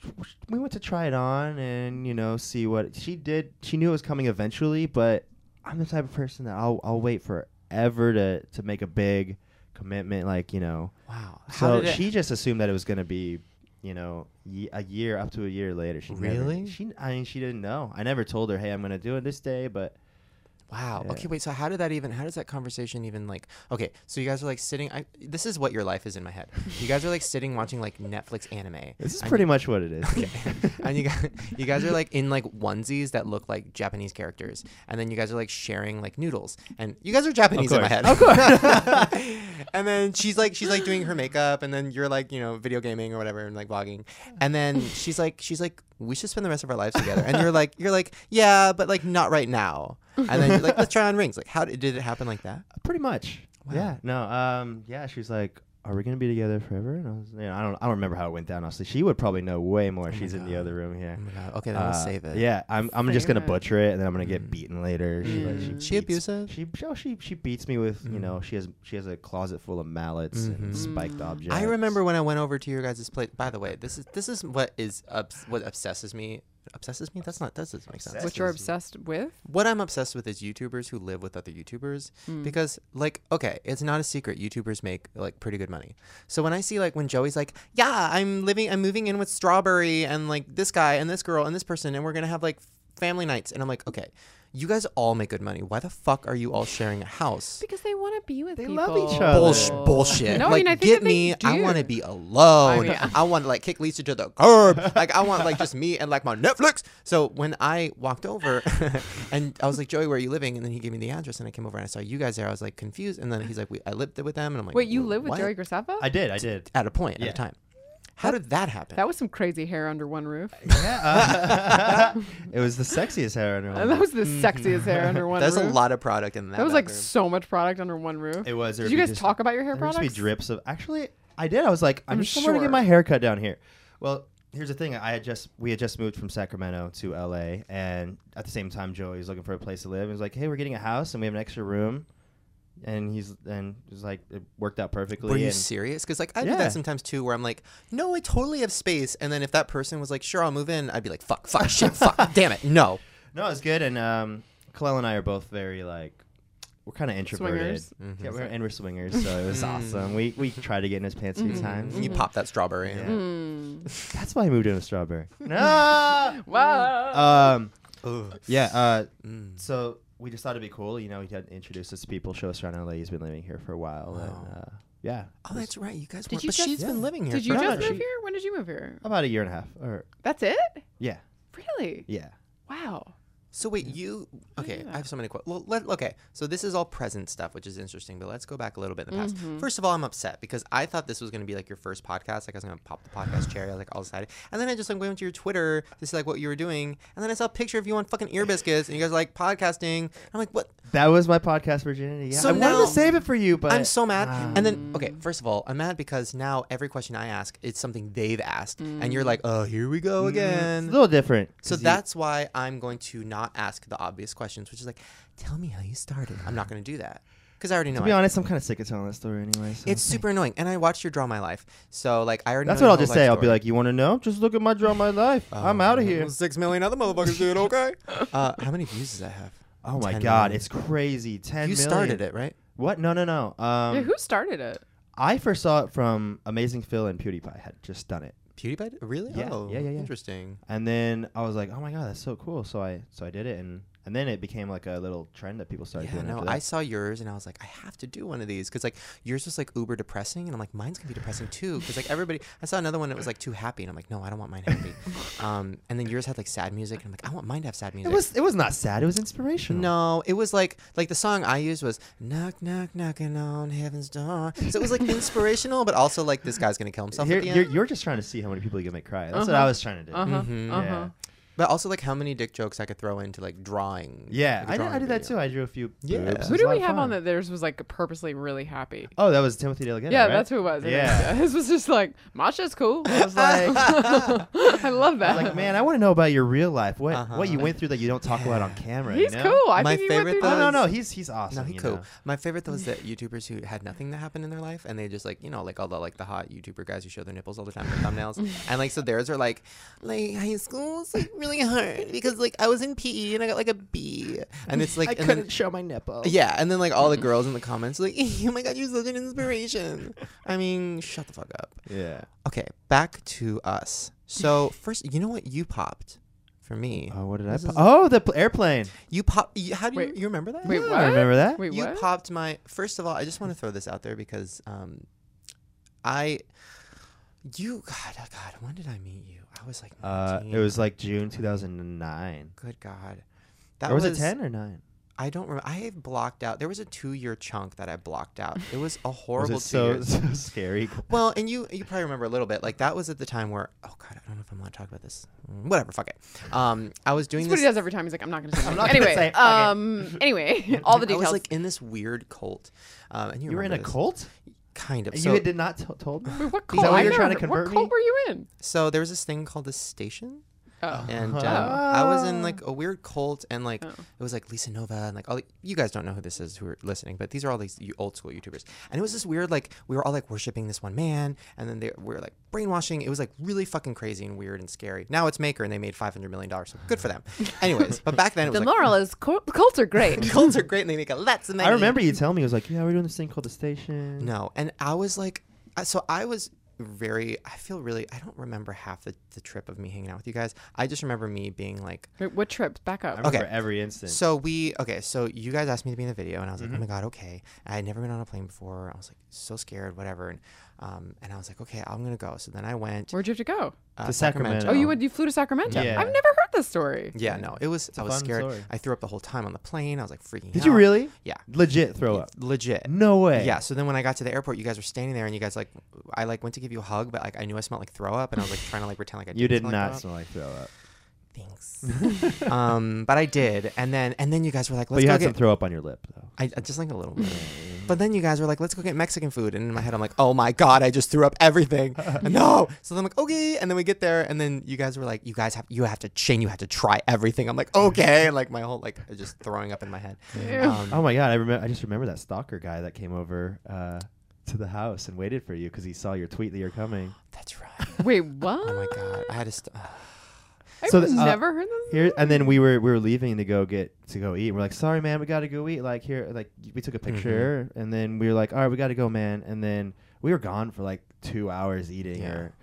Speaker 4: we went to try it on and you know see what she did. She knew it was coming eventually, but I'm the type of person that I'll I'll wait forever to to make a big commitment. Like you know,
Speaker 1: Wow.
Speaker 4: so
Speaker 1: did it-
Speaker 4: she just assumed that it was gonna be you know ye- a year up to a year later. She never-
Speaker 1: Really?
Speaker 4: she I mean she didn't know. I never told her, hey, I'm gonna do it this day, but
Speaker 1: Wow. Okay, wait. So how did that even? How does that conversation even like? Okay, so you guys are like sitting. I, this is what your life is in my head. You guys are like sitting watching like Netflix anime.
Speaker 4: This is
Speaker 1: and-
Speaker 4: pretty much what it is.
Speaker 1: and you guys, you guys are like in like onesies that look like Japanese characters, and then you guys are like sharing like noodles, and you guys are Japanese in my head, of course. and then she's like, she's like doing her makeup, and then you're like, you know, video gaming or whatever, and like vlogging, and then she's like, she's like, we should spend the rest of our lives together, and you're like, you're like, yeah, but like not right now, and then you're like, let's try on rings. Like, how did, did it happen like that?
Speaker 4: pretty much. Yeah. No. Um. Yeah. She's like, "Are we gonna be together forever?" And I was, you know, I don't, I don't remember how it went down. Honestly, she would probably know way more. She's in the other room here.
Speaker 1: Oh my Oh god. Okay, then we'll
Speaker 4: Uh,
Speaker 1: save it. Mm.
Speaker 4: Yeah, I'm, I'm just gonna
Speaker 2: Save it.
Speaker 4: butcher it, and then I'm gonna get beaten later. She, like, she,
Speaker 1: She Mm.
Speaker 4: beats-
Speaker 1: abusive?
Speaker 4: She, she- oh, she, she beats me with, you know, she has, she has a closet full of mallets and spiked objects.
Speaker 1: Mm-hmm. I remember when I went over to your guys' place. By the way, this is this is what is obs- what obsesses me. Obsesses me? That's not that doesn't make sense.
Speaker 2: What you're obsessed with?
Speaker 1: What I'm obsessed with is YouTubers who live with other YouTubers because like okay, it's not a secret YouTubers make like pretty good money. So when I see like when Joey's like, "Yeah, I'm living I'm moving in with Strawberry and like this guy and this girl and this person and we're going to have like family nights." And I'm like, "Okay, you guys all make good money. Why the fuck are you all sharing a house?"
Speaker 2: Because they want to be with
Speaker 4: They
Speaker 2: people.
Speaker 4: love each other.
Speaker 1: Bullsh- bullshit.
Speaker 2: No, I
Speaker 1: like,
Speaker 2: mean, I think
Speaker 1: get
Speaker 2: that they
Speaker 1: me. I
Speaker 2: do.
Speaker 1: want to be alone. I,
Speaker 2: I mean-
Speaker 1: want to like kick Lisa to the curb. like I want like just me and like my Netflix. So when I walked over, and I was like, Joey, where are you living? And then he gave me the address, and I came over and I saw you guys there. I was like confused, and then he's like, we, I lived with them, and I'm like,
Speaker 2: Wait, you
Speaker 1: "Wh-
Speaker 2: live with
Speaker 1: what?"
Speaker 2: Joey Graceffa?
Speaker 4: I did, I did.
Speaker 1: at a point at
Speaker 4: Yeah.
Speaker 1: a time. How did that happen?
Speaker 2: That was some crazy hair under one roof.
Speaker 4: yeah, uh, it was the sexiest hair I've
Speaker 2: And
Speaker 4: ever.
Speaker 2: that was the sexiest hair under one
Speaker 1: There's
Speaker 2: roof.
Speaker 1: a lot of product in that.
Speaker 2: That was like
Speaker 1: bathroom.
Speaker 2: so much product under one roof.
Speaker 4: It was. there
Speaker 2: Did you
Speaker 4: would be
Speaker 2: guys
Speaker 4: just-
Speaker 2: talk about your hair
Speaker 4: there would just
Speaker 2: products?
Speaker 4: be drips of. Actually, I did. I was like, I'm,
Speaker 2: I'm
Speaker 4: just going to
Speaker 2: sure.
Speaker 4: get my hair cut down here. Well, here's the thing. I had just we had just moved from Sacramento to L.A. and at the same time, Joey was looking for a place to live. He was like, Hey, we're getting a house and we have an extra room. And he's and it was like it worked out perfectly.
Speaker 1: Were you
Speaker 4: and-
Speaker 1: serious? Because like I do
Speaker 4: Yeah.
Speaker 1: that sometimes too, where I'm like, no, I totally have space, and then if that person was like, sure, I'll move in, I'd be like, fuck, fuck, shit, fuck, damn it, no.
Speaker 4: No, it's good. And um, Kalel and I are both very like we're kind of introverted.
Speaker 2: Swingers.
Speaker 1: Mm-hmm.
Speaker 4: Yeah, we're, and we're swingers, so it was
Speaker 1: Mm.
Speaker 4: awesome. We we tried to get in his pants a
Speaker 2: Mm-hmm.
Speaker 4: few times.
Speaker 1: You pop that strawberry.
Speaker 4: Yeah.
Speaker 1: in.
Speaker 4: That's why I moved in with strawberry. no.
Speaker 2: Wow.
Speaker 4: Um.
Speaker 1: Ugh.
Speaker 4: Yeah. Uh.
Speaker 1: Oh,
Speaker 4: So we just thought it'd be cool. You know, he had introduced us to people, show us around LA. He's been living here for a while. And, uh, yeah.
Speaker 1: Oh, that's right. You guys. Were,
Speaker 2: you
Speaker 1: but
Speaker 2: just-
Speaker 1: she's been living here.
Speaker 2: Did you
Speaker 1: for
Speaker 4: No, no,
Speaker 2: just
Speaker 4: she-
Speaker 2: move here? When did you move here?
Speaker 4: About a year and a half. Or
Speaker 2: That's it?
Speaker 4: yeah.
Speaker 2: Really?
Speaker 4: Yeah.
Speaker 2: Wow.
Speaker 1: So wait, you
Speaker 2: Oh,
Speaker 1: okay? I have so many questions. Well, let, okay, so this is all present stuff, which is interesting. But let's go back a little bit in the past.
Speaker 2: Mm-hmm.
Speaker 1: First of all, I'm upset because I thought this was going to be like your first podcast. Like I was going to pop the podcast cherry. I was like all excited, and then I just like went to your Twitter to see like what you were doing, and then I saw a picture of you on fucking ear biscuits, and you guys are like podcasting. I'm like, what?
Speaker 4: That was my podcast virginity. Yeah.
Speaker 1: So
Speaker 4: I wanted
Speaker 1: now-
Speaker 4: to save it for you, but
Speaker 1: I'm so mad. and then, okay, first of all, I'm mad because now every question I ask, it's something they've asked, and
Speaker 2: Mm.
Speaker 1: you're like, oh, here we go
Speaker 4: it's a
Speaker 1: again.
Speaker 4: little different.
Speaker 1: So
Speaker 4: 'cause you-
Speaker 1: that's why I'm going to not ask the obvious questions, which is like, tell me how you started. I'm not going to do that because I already know.
Speaker 4: To be
Speaker 1: it.
Speaker 4: honest, I'm kind of sick of telling that story anyway. So.
Speaker 1: It's super annoying, and I watched your draw my life, so like I already.
Speaker 4: That's
Speaker 1: know
Speaker 4: what
Speaker 1: your
Speaker 4: I'll
Speaker 1: whole
Speaker 4: just
Speaker 1: life
Speaker 4: say. I'll be
Speaker 1: story. Oh,
Speaker 4: like, "You want to know? Just look at my draw, my life. I'm out of here."
Speaker 1: Six million other motherfuckers did okay. uh, how many views does that have?
Speaker 4: Oh my
Speaker 1: 10
Speaker 4: god,
Speaker 1: million.
Speaker 4: it's crazy. Ten.
Speaker 1: you started it, right?
Speaker 4: What? No, no, no. Um,
Speaker 2: yeah, who started it?
Speaker 4: I first saw it from Amazing Phil and PewDiePie had just done it.
Speaker 1: PewDiePie, did- really?
Speaker 4: Yeah,
Speaker 1: Oh,
Speaker 4: yeah, yeah, yeah.
Speaker 1: Interesting.
Speaker 4: and then I was like, oh my god, that's so cool. So I so I did it, and and then it became like a little trend that people started
Speaker 1: Yeah,
Speaker 4: doing.
Speaker 1: no,
Speaker 4: after that.
Speaker 1: I saw yours and I was like, I have to do one of these because like yours was like uber depressing, and I'm like, mine's gonna be depressing too because like everybody. I saw another one that was like too happy, and I'm like, no, I don't want mine happy. um, and then yours had like sad music, and I'm like, I want mine to have sad music.
Speaker 4: it was it was not sad. It was inspirational.
Speaker 1: no, it was like like the song I used was knock knock knocking on heaven's door, so it was like inspirational, but also like this guy's gonna kill himself
Speaker 4: Here-
Speaker 1: at the
Speaker 4: you're,
Speaker 1: end.
Speaker 4: you're just trying to see how many people you can make cry. That's
Speaker 1: Uh-huh.
Speaker 4: what I was trying to do.
Speaker 2: Uh huh. Uh huh.
Speaker 4: mm-hmm, Yeah,
Speaker 1: But also like how many dick jokes I could throw into like drawing.
Speaker 4: yeah.
Speaker 1: like, a
Speaker 4: I did,
Speaker 1: drawing
Speaker 4: I did that
Speaker 1: video.
Speaker 4: too. I drew a few.
Speaker 1: Yeah.
Speaker 4: boobs. It
Speaker 1: Who
Speaker 4: was
Speaker 2: Who
Speaker 4: a
Speaker 2: did
Speaker 4: lot
Speaker 2: we
Speaker 4: of
Speaker 2: have on
Speaker 4: fun.
Speaker 2: that? Theirs was like purposely really happy.
Speaker 4: Oh, that was Timothy Delgado.
Speaker 2: yeah,
Speaker 4: right?
Speaker 2: that's who it was. I think.
Speaker 4: Yeah.
Speaker 2: his was just like Masha's cool. I was like, I love that.
Speaker 4: Like, man, I want to know about your real life. What
Speaker 1: Uh-huh.
Speaker 4: what you went through that you don't talk about on camera. you
Speaker 2: he's
Speaker 4: know?
Speaker 2: cool. I
Speaker 1: My
Speaker 2: think he went
Speaker 1: favorite
Speaker 2: through
Speaker 1: though
Speaker 4: No,
Speaker 2: that.
Speaker 4: no,
Speaker 1: is-
Speaker 4: no. He's he's awesome.
Speaker 1: No, he
Speaker 4: you
Speaker 1: cool.
Speaker 4: know?
Speaker 1: My favorite though is that YouTubers who had nothing that happened in their life and they just like you know like all the like the hot YouTuber guys who show their nipples all the time in their thumbnails and like so theirs are like like high school was like really hard because like I was in PE and I got like a B and it's like and then-
Speaker 4: show my nipple.
Speaker 1: yeah and then like all the girls in the comments like oh my god you're such an inspiration I mean shut the fuck up
Speaker 4: Yeah.
Speaker 1: okay back to us so first you know what you popped for me.
Speaker 4: Oh, what did I? Po- oh, the pl- airplane.
Speaker 1: You pop. You, how do you,
Speaker 2: Wait.
Speaker 1: you remember that?
Speaker 2: Wait,
Speaker 4: Yeah,
Speaker 2: what?
Speaker 4: I remember that.
Speaker 2: Wait,
Speaker 1: you
Speaker 2: what?
Speaker 1: popped my. First of all, I just want to throw this out there because um, I, you God, oh God, when did I meet you? I was like,
Speaker 4: Uh,
Speaker 1: 19.
Speaker 4: it was like June 2009.
Speaker 1: Good God, that
Speaker 4: or was, it 10 or 9?
Speaker 1: I don't remember. I blocked out. There was a two-year chunk that I blocked out. It was a
Speaker 4: Was
Speaker 1: horrible two
Speaker 4: it so,
Speaker 1: years.
Speaker 4: so scary?
Speaker 1: Well, and you you probably remember a little bit. Like that was at the time where oh god, I don't know if I'm allowed to talk about this. Mm, Whatever, fuck it. Um, I was doing
Speaker 2: That's what
Speaker 1: this.
Speaker 2: he does every time. He's like, I'm not going to say.
Speaker 4: I'm
Speaker 2: anything.
Speaker 4: not gonna
Speaker 2: anyway,
Speaker 4: say, fuck
Speaker 2: um,
Speaker 4: it.
Speaker 2: anyway, all the
Speaker 1: I was
Speaker 2: details.
Speaker 1: like in this weird cult. Um, and you,
Speaker 4: You were in
Speaker 1: remember
Speaker 4: a
Speaker 1: this.
Speaker 4: cult?
Speaker 1: kind of.
Speaker 4: And
Speaker 1: So,
Speaker 4: you did not t- told me?
Speaker 2: Wait, what
Speaker 4: Is that
Speaker 2: cult?
Speaker 4: why
Speaker 2: I
Speaker 4: you're trying
Speaker 2: never-
Speaker 4: to convert
Speaker 2: What cult
Speaker 4: me?
Speaker 2: were you in?
Speaker 1: so there was this thing called the station.
Speaker 2: Oh.
Speaker 1: and um, I was in like a weird cult, and like it was like Lisa Nova, and like all the, you guys don't know who this is who are listening, but these are all these you- old school YouTubers, and it was this weird like we were all like worshiping this one man, and then they we were like brainwashing. It was like really fucking crazy and weird and scary. Now it's Maker, and they made five hundred million dollars, so good for them. Anyways, but back then it was
Speaker 2: The
Speaker 1: like
Speaker 2: moral is cul- cults are great.
Speaker 1: cults are great, and they make a lots of money.
Speaker 4: I remember you telling me, it was like, yeah, we're doing this thing called the station.
Speaker 1: No, and I was like, I- so I was very. I feel really. I don't remember half the, the trip of me hanging out with you guys. I just remember me being like.
Speaker 2: Wait, what trip? Back
Speaker 4: I
Speaker 2: up.
Speaker 4: remember
Speaker 1: Okay.
Speaker 4: every instant.
Speaker 1: So we okay. So you guys asked me to be in the video, and I was
Speaker 4: Mm-hmm.
Speaker 1: like, "Oh my god, okay." I had never been on a plane before. I was like so scared, whatever. And um, and I was like, "Okay, I'm gonna go." So then I went
Speaker 2: Where'd you have to go?
Speaker 1: uh,
Speaker 4: To Sacramento.
Speaker 2: Oh, you
Speaker 4: No.
Speaker 2: went. You flew to Sacramento.
Speaker 4: Yeah.
Speaker 2: I've never heard this story.
Speaker 1: Yeah, no, it was. I was
Speaker 4: fun
Speaker 1: scared.
Speaker 4: story.
Speaker 1: I threw up the whole time on the plane. I was like freaking.
Speaker 4: Did you
Speaker 1: out.
Speaker 4: really?
Speaker 1: Yeah.
Speaker 4: Legit throw up.
Speaker 1: Legit.
Speaker 4: No way.
Speaker 1: Yeah. So then when I got to the airport, you guys were standing there, and you guys like, I like went to give you a hug, but like I knew I smelled like throw up, and I was like trying to like pretend like I
Speaker 4: You did
Speaker 1: didn't smell like throw
Speaker 4: not smell like throw up.
Speaker 1: up. Thanks. um, but I did, and then and then you guys were like,
Speaker 4: But
Speaker 1: let's
Speaker 4: you
Speaker 1: go
Speaker 4: had
Speaker 1: get
Speaker 4: some throw up on your lip, though.
Speaker 1: I I just like a little bit. But then you guys were like, let's go get Mexican food. And in my head, I'm like, oh my God, I just threw up everything. no. So then I'm like, okay. And then we get there. And then you guys were like, you guys have, you have to, Shane, you have to try everything. I'm like, okay. Like my whole, like, just throwing up in my head. Um,
Speaker 4: Oh my god, I remember. I just remember that stalker guy that came over uh, to the house and waited for you because he saw your tweet that you're coming.
Speaker 1: that's right.
Speaker 2: Wait, what?
Speaker 1: Oh my God. I had to, st-
Speaker 2: I've
Speaker 4: So the- uh,
Speaker 2: never heard this.
Speaker 4: Here and then we were we were leaving to go get to go eat. We're like, sorry man, we gotta go eat. Like here, like we took a
Speaker 1: Mm-hmm.
Speaker 4: picture and then we were like, all right, we gotta go, man. And then we were gone for like two hours eating
Speaker 1: Yeah.
Speaker 4: or.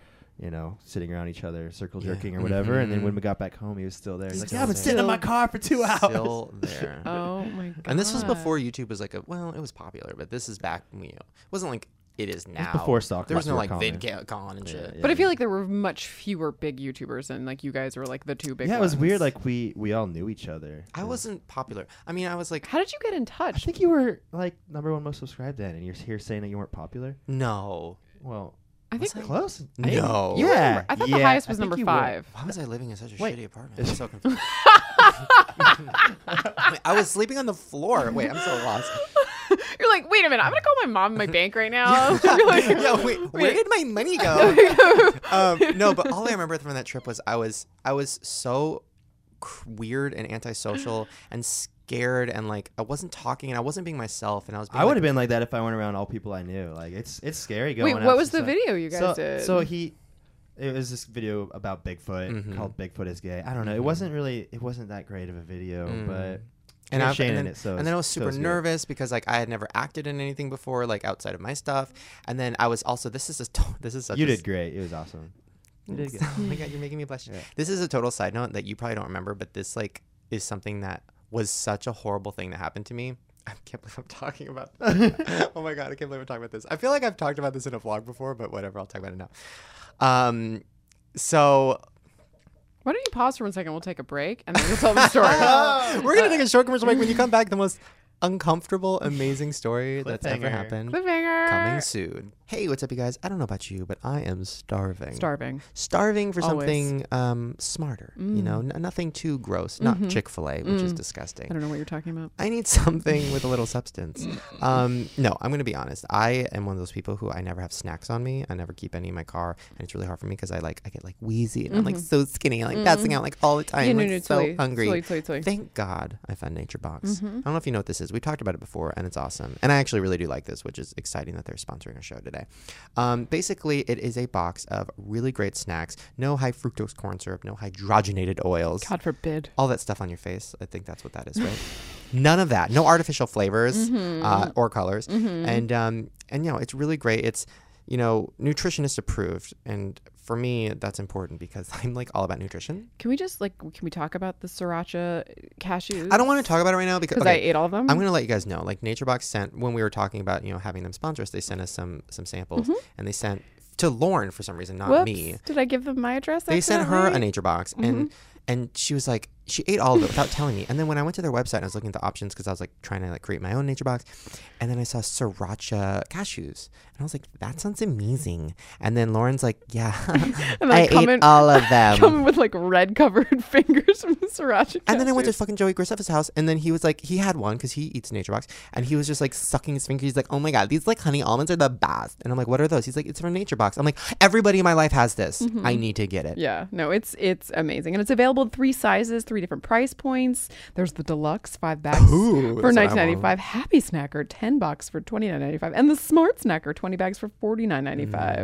Speaker 4: You know, sitting around each other, circle
Speaker 1: Yeah.
Speaker 4: jerking or whatever, and then when
Speaker 1: Mhm.
Speaker 4: we got back home, he was still there. He's,
Speaker 1: He's
Speaker 4: like,
Speaker 1: still
Speaker 4: "Yeah, I've been
Speaker 1: there.
Speaker 4: sitting in my car for two hours."
Speaker 1: still there.
Speaker 2: Oh my god.
Speaker 1: and this was before YouTube was like a, well, it was popular, but this is back when you, it wasn't like it is now.
Speaker 4: before Stalker
Speaker 1: There was no
Speaker 4: were
Speaker 1: like
Speaker 4: common.
Speaker 1: VidCon and shit.
Speaker 2: But I feel like there were much fewer big YouTubers, and like you guys were like the two big.
Speaker 4: yeah, it was
Speaker 2: ones.
Speaker 4: weird. Like we we all knew each other.
Speaker 1: I wasn't popular. I mean, I was like,
Speaker 2: how did you get in
Speaker 4: I
Speaker 2: touch?
Speaker 4: think you were like number one most subscribed then, and you're here saying that you weren't popular.
Speaker 1: no.
Speaker 4: Well,
Speaker 2: I think
Speaker 4: close.
Speaker 1: No.
Speaker 2: You were
Speaker 4: Yeah,
Speaker 2: number- I thought the
Speaker 4: yeah,
Speaker 2: highest
Speaker 4: I
Speaker 2: was
Speaker 4: think
Speaker 2: number
Speaker 4: you were.
Speaker 2: five.
Speaker 1: Why was I living in such a
Speaker 4: Wait.
Speaker 1: shitty apartment? I'm so confused. Wait, I was sleeping on the floor. Wait, I'm so lost.
Speaker 2: You're like, wait a minute, I'm gonna call my mom, and my bank right now. You're like,
Speaker 1: yeah, wait, where
Speaker 2: Oh, wait.
Speaker 1: did my money go? um, no, but all I remember from that trip was I was I was so cr- weird and antisocial and scared and like I wasn't talking and I wasn't being myself and I was. Being
Speaker 4: I would
Speaker 1: like-
Speaker 4: have been like that if I went around all people I knew. Like it's it's scary going.
Speaker 2: Wait,
Speaker 4: out
Speaker 2: what was
Speaker 4: to
Speaker 2: the
Speaker 4: some-
Speaker 2: video you guys
Speaker 4: so,
Speaker 2: did?
Speaker 4: So he, it was this video about Bigfoot
Speaker 1: Mhm.
Speaker 4: called "Bigfoot is Gay." I don't know. It wasn't really. It wasn't that great of a video,
Speaker 1: Mm-hmm. Mm.
Speaker 4: but
Speaker 1: and,
Speaker 4: there's
Speaker 1: I,
Speaker 4: Shane
Speaker 1: and
Speaker 4: in
Speaker 1: then,
Speaker 4: it, so
Speaker 1: and then I
Speaker 4: it's-
Speaker 1: was
Speaker 4: so
Speaker 1: super
Speaker 4: it's good.
Speaker 1: nervous because like I had never acted in anything before, like outside of my stuff. And then I was also this is a to- this is such
Speaker 4: you
Speaker 1: a
Speaker 4: did great. It was awesome. You did good.
Speaker 1: oh my god, you're making me blush.
Speaker 4: Yeah.
Speaker 1: This is a total side note that you probably don't remember, but this like is something that was such a horrible thing that happened to me. I can't believe I'm talking about this. oh my god, I can't believe I'm talking about this. I feel like I've talked about this in a vlog before, but whatever, I'll talk about it now. Um so
Speaker 2: Why don't you pause for one second? We'll take a break, and then we'll tell the story.
Speaker 1: we're gonna take a short commercial break. When you come back, the most uncomfortable, amazing story that's ever
Speaker 4: Cliffhanger.
Speaker 1: happened.
Speaker 2: Cliffhanger.
Speaker 1: Coming soon. Hey, what's up, you guys? I don't know about you, but I am starving.
Speaker 2: Starving.
Speaker 1: starving for
Speaker 2: Always. Mm.
Speaker 1: something um, smarter, you know, n- nothing too gross, not
Speaker 2: Mm-hmm.
Speaker 1: Chick fil A, which is
Speaker 2: I
Speaker 1: disgusting.
Speaker 2: don't know what you're talking about.
Speaker 1: I need something with a little substance. Um, no, I'm going to be honest. I am one of those people who I never have snacks on me. I never keep any in my car. And it's really hard for me because I like, I get like wheezy and I'm like so skinny. I'm like passing out like all the time.
Speaker 2: Mm-hmm. yeah,
Speaker 1: I'm
Speaker 2: no,
Speaker 1: like,
Speaker 2: no,
Speaker 1: so
Speaker 2: totally,
Speaker 1: hungry.
Speaker 2: Totally, totally, totally.
Speaker 1: Thank God I found Nature Box. I don't know if you know what this is. We've talked about it before, and it's awesome. And I actually really do like this, which is exciting that they're sponsoring our show today. Um, basically, it is a box of really great snacks. No high fructose corn syrup, no hydrogenated oils,
Speaker 2: God forbid.
Speaker 1: all that stuff on your face. I think that's what that is, right? None of that. No artificial flavors uh, or colors. And um, and you know, it's really great. It's you know nutritionist approved and for me, that's important because I'm like all about nutrition.
Speaker 2: Can we just like can we talk about the sriracha cashews?
Speaker 1: I don't want to talk about it right now because
Speaker 2: because I
Speaker 1: okay,
Speaker 2: ate all of them.
Speaker 1: I'm gonna let you guys know. Like NatureBox sent when we were talking about you know having them sponsor us, they sent us some some samples, and they sent to Lauren for some reason, not
Speaker 2: Mm-hmm. Whoops.
Speaker 1: me.
Speaker 2: Did I give them my address?
Speaker 1: They sent her a
Speaker 2: accidentally?
Speaker 1: nature box, and
Speaker 2: Mm-hmm.
Speaker 1: and she was like, she ate all of it without telling me. And then when I went to their website, and I was looking at the options because I was like trying to like create my own nature box, and then I saw sriracha cashews, and I was like, that sounds amazing. And then Lauren's like, yeah,
Speaker 2: And
Speaker 1: I
Speaker 2: I
Speaker 1: ate
Speaker 2: come in-
Speaker 1: all of them.
Speaker 2: Coming with like red covered fingers from the sriracha.
Speaker 1: And then I went to
Speaker 2: cashews.
Speaker 1: fucking Joey Graceffa's house, and then he was like, he had one because he eats Nature Box, and he was just like sucking his fingers. He's like, oh my god, these like honey almonds are the best. And I'm like, what are those? He's like, it's from Nature Box. I'm like, everybody in my life has this.
Speaker 2: Mm-hmm.
Speaker 1: I need to get it.
Speaker 2: Yeah, no, it's it's amazing, and it's available in three sizes, three different price points. There's the deluxe five bags
Speaker 1: Ooh,
Speaker 2: for
Speaker 1: that's what I want.
Speaker 2: 19.95, Happy Snacker ten bucks for 29.95, and the Smart Snacker twenty bags for 49.95.
Speaker 1: Mm.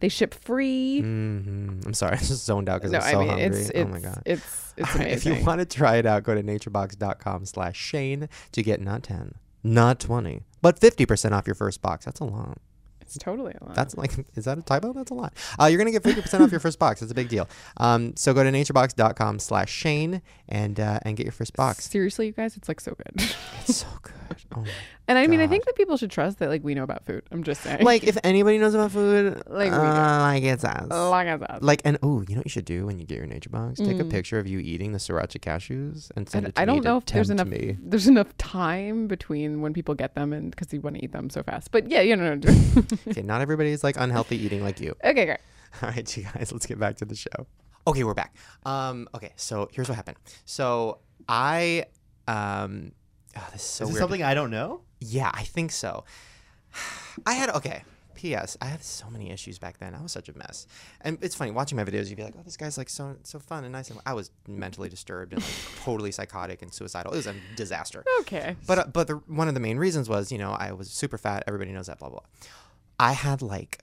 Speaker 2: They ship free.
Speaker 1: hmm I'm sorry, I just zoned out because
Speaker 2: no,
Speaker 1: I'm so
Speaker 2: I mean
Speaker 1: hungry.
Speaker 2: it's
Speaker 1: oh
Speaker 2: it's
Speaker 1: my god.
Speaker 2: it's it's
Speaker 1: All right, if
Speaker 2: amazing.
Speaker 1: you want to try it out, go to naturebox.com slash Shane to get not 10, not 20, but 50% off your first box. That's a lot.
Speaker 2: it's totally a lot.
Speaker 1: That's like, is that a typo? That's a lot. Uh, you're going to get 50% off your first box. That's a big deal. Um, so go to naturebox.com slash Shane and, uh, and get your first box.
Speaker 2: seriously, you guys, it's like so good.
Speaker 1: It's so good. Oh my.
Speaker 2: and I mean, I
Speaker 1: God.
Speaker 2: think that people should trust that like we know about food. I'm just saying,
Speaker 1: Like, if anybody knows about food,
Speaker 2: Like we
Speaker 1: like,
Speaker 2: do.
Speaker 1: uh, like it's us.
Speaker 2: long as that.
Speaker 1: Like, and oh, you know what you should do when you get your nature box? Take a picture of you eating the sriracha cashews and send
Speaker 2: Mm. And
Speaker 1: it to
Speaker 2: I
Speaker 1: me
Speaker 2: don't
Speaker 1: to
Speaker 2: know if there's
Speaker 1: tempt
Speaker 2: enough
Speaker 1: me.
Speaker 2: there's enough time between when people get them and because you want to eat them so fast. But yeah, you know. No, no.
Speaker 1: Okay, not everybody's like unhealthy eating like you.
Speaker 2: okay, great.
Speaker 1: All right, you guys, let's get back to the show. Okay, we're back. Um, okay, so here's what happened. So I, um, oh, this is so
Speaker 4: Is this
Speaker 1: weird.
Speaker 4: something I don't know?
Speaker 1: Yeah, I think so. I had okay. P.S. I had so many issues back then. I was such a mess, and it's funny watching my videos. You'd be like, "Oh, this guy's like so so fun and nice." And I was mentally disturbed and like, totally psychotic and suicidal. It was a disaster.
Speaker 2: Okay.
Speaker 1: But uh, but the, one of the main reasons was you know I was super fat. Everybody knows that. Blah blah. blah. I had like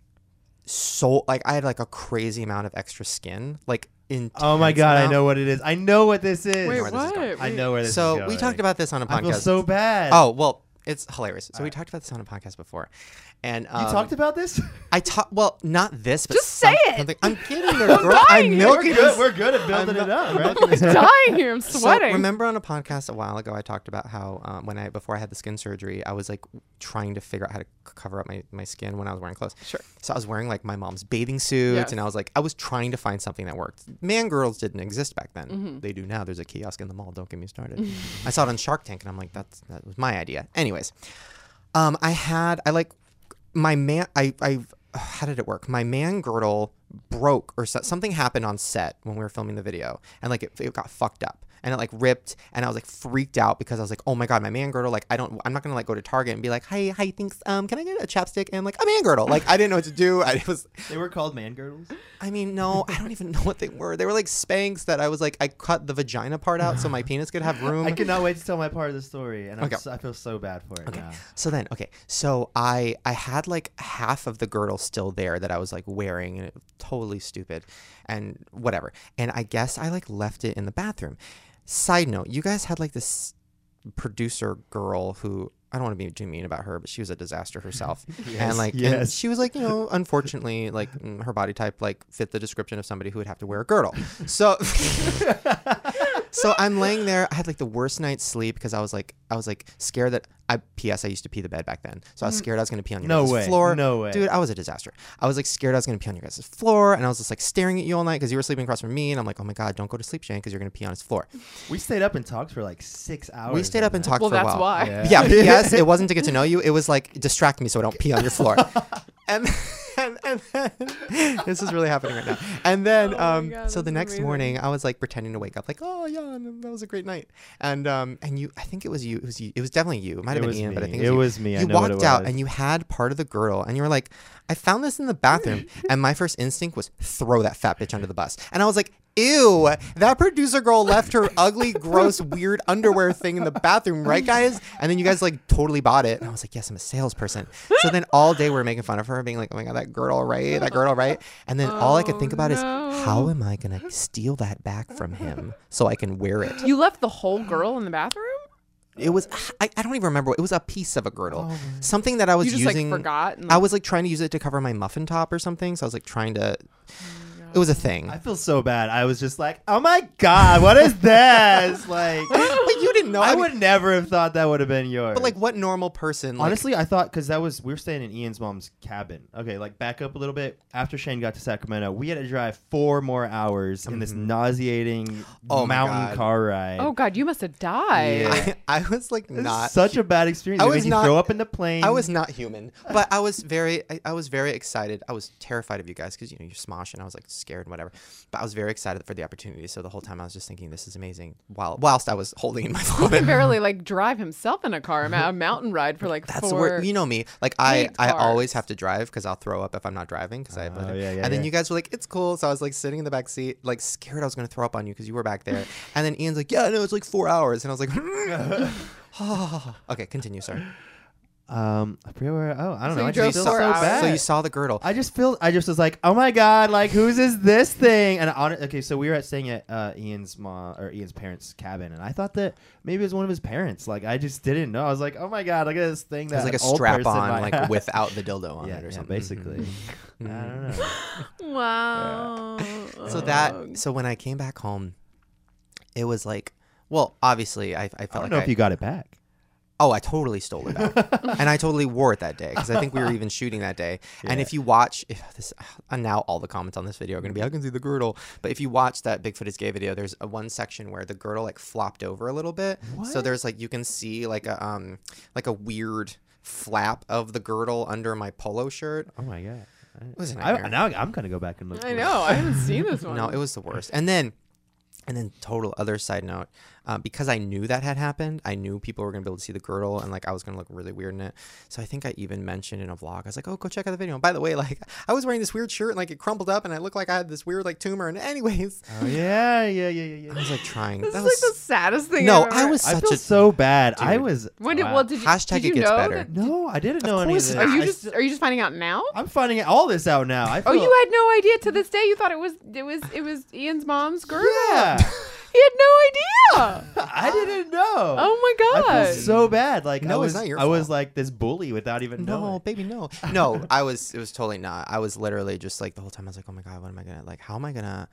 Speaker 1: so like I had like a crazy amount of extra skin. Like in
Speaker 4: Oh my god, I know what it is. I know what this is.
Speaker 2: Wait,
Speaker 1: where this is
Speaker 2: what?
Speaker 1: going.
Speaker 4: I know where this is.
Speaker 1: So we talked
Speaker 4: going.
Speaker 1: about this on a podcast.
Speaker 4: I feel so bad.
Speaker 1: Oh well, it's hilarious. So we talked about this on a podcast before, and um,
Speaker 4: you talked about this?
Speaker 1: I talked. Well, not this, but
Speaker 2: Just say it.
Speaker 1: something. I'm kidding. They're gro- I'm milking this.
Speaker 4: We're good at building it up, right?
Speaker 2: Dying here. I'm
Speaker 1: So
Speaker 2: sweating.
Speaker 1: remember on a podcast a while ago, I talked about how um, when I before I had the skin surgery, I was like trying to figure out how to c- cover up my, my skin when I was wearing clothes.
Speaker 2: Sure.
Speaker 1: So I was wearing like my mom's bathing suits,
Speaker 2: Yes.
Speaker 1: and I was like, I was trying to find something that worked. Man girls didn't exist back then.
Speaker 2: Mm-hmm.
Speaker 1: They do now. There's a kiosk in the mall. Don't get me started. I saw it on Shark Tank, and I'm like, that's that was my idea. Anyways, um, I had I like my man. I I how did it work? My man girdle broke or so, something happened on set when we were filming the video, and like it, it got fucked up and it like ripped, and I was like freaked out because I was like, oh my god, my man girdle. Like I don't, I'm not gonna like go to Target and be like, hey, hi, thanks. Um, can I get a chapstick and like a man girdle? Like I didn't know what to do. I was,
Speaker 4: they were called man girdles.
Speaker 1: I mean, no, I don't even know what they were. They were like spanks that I was like, I cut the vagina part out so my penis could have room.
Speaker 4: I cannot wait to tell my part of the story, and I'm
Speaker 1: Okay.
Speaker 4: so, I feel so bad for it now.
Speaker 1: So then, okay, so I I had like half of the girdle still there that I was like wearing, and it was totally stupid, and whatever. And I guess I like left it in the bathroom. Side note: You guys had like this producer girl who I don't want to be too mean about her, but she was a disaster herself, and like, and
Speaker 4: yes.
Speaker 1: she was like, you know, unfortunately, like mm, her body type like fit the description of somebody who would have to wear a girdle. So. So I'm laying there. I had like the worst night's sleep because I was like, I was like scared that I. P.S. I used to pee the bed back then, so I
Speaker 2: Mm.
Speaker 1: was scared I was going to pee on your
Speaker 4: No
Speaker 1: guys'
Speaker 4: way.
Speaker 1: floor.
Speaker 4: No way.
Speaker 1: dude, I was a disaster. I was like scared I was going to pee on your guys' floor, and I was just like staring at you all night because you were sleeping across from me, and I'm like, oh my god, don't go to sleep, Shane, because you're going to pee on his floor.
Speaker 4: We stayed up and talked for like six hours.
Speaker 1: we stayed
Speaker 4: that
Speaker 1: up and
Speaker 4: night.
Speaker 1: talked
Speaker 2: well,
Speaker 1: for a
Speaker 2: that's
Speaker 1: while.
Speaker 2: why.
Speaker 4: Yeah.
Speaker 1: Yeah, P.S. it wasn't to get to know you. It was like distract me so I don't pee on your floor. and and, and then, this is really happening right now. And then
Speaker 2: Oh my
Speaker 1: um,
Speaker 2: God,
Speaker 1: so the
Speaker 2: this is
Speaker 1: next
Speaker 2: amazing.
Speaker 1: morning I was like pretending to wake up like oh yeah and that was a great night and um and you I think it was you it was you, it was definitely you it might have been
Speaker 4: It was
Speaker 1: Ian but I
Speaker 4: me.
Speaker 1: think
Speaker 4: It
Speaker 1: you.
Speaker 4: was me. I
Speaker 1: You
Speaker 4: know what
Speaker 1: walked
Speaker 4: it
Speaker 1: out
Speaker 4: was.
Speaker 1: and you had part of the girdle and you were like I found this in the bathroom and my first instinct was throw that fat bitch under the bus and I was like. Ew, that producer girl left her ugly, gross, weird underwear thing in the bathroom, right, guys? And then you guys like totally bought it. And I was like, yes, I'm a salesperson. So then all day we are making fun of her, being like, oh my God, that girdle, right? That girdle, right? And then all I could think
Speaker 4: Oh,
Speaker 1: about is, how am I going to steal that back from him so I can wear it?
Speaker 2: You left the whole girl in the bathroom.
Speaker 1: It was I, I don't even remember. It was a piece of a girdle, something that I was
Speaker 2: You just
Speaker 1: using.
Speaker 2: like forgot. And,
Speaker 1: I was like trying to use it to cover my muffin top or something. So I was like trying to. It was a thing.
Speaker 4: I feel so bad. I was just like, oh my god, what is this? like,
Speaker 1: but you didn't know.
Speaker 4: I
Speaker 1: mean,
Speaker 4: would never have thought that would have been yours.
Speaker 1: But like, what normal person? Like,
Speaker 4: Honestly, I thought because that was we were staying in Ian's mom's cabin. Okay, like back up a little bit. After Shane got to Sacramento, we had to drive four more hours in this nauseating
Speaker 1: Mm-hmm. Oh my God.
Speaker 4: mountain car ride.
Speaker 2: Oh God, you must have died.
Speaker 4: Yeah.
Speaker 1: I, I was like
Speaker 4: This is
Speaker 1: not.
Speaker 4: such a bad experience.
Speaker 1: I
Speaker 4: I made
Speaker 1: was
Speaker 4: you
Speaker 1: not-
Speaker 4: throw up in the plane.
Speaker 1: I was not human, but I was very, I, I was very excited. I was terrified of you guys because you know you're smosh, and I was like scared and whatever. But I was very excited for the opportunity. So the whole time I was just thinking, this is amazing. While whilst I was holding in my
Speaker 2: Can
Speaker 1: vomit.
Speaker 2: barely like drive himself in a car, a ma- a mountain ride for like
Speaker 1: That's the
Speaker 2: four.
Speaker 1: word. You know me. Like I,
Speaker 2: Hate
Speaker 1: I always
Speaker 2: cars.
Speaker 1: have to drive because I'll throw up if I'm not driving because I have.
Speaker 4: Oh,
Speaker 1: other-
Speaker 4: yeah, yeah,
Speaker 1: and then
Speaker 4: yeah.
Speaker 1: you guys were like, "It's cool." So I was like sitting in the back seat, like scared I was gonna throw up on you because you were back there. And then Ian's like, "Yeah, no, it's like four hours," and I was like, "Okay, continue, sorry."
Speaker 4: Um, I forget where. Oh, I
Speaker 2: So
Speaker 4: don't know.
Speaker 2: you
Speaker 4: I
Speaker 2: drove
Speaker 4: just feel
Speaker 2: four
Speaker 4: so
Speaker 2: hours.
Speaker 4: bad.
Speaker 1: So you saw the girdle.
Speaker 4: I just feel. I just was like, oh my god, like whose is this thing? And on okay, so we were at staying at uh, Ian's mom or Ian's parents' cabin, and I thought that maybe it was one of his parents. Like I just didn't know. I was like, oh my god, look at this
Speaker 1: It
Speaker 4: thing that
Speaker 1: was like a
Speaker 4: an old
Speaker 1: strap
Speaker 4: person
Speaker 1: on,
Speaker 4: might
Speaker 1: like
Speaker 4: have.
Speaker 1: without the dildo on
Speaker 4: yeah,
Speaker 1: it or
Speaker 4: yeah,
Speaker 1: something.
Speaker 4: basically. I don't know.
Speaker 2: Wow.
Speaker 1: So that so when I came back home, it was like well, obviously I, I felt
Speaker 4: I don't
Speaker 1: like
Speaker 4: know
Speaker 1: I,
Speaker 4: if you got it back.
Speaker 1: oh I totally stole it back, and I totally wore it that day because I think we were even shooting that day. And if you watch if this, and now all the comments on this video are gonna be I can see the girdle, but if you watch that Bigfoot is gay video, there's a one section where the girdle like flopped over a little bit, so there's like you can see like a um like a weird flap of the girdle under my polo shirt.
Speaker 4: Oh my god.
Speaker 1: It was a
Speaker 4: I,
Speaker 1: nightmare.
Speaker 4: now I'm gonna go back and look.
Speaker 2: I know. I haven't seen this one.
Speaker 1: No, it was the worst. And then, and then, total other side note, uh, because I knew that had happened, I knew people were gonna be able to see the girdle, and like I was gonna look really weird in it. So I think I even mentioned in a vlog, I was like, "Oh, go check out the video." And by the way, like I was wearing this weird shirt, and like it crumpled up, and I looked like I had this weird like tumor. And anyways,
Speaker 4: Oh yeah, yeah, yeah, yeah.
Speaker 1: I
Speaker 4: yeah.
Speaker 1: was like trying.
Speaker 2: This
Speaker 1: that
Speaker 2: is
Speaker 1: was
Speaker 2: like the saddest thing.
Speaker 1: no,
Speaker 2: I've
Speaker 1: I
Speaker 2: ever-
Speaker 1: was
Speaker 4: I
Speaker 1: such
Speaker 4: feel
Speaker 1: a
Speaker 4: so bad. I
Speaker 1: dude.
Speaker 4: was.
Speaker 2: When did?
Speaker 4: wow.
Speaker 2: Well, did you?
Speaker 1: Hashtag
Speaker 2: did
Speaker 1: it
Speaker 2: you
Speaker 1: gets
Speaker 2: know
Speaker 1: better.
Speaker 2: that-
Speaker 4: No, I didn't
Speaker 1: Of
Speaker 4: know any of
Speaker 1: course
Speaker 4: this.
Speaker 1: not.
Speaker 2: Are you
Speaker 4: I
Speaker 2: just?
Speaker 4: still-
Speaker 2: Are you just finding out now?
Speaker 4: I'm finding all this out now. I
Speaker 2: Oh,
Speaker 4: feel-
Speaker 2: you had no idea to this day. You thought it was it was it was Ian's mom's girl.
Speaker 4: Yeah.
Speaker 2: He had no idea.
Speaker 4: I didn't know.
Speaker 2: Oh my god.
Speaker 4: I feel so bad. Like
Speaker 1: No,
Speaker 4: I was,
Speaker 1: it's not your
Speaker 4: I was
Speaker 1: fault.
Speaker 4: like this bully without even
Speaker 1: no,
Speaker 4: knowing.
Speaker 1: baby, no, no. I was, it was totally not. I was literally just like the whole time. I was like, oh my god, what am I gonna like? How am I gonna?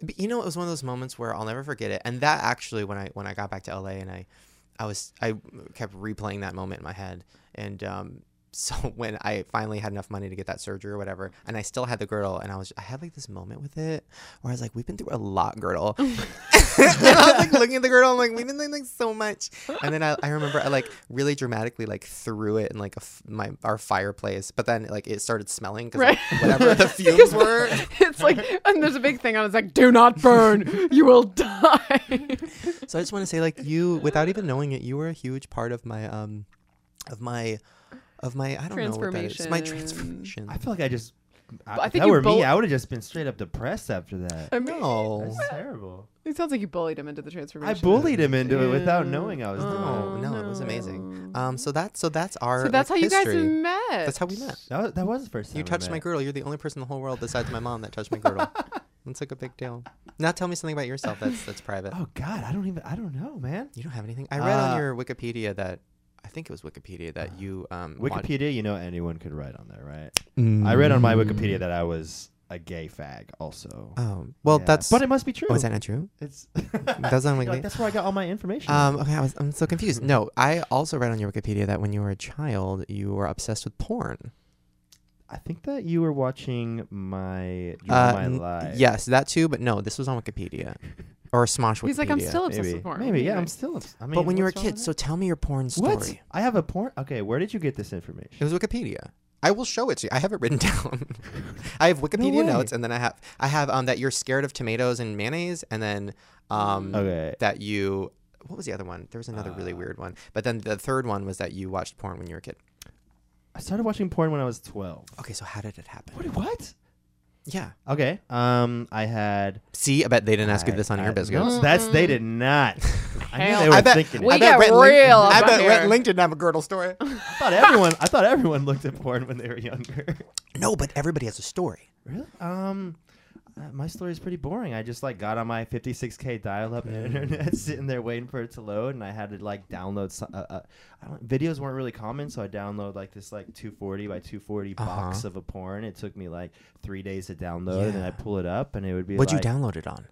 Speaker 1: But you know, it was one of those moments where I'll never forget it. And that actually, when I when I got back to LA and I, I was I kept replaying that moment in my head. And um, so when I finally had enough money to get that surgery or whatever, and I still had the girdle, and I was I had like this moment with it where I was like, we've been through a lot, girdle. and I was like looking at the girdle. I'm like, we've been doing like so much. And then I, I remember I like really dramatically like threw it in like a f- my our fireplace. But then like it started smelling because
Speaker 2: Right.
Speaker 1: whatever the fumes were.
Speaker 2: it's like, and there's a big thing on. it. It's like, do not burn. You will die.
Speaker 1: So I just want to say like you, without even knowing it, you were a huge part of my um, of my. Of my, I don't know what that is. My
Speaker 2: Transformation.
Speaker 1: transformation.
Speaker 4: I feel like I just. I,
Speaker 2: I
Speaker 4: if
Speaker 2: think
Speaker 4: that
Speaker 2: you
Speaker 4: were
Speaker 2: both-
Speaker 4: me, I would have just been straight up depressed after that.
Speaker 2: I mean,
Speaker 1: No,
Speaker 4: That's terrible.
Speaker 2: it sounds like you bullied him into the
Speaker 4: I
Speaker 2: transformation.
Speaker 4: bullied him into it without knowing I was doing
Speaker 1: no,
Speaker 4: it.
Speaker 2: Oh.
Speaker 1: no, it was amazing. Um, so that's so that's our.
Speaker 2: So that's how
Speaker 1: like,
Speaker 2: you guys
Speaker 1: history.
Speaker 2: met.
Speaker 1: That's how we met.
Speaker 4: That was, that was the first time
Speaker 1: You
Speaker 4: we
Speaker 1: touched my
Speaker 4: met.
Speaker 1: girdle. You're the only person in the whole world besides my mom that touched my girdle. That's like a big deal. Now tell me something about yourself that's that's private.
Speaker 4: Oh God, I don't even. I don't know, man.
Speaker 1: You don't have anything. I read on
Speaker 4: Uh,
Speaker 1: your Wikipedia that I think it was Wikipedia that you um want-
Speaker 4: Wikipedia, you know, anyone could write on there, right? I read on my Wikipedia that I was a gay fag, also.
Speaker 1: Um, well,
Speaker 4: Yeah.
Speaker 1: that's.
Speaker 4: But it must be true.
Speaker 1: oh, is that not true?
Speaker 4: It's
Speaker 1: That's on
Speaker 4: like,
Speaker 1: Wikipedia.
Speaker 4: that's where I got all my information.
Speaker 1: Um, okay, I was, I'm so confused. No, I also read on your Wikipedia that when you were a child, you were obsessed with porn.
Speaker 4: I think that you were watching my
Speaker 1: Uh,
Speaker 4: my
Speaker 1: n-
Speaker 4: live.
Speaker 1: Yes, that too. But no, this was on Wikipedia or Smosh Wikipedia.
Speaker 2: He's like, I'm still obsessed
Speaker 4: Maybe.
Speaker 2: with porn.
Speaker 4: Maybe. Yeah.
Speaker 2: Anyway.
Speaker 4: I'm still. I mean,
Speaker 1: but when you were a
Speaker 4: what's wrong
Speaker 1: kid,
Speaker 4: with
Speaker 1: so tell me your porn
Speaker 4: that?
Speaker 1: story.
Speaker 4: what? I have a porn. Okay. Where did you get this information?
Speaker 1: It was Wikipedia. I will show it to you. I have it written down. I have Wikipedia
Speaker 4: way.
Speaker 1: notes, and then I have I have um that you're scared of tomatoes and mayonnaise, and then um
Speaker 4: Okay.
Speaker 1: that you what was the other one? There was another
Speaker 4: Uh.
Speaker 1: really weird one, but then the third one was that you watched porn when you were a kid.
Speaker 4: I started watching porn when I was 12.
Speaker 1: Okay, so how did it happen?
Speaker 4: What? What?
Speaker 1: Yeah.
Speaker 4: Okay. Um. I had.
Speaker 1: See, I bet they didn't ask you
Speaker 4: I-
Speaker 1: this on your
Speaker 4: I-
Speaker 1: biscuits.
Speaker 4: no, That's they did not. I knew
Speaker 2: Hell.
Speaker 4: they were
Speaker 1: I bet-
Speaker 4: thinking. it.
Speaker 2: We
Speaker 1: I
Speaker 2: get
Speaker 1: bet Brett
Speaker 2: real
Speaker 1: Link, I
Speaker 2: up
Speaker 1: bet
Speaker 2: in
Speaker 1: Brett
Speaker 2: here.
Speaker 1: Link didn't have a girdle story.
Speaker 4: I thought everyone. I thought everyone looked at porn when they were younger.
Speaker 1: no, but everybody has a story.
Speaker 4: Really? Um, uh, my story is pretty boring. I just like got on my 56k dial-up internet, sitting there waiting for it to load, and I had to like download. so- Uh, uh, I don't, videos weren't really common, so I downloaded like this like 240 by 240 box
Speaker 1: Uh-huh.
Speaker 4: of a porn. It took me like three days to download, and then I
Speaker 1: Yeah.
Speaker 4: pull it up, and it would be.
Speaker 1: What'd
Speaker 4: like-
Speaker 1: you download it on?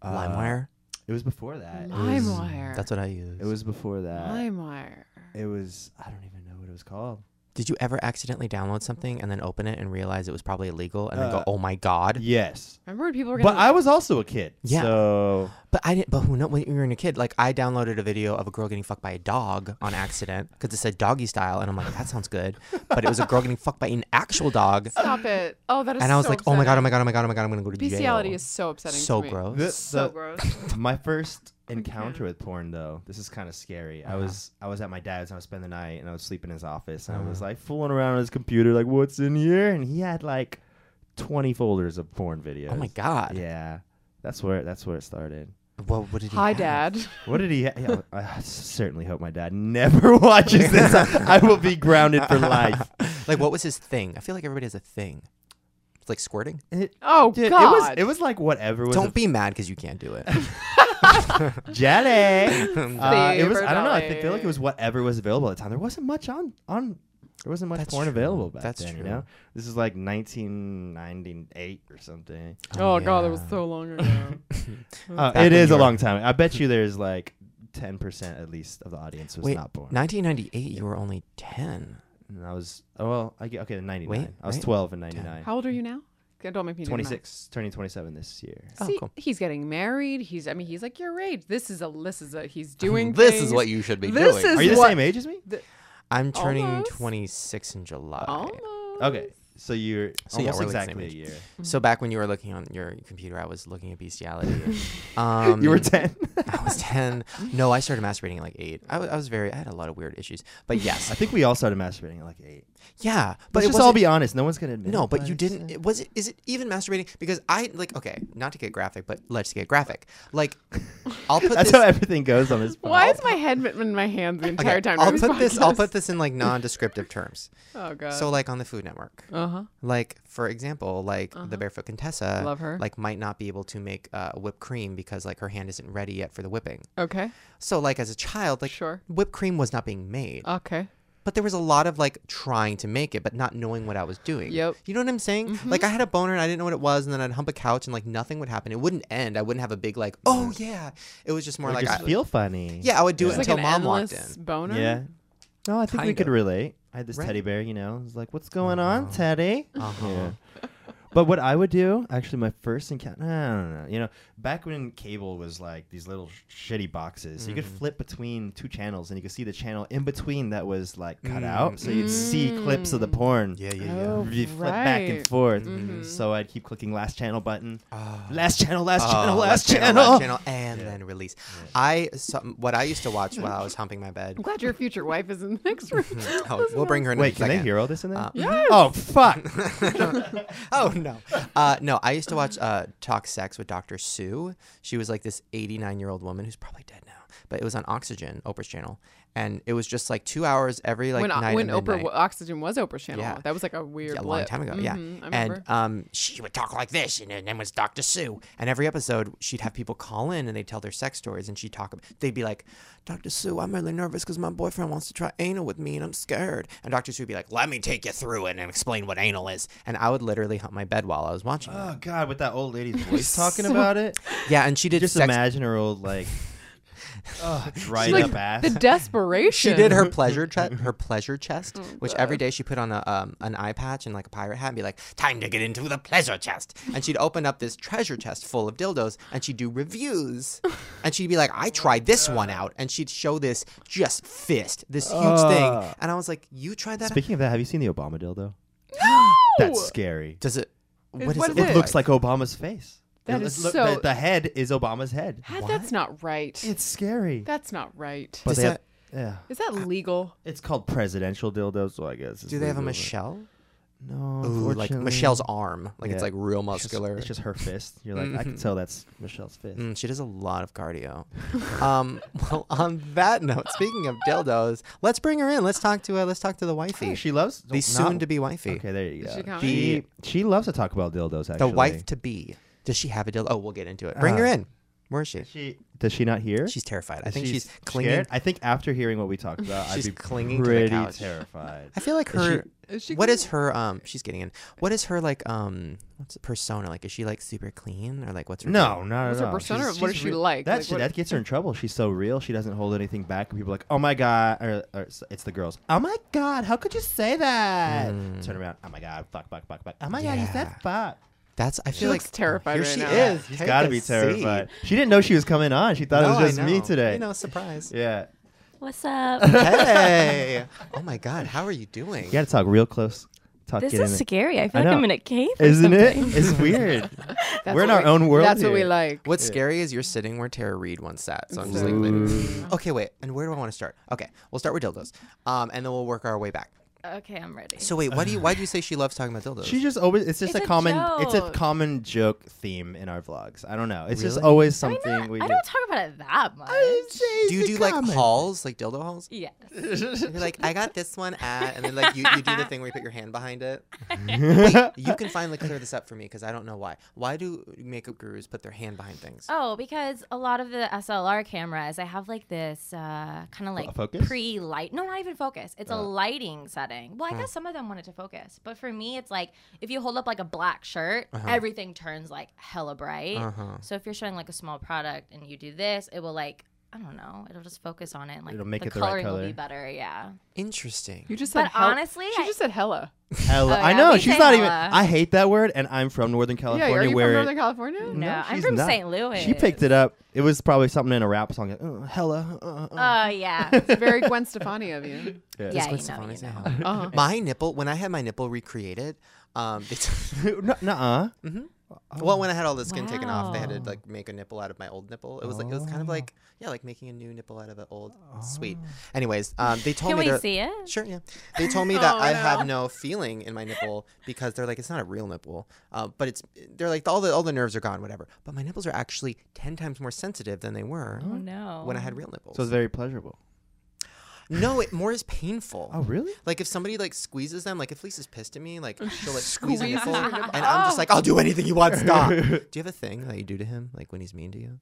Speaker 4: Uh,
Speaker 1: LimeWire.
Speaker 4: It was before that. It was,
Speaker 2: LimeWire.
Speaker 1: That's what I use.
Speaker 4: it was before
Speaker 1: uh,
Speaker 4: that.
Speaker 2: LimeWire.
Speaker 4: It was. I don't even know what it was called.
Speaker 1: Did you ever accidentally download something and then open it and realize it was probably illegal and then
Speaker 4: Uh,
Speaker 1: go, "Oh my god"?
Speaker 4: Yes.
Speaker 2: Remember when people were gonna?
Speaker 4: But I was also a kid.
Speaker 1: Yeah.
Speaker 4: So
Speaker 1: But I didn't. But who know? When you were a kid, like I downloaded a video of a girl getting fucked by a dog on accident because it said doggy style, and I'm like, that sounds good. But it was a girl getting fucked by an actual dog,
Speaker 2: Stop it! Oh, that is.
Speaker 1: and I was
Speaker 2: so
Speaker 1: like, oh my god, oh
Speaker 2: upsetting.
Speaker 1: my god, oh my god, oh my god, I'm gonna go to
Speaker 2: Bestiality
Speaker 1: jail.
Speaker 2: is so upsetting.
Speaker 1: so
Speaker 2: to me.
Speaker 1: gross.
Speaker 4: The-
Speaker 2: So
Speaker 4: the-
Speaker 2: gross.
Speaker 4: my first encounter with porn though this is kind of scary
Speaker 1: Uh-huh.
Speaker 4: i was i was at my dad's and i was spending the night and i was sleeping in his office and i
Speaker 1: Uh-huh.
Speaker 4: was like fooling around on his computer like what's in here and he had like 20 folders of porn videos
Speaker 1: Oh my god.
Speaker 4: yeah that's where that's where it started
Speaker 1: Well, what did he?
Speaker 2: Hi,
Speaker 1: have?
Speaker 2: Dad.
Speaker 4: what did he ha- yeah, i I certainly hope my dad never watches this i will be grounded for life
Speaker 1: Like, what was his thing? I feel like everybody has a thing. It's like squirting.
Speaker 4: It-
Speaker 2: Oh
Speaker 4: dude,
Speaker 2: God.
Speaker 4: it was it was like whatever was
Speaker 1: Don't be mad because you can't do it.
Speaker 4: jelly Uh, it was. I don't know. I
Speaker 2: Favorite
Speaker 4: thi- feel like it was whatever was available at the time. There wasn't much on on. There wasn't much
Speaker 1: That's
Speaker 4: porn
Speaker 1: true.
Speaker 4: available back
Speaker 1: That's
Speaker 4: then. You
Speaker 1: true.
Speaker 4: know, this is like 1998 or something.
Speaker 2: Oh God, that was
Speaker 1: yeah.
Speaker 2: so long ago. Hmm.
Speaker 4: Uh,
Speaker 1: Back when
Speaker 4: it is a
Speaker 1: you were-
Speaker 4: long time. I bet you there's like 10 percent at least of the audience was
Speaker 1: Wait,
Speaker 4: not born.
Speaker 1: 1998. You were only 10.
Speaker 4: and I was. Oh well. I get okay. 99.
Speaker 1: Wait,
Speaker 4: I was
Speaker 1: wait.
Speaker 4: 12 in 99.
Speaker 2: How old are you now? Okay, Don't make me do the math.
Speaker 4: 26, turning 27 this year.
Speaker 1: Oh,
Speaker 2: See,
Speaker 1: cool.
Speaker 2: he's getting married. He's, I mean, he's like your age. This is a, this is a, he's doing.
Speaker 1: This is
Speaker 2: things.
Speaker 1: what you should be
Speaker 2: This
Speaker 1: doing.
Speaker 2: is
Speaker 4: Are you the
Speaker 2: what-
Speaker 4: same age as me?
Speaker 1: I'm turning
Speaker 2: Almost.
Speaker 1: 26 in July.
Speaker 2: Almost.
Speaker 4: Okay. So you're
Speaker 1: So yeah,
Speaker 4: almost
Speaker 1: we're like the same
Speaker 4: exactly a
Speaker 1: age.
Speaker 4: year.
Speaker 1: So back when you were looking on your computer, I was looking at bestiality. um,
Speaker 4: You were 10.
Speaker 1: I was ten. No, I started masturbating at like eight. I was, I was very. I had a lot of weird issues. But
Speaker 4: I
Speaker 1: yes,
Speaker 4: think we all started masturbating at like eight.
Speaker 1: yeah. But
Speaker 4: But
Speaker 1: it
Speaker 4: just all
Speaker 1: wasn't-
Speaker 4: be honest. No one's gonna admit.
Speaker 1: No,
Speaker 4: it,
Speaker 1: but you didn't.
Speaker 4: uh,
Speaker 1: It, was it? Is it even masturbating? Because I like. Okay, not to get graphic, but let's get graphic. Like, I'll put
Speaker 4: That's
Speaker 1: this.
Speaker 4: how everything goes on this.
Speaker 2: Why
Speaker 4: pod.
Speaker 2: is my head in my hands the
Speaker 1: okay,
Speaker 2: entire time?
Speaker 1: I'll
Speaker 2: during
Speaker 1: put this. I'll
Speaker 2: podcast?
Speaker 1: put this in like non-descriptive terms.
Speaker 2: Oh God.
Speaker 1: So like on the Food Network.
Speaker 2: uh huh.
Speaker 1: Like for example, like the barefoot Contessa,
Speaker 2: Uh-huh. Love her.
Speaker 1: like might not be able to make uh, whipped cream because like her hand isn't ready yet for the whipping.
Speaker 2: Okay.
Speaker 1: So like as a child, like
Speaker 2: Sure.
Speaker 1: whipped cream was not being made,
Speaker 2: Okay.
Speaker 1: but there was a lot of like trying to make it, but not knowing what I was doing.
Speaker 2: Yep.
Speaker 1: You know what I'm saying? Like I had a boner and I didn't know what it was, and then I'd hump a couch and like nothing would happen. It wouldn't end. I wouldn't have a big like, oh yeah. It was just more
Speaker 4: Or
Speaker 1: like,
Speaker 4: just
Speaker 1: I,
Speaker 4: feel funny.
Speaker 1: yeah, I would do
Speaker 4: It's
Speaker 1: it
Speaker 2: It's
Speaker 1: until
Speaker 2: like an
Speaker 1: mom walked in.
Speaker 2: endless boner.
Speaker 4: Yeah. No, I think we
Speaker 1: Kind
Speaker 4: could
Speaker 1: of.
Speaker 4: relate. I had this
Speaker 1: Right.
Speaker 4: teddy bear, you know. I was like, "What's going on, Teddy?"
Speaker 1: Uh-huh.
Speaker 4: Yeah. But what I would do, actually, my first encounter, I don't know. You know, back when cable was like these little sh- shitty boxes, you could
Speaker 1: Mm-hmm.
Speaker 4: flip between two channels, and you could see the channel in between that was like cut out, so you'd see clips of the porn.
Speaker 1: Mm. Yeah, yeah, yeah.
Speaker 2: Mm. Oh,
Speaker 4: You flip back and
Speaker 2: right. Mm-hmm.
Speaker 4: forth. So I'd keep clicking last channel button,
Speaker 1: Ah.
Speaker 4: last channel, last
Speaker 1: Oh,
Speaker 4: channel,
Speaker 1: last
Speaker 4: last, channel.
Speaker 1: channel, and then release. I saw, what I used to watch while I was humping my bed.
Speaker 2: I'm glad your future wife is in the next room.
Speaker 1: Oh, we'll bring her in. in
Speaker 4: Wait,
Speaker 1: a
Speaker 4: can
Speaker 1: second.
Speaker 4: they hear all this in there?
Speaker 1: Uh,
Speaker 2: Yes.
Speaker 4: Oh fuck!
Speaker 1: oh no, uh, no. I used to watch uh, Talk Sex with Dr. Sue. She was like this 89 year old woman who's probably dead now, but it was on Oxygen, Oprah's channel, and it was just like two hours every like
Speaker 2: when
Speaker 1: night.
Speaker 2: when
Speaker 1: at
Speaker 2: Oprah
Speaker 1: midnight.
Speaker 2: w- Oxygen was Oprah's channel,
Speaker 1: Yeah.
Speaker 2: that was like a weird
Speaker 1: Yeah, a long
Speaker 2: blip.
Speaker 1: time ago. Yeah,
Speaker 2: Mhm, I remember.
Speaker 1: and um, she would talk like this, and her name was Dr. Sue. And every episode, she'd have people call in and they'd tell their sex stories, and she'd talk. ab- They'd be like, "Dr. Sue, I'm really nervous because my boyfriend wants to try anal with me, and I'm scared." And Dr. Sue would be like, "Let me take you through it and explain what anal is." And I would literally hump my bed while I was watching.
Speaker 2: Uh,
Speaker 1: it.
Speaker 4: Oh god, with that old lady's voice talking about it.
Speaker 1: Yeah, and she did
Speaker 4: Just
Speaker 1: sex.
Speaker 4: imagine her old like ugh, dried
Speaker 2: like
Speaker 4: up ass.
Speaker 2: the desperation.
Speaker 1: She did her pleasure chest, her pleasure chest, which every day she put on a um, an eye patch and like a pirate hat and be like, "Time to get into the pleasure chest." And she'd open up this treasure chest full of dildos and she'd do reviews, and she'd be like, "I tried this one out," and she'd show this just fist, this huge thing,
Speaker 4: Ah.
Speaker 1: and I was like, "You tried that? out?"
Speaker 4: Speaking of that, have you seen the Obama dildo? That's scary.
Speaker 1: Does it? What is
Speaker 2: what
Speaker 1: it?
Speaker 2: is
Speaker 1: look
Speaker 4: It looks like Obama's face.
Speaker 2: That
Speaker 4: It
Speaker 2: is
Speaker 4: look-
Speaker 2: so-
Speaker 4: The, the head is Obama's head.
Speaker 2: That- that's not right.
Speaker 4: It's scary.
Speaker 2: that's not right.
Speaker 4: but
Speaker 1: Does
Speaker 4: they have,
Speaker 1: that-
Speaker 4: yeah,
Speaker 2: Is that legal?
Speaker 4: it's called presidential dildo. So I guess. it's
Speaker 1: Do they have a
Speaker 4: legal, but-
Speaker 1: Michelle?
Speaker 4: No,
Speaker 1: Ooh, like
Speaker 4: unfortunately.
Speaker 1: Michelle's arm, like
Speaker 4: Yeah.
Speaker 1: it's like real
Speaker 4: It's just-
Speaker 1: muscular.
Speaker 4: It's just, her fist. You're like, I can tell that's Michelle's fist.
Speaker 1: Mm, she does a lot of cardio. um, well, on that note, speaking of dildos, let's bring her in. Let's talk to uh, let's talk to the wifey,
Speaker 4: Hey, she loves
Speaker 1: the soon to be wifey,
Speaker 4: Okay, there you
Speaker 2: Is
Speaker 4: go.
Speaker 2: she coming?
Speaker 4: she, she loves to talk about dildos. Actually, Uh,
Speaker 1: the wife to be. Does she have a dildo? Oh, we'll get into it. Bring her in. Where is she?
Speaker 4: She does she not hear?
Speaker 1: She's terrified. I think she's,
Speaker 4: scared?
Speaker 1: clinging.
Speaker 4: I think after hearing what we talked about,
Speaker 1: She's
Speaker 4: I'd be
Speaker 1: clinging to the
Speaker 4: pretty
Speaker 1: couch.
Speaker 4: terrified.
Speaker 1: I feel like
Speaker 4: Is she-
Speaker 1: her.
Speaker 2: Is she
Speaker 1: what
Speaker 2: gonna-
Speaker 1: is her? Um, she's getting in. What is her like? Um, what's persona like? Is she like super clean or like what's her?
Speaker 4: no,
Speaker 1: deal?
Speaker 4: not
Speaker 2: What's
Speaker 4: at
Speaker 2: her
Speaker 4: all.
Speaker 2: persona
Speaker 4: She's-
Speaker 2: or what
Speaker 4: she's
Speaker 2: is she
Speaker 4: re-
Speaker 2: like?
Speaker 4: That
Speaker 2: Like,
Speaker 4: shit-
Speaker 2: what-
Speaker 4: that gets her in trouble. She's so real. She doesn't hold anything back. And people are like, oh my god, or, or it's- it's the girls. Oh my god, how could you say that? Turn around. Oh my god, fuck, fuck, fuck, fuck. Oh my god, you said
Speaker 1: Hmm. Yeah.
Speaker 4: fuck.
Speaker 1: That's. I feel
Speaker 2: looks
Speaker 1: like
Speaker 2: terrified
Speaker 1: Here
Speaker 2: right
Speaker 1: she
Speaker 2: now.
Speaker 1: is.
Speaker 4: She's
Speaker 1: Take
Speaker 4: got to
Speaker 1: a
Speaker 4: be
Speaker 1: seat.
Speaker 4: terrified. She didn't know she was coming on. She thought
Speaker 1: No,
Speaker 4: it was
Speaker 1: I
Speaker 4: just me
Speaker 1: know.
Speaker 4: today.
Speaker 1: You know, surprise.
Speaker 4: Yeah.
Speaker 5: What's up?
Speaker 1: hey. Oh my God. How are you doing?
Speaker 4: You got to talk real close. Talk
Speaker 5: this
Speaker 4: get in
Speaker 5: is
Speaker 4: it.
Speaker 5: scary. I
Speaker 4: I
Speaker 5: feel like
Speaker 4: know.
Speaker 5: I'm in a cave. or
Speaker 4: Isn't it?
Speaker 5: something.
Speaker 4: It's weird.
Speaker 2: That's
Speaker 4: We're in
Speaker 2: what
Speaker 4: our
Speaker 2: we-
Speaker 4: own world
Speaker 2: That's what we
Speaker 4: here.
Speaker 2: like.
Speaker 1: What's scary is you're sitting where Tara Reid once sat. So I'm just like,
Speaker 2: Ooh.
Speaker 1: living- okay, wait. And where do I want to start? Okay, we'll start with dildos, um, and then we'll work our way back.
Speaker 5: okay, I'm ready.
Speaker 1: So wait, why do you why do you say she loves talking about dildos?
Speaker 4: She just always it's just
Speaker 5: It's
Speaker 4: a
Speaker 5: a
Speaker 4: common it's a
Speaker 5: joke.
Speaker 4: common joke theme in our vlogs. I don't know. It's just
Speaker 1: Really?
Speaker 4: always
Speaker 5: Why
Speaker 4: something
Speaker 5: not?
Speaker 4: we
Speaker 5: I
Speaker 4: do.
Speaker 5: don't talk about it that much.
Speaker 1: do you do like hauls, like dildo hauls?
Speaker 5: Yes.
Speaker 1: You're like, I got this one at, and then like you, you do the thing where you put your hand behind it. You can finally clear this up for me because I don't know why. Why do makeup gurus put their hand behind things?
Speaker 5: Oh, because a lot of the SLR cameras, I have like this uh, kind of like
Speaker 4: focus? Uh.
Speaker 5: pre light. No, not even focus. It's a lighting setting.
Speaker 4: Hmm.
Speaker 5: Well, I guess some of them want it to focus, but for me, it's like if you hold up like a black shirt,
Speaker 4: Uh-huh.
Speaker 5: everything turns like hella bright.
Speaker 1: Uh-huh.
Speaker 5: So if you're showing like a small product and you do this, it will like I don't know, it'll just focus on it. And, like
Speaker 4: It'll make
Speaker 5: the
Speaker 4: it the right
Speaker 5: coloring will
Speaker 4: color.
Speaker 5: be better. Yeah.
Speaker 1: Interesting.
Speaker 2: You just said
Speaker 5: But
Speaker 2: hell-
Speaker 5: honestly,
Speaker 2: she
Speaker 5: I-
Speaker 2: just said hella.
Speaker 4: Hella.
Speaker 5: Oh,
Speaker 4: I
Speaker 5: yeah,
Speaker 4: know.
Speaker 5: we
Speaker 4: She's
Speaker 5: say
Speaker 4: not even
Speaker 5: hella.
Speaker 4: I hate that word and I'm from Northern California
Speaker 2: yeah, are you
Speaker 4: where
Speaker 2: from
Speaker 4: it-
Speaker 2: Northern California?
Speaker 5: No, I'm
Speaker 4: she's
Speaker 5: from
Speaker 4: not.
Speaker 5: St. Louis.
Speaker 4: She picked it up. It was probably something in a rap song. Uh, hella. Uh, uh,
Speaker 5: Oh
Speaker 4: uh.
Speaker 5: yeah.
Speaker 2: It's very Gwen Stefani of you.
Speaker 4: Yeah.
Speaker 5: yeah,
Speaker 1: Gwen
Speaker 5: you know,
Speaker 1: Stefani
Speaker 5: you
Speaker 1: say
Speaker 5: know.
Speaker 1: hell.
Speaker 2: Uh-huh.
Speaker 1: My nipple, when I had my nipple recreated, um, it's,
Speaker 4: Nuh-uh. Oh,
Speaker 1: well, when I had all the skin taken off, they had to
Speaker 5: Wow.
Speaker 1: like make a nipple out of my old nipple. It was like it was kind of
Speaker 4: Oh.
Speaker 1: like yeah, like making a new nipple out of an old. Sweet. Anyways, um, they told
Speaker 5: Can
Speaker 1: me
Speaker 5: we
Speaker 1: they're-
Speaker 5: see it?
Speaker 1: Sure, yeah. They told me that
Speaker 2: Oh,
Speaker 1: I
Speaker 2: no.
Speaker 1: have no feeling in my nipple because they're like it's not a real nipple, uh, but it's they're like all the all the nerves are gone, whatever. But my nipples are actually ten times more sensitive than they were
Speaker 5: Oh no.
Speaker 1: when I had real nipples.
Speaker 4: So it's very pleasurable.
Speaker 1: no, it more is painful.
Speaker 4: Oh really?
Speaker 1: Like if somebody like squeezes them, like if Lisa's pissed at me, like she'll like squeeze a
Speaker 2: Squeezes
Speaker 1: nipple,
Speaker 2: your
Speaker 1: and
Speaker 2: nipple.
Speaker 1: I'm just like, I'll do anything you want. Stop. do you have a thing that you do to him, like when he's mean to you?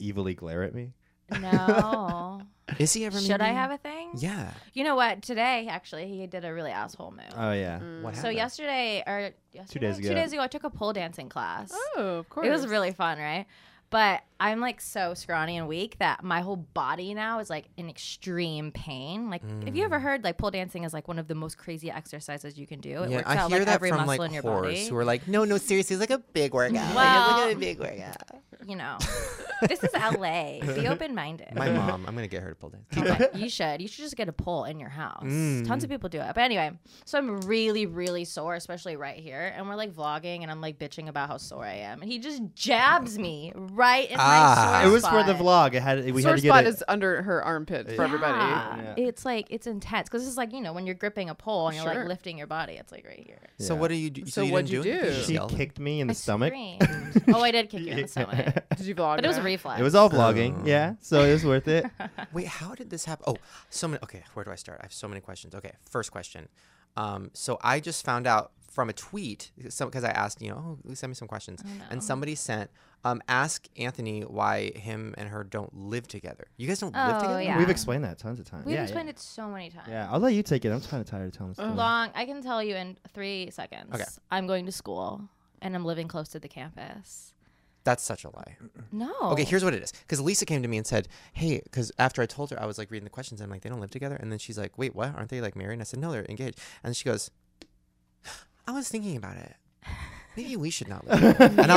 Speaker 4: Evilly glare at me.
Speaker 5: No.
Speaker 1: Is he ever? mean
Speaker 5: Should
Speaker 1: to
Speaker 5: I
Speaker 1: you?
Speaker 5: have a thing?
Speaker 1: Yeah.
Speaker 5: You know what? Today, actually, he did a really asshole move.
Speaker 1: Uh,
Speaker 4: Oh yeah.
Speaker 1: What
Speaker 5: so
Speaker 1: happened?
Speaker 5: yesterday, or yesterday,
Speaker 4: days ago.
Speaker 5: I took a pole dancing class.
Speaker 2: Oh, of course.
Speaker 5: it was really fun, right? But I'm like so scrawny and weak that my whole body now is like in extreme pain. Like, have you
Speaker 1: Mm.
Speaker 5: ever heard like pole dancing is like one of the most crazy exercises you can do? It
Speaker 1: Yeah,
Speaker 5: works
Speaker 1: I
Speaker 5: out
Speaker 1: hear
Speaker 5: like
Speaker 1: that
Speaker 5: every
Speaker 1: from
Speaker 5: muscle
Speaker 1: like
Speaker 5: in your
Speaker 1: whores
Speaker 5: body.
Speaker 1: who are like, no, no, seriously, it's like a big workout. Like,
Speaker 5: Well-
Speaker 1: it's like a big workout.
Speaker 5: you know, this is LA. Be open minded.
Speaker 1: My mom, I'm gonna get her to pull dance.
Speaker 5: Okay, you should. You should just get a pole in your house.
Speaker 4: Mm.
Speaker 5: Tons of people do it. But anyway, so I'm really, really sore, especially right here. And we're like vlogging, and I'm like bitching about how sore I am. And he just jabs me right in
Speaker 1: Ah.
Speaker 5: my sore
Speaker 4: It was for the
Speaker 5: spot.
Speaker 4: vlog. It had we
Speaker 2: Sore
Speaker 4: had to get
Speaker 2: spot
Speaker 4: it.
Speaker 2: is under her armpit for everybody.
Speaker 5: Yeah.
Speaker 4: Yeah.
Speaker 5: It's like it's intense because it's like you know when you're gripping a pole and you're
Speaker 2: Sure.
Speaker 5: like lifting your body. It's like right here.
Speaker 1: So
Speaker 4: Yeah.
Speaker 1: what do you do?
Speaker 2: So what'd
Speaker 1: didn't
Speaker 2: you
Speaker 1: anything?
Speaker 2: do?
Speaker 1: just
Speaker 4: she
Speaker 1: yelled?
Speaker 4: kicked me in the stomach.
Speaker 5: Screamed. oh, I did kick you in the stomach,
Speaker 2: Did you vlog?
Speaker 5: but it was a
Speaker 2: that?
Speaker 5: reflex.
Speaker 4: It was all vlogging. Yeah. So it was worth it.
Speaker 1: Wait, how did this happen? Oh, so many. Okay, where do I start? I have so many questions. Okay, first question. Um, so I just found out from a tweet, because I asked, you know, oh, send me some questions, and somebody sent, um, ask Anthony why him and her don't live together. You guys don't live
Speaker 5: Oh,
Speaker 1: together.
Speaker 5: yeah.
Speaker 4: We've explained that tons of times.
Speaker 5: We've
Speaker 4: yeah,
Speaker 5: explained
Speaker 4: yeah.
Speaker 5: it so many times.
Speaker 4: Yeah, I'll let you take it. I'm kind of tired of telling the story.
Speaker 5: long i can tell you in three seconds
Speaker 1: Okay.
Speaker 5: i'm going to school and i'm living close to the campus
Speaker 1: That's such a lie.
Speaker 5: no
Speaker 1: Mm. Okay,
Speaker 4: Oh.
Speaker 1: here's what it is. Because Lisa came to me and said, "Hey," because after I told her, I was like reading the questions. I'm like, "They don't live together." And then she's like, "Wait, what? Aren't they like married?" And I said, "No, they're engaged." And she goes, "I was thinking about it. Maybe we should not live." Together. And I